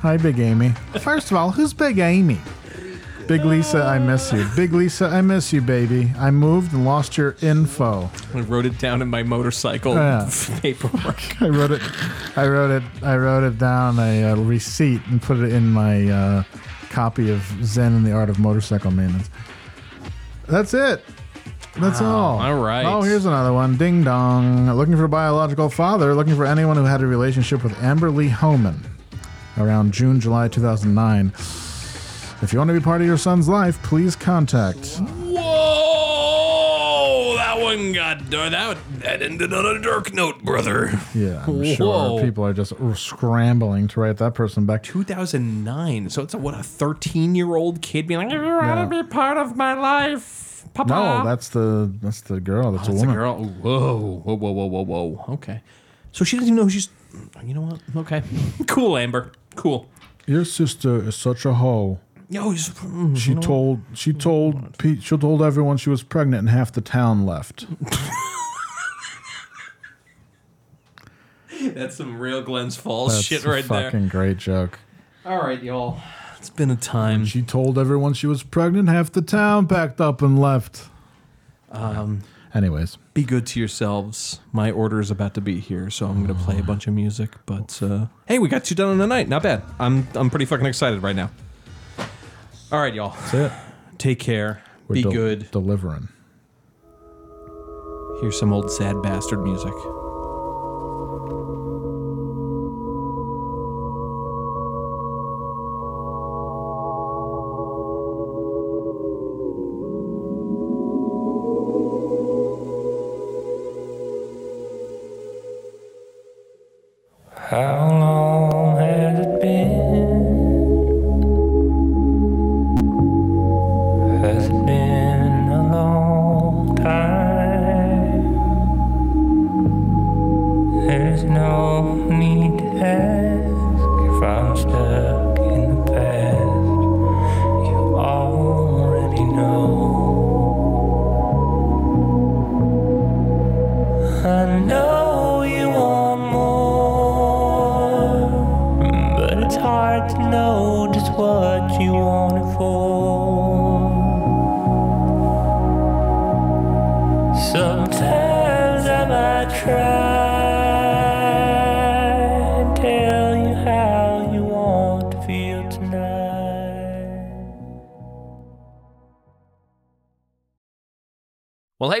[SPEAKER 2] Hi, Big Amy. First of all, who's Big Amy? Big Lisa, I miss you. Big Lisa, I miss you, baby. I moved and lost your info.
[SPEAKER 3] I wrote it down in my motorcycle
[SPEAKER 2] Oh, Yeah.
[SPEAKER 3] paperwork.
[SPEAKER 2] I wrote it. I wrote it. I wrote it down a uh, receipt and put it in my uh, copy of Zen and the Art of Motorcycle Maintenance. That's it. That's all.
[SPEAKER 3] all right.
[SPEAKER 2] Oh, here's another one. Ding dong. Looking for a biological father. Looking for anyone who had a relationship with Amber Lee Homan around June, July 2009. If you want to be part of your son's life, please contact.
[SPEAKER 3] Whoa! That one got uh, that. That ended on a dark note, brother.
[SPEAKER 2] Yeah, I'm
[SPEAKER 3] Whoa.
[SPEAKER 2] sure people are just scrambling to write that person back.
[SPEAKER 3] 2009. So it's a, what a 13 year old kid being like, "You want to be part of my life, Papa?"
[SPEAKER 2] No, that's the that's the girl. That's a
[SPEAKER 3] Oh, That's a
[SPEAKER 2] woman.
[SPEAKER 3] girl. Whoa, whoa, whoa, whoa, whoa, whoa. Okay. So she doesn't even know who she's. You know what? Okay. cool, Amber. Cool.
[SPEAKER 2] Your sister is such a hoe.
[SPEAKER 3] Yo, he's- mm,
[SPEAKER 2] She
[SPEAKER 3] you know what?
[SPEAKER 2] told she told Pete she told everyone she was pregnant and half the town left.
[SPEAKER 3] That's some real Glens Falls
[SPEAKER 2] That's
[SPEAKER 3] shit
[SPEAKER 2] a
[SPEAKER 3] right there.
[SPEAKER 2] fucking great joke.
[SPEAKER 3] All right, y'all. It's been a time.
[SPEAKER 2] She told everyone she was pregnant, half the town packed up and left.
[SPEAKER 3] Um,
[SPEAKER 2] Anyways,
[SPEAKER 3] be good to yourselves. My order is about to be here, so I'm gonna play a bunch of music. But uh, hey, we got two done in a night. Not bad. I'm I'm pretty fucking excited right now. All right, y'all. That's
[SPEAKER 2] it.
[SPEAKER 3] Take care.
[SPEAKER 2] We're
[SPEAKER 3] be
[SPEAKER 2] del-
[SPEAKER 3] good.
[SPEAKER 2] Delivering.
[SPEAKER 3] Here's some old sad bastard music.
[SPEAKER 16] How long had it been I'm stuck in the past. You already know. I know you want more, but it's hard to know just what you want it for. Sometimes I might try and tell you how you want to feel tonight.
[SPEAKER 17] Well, hey,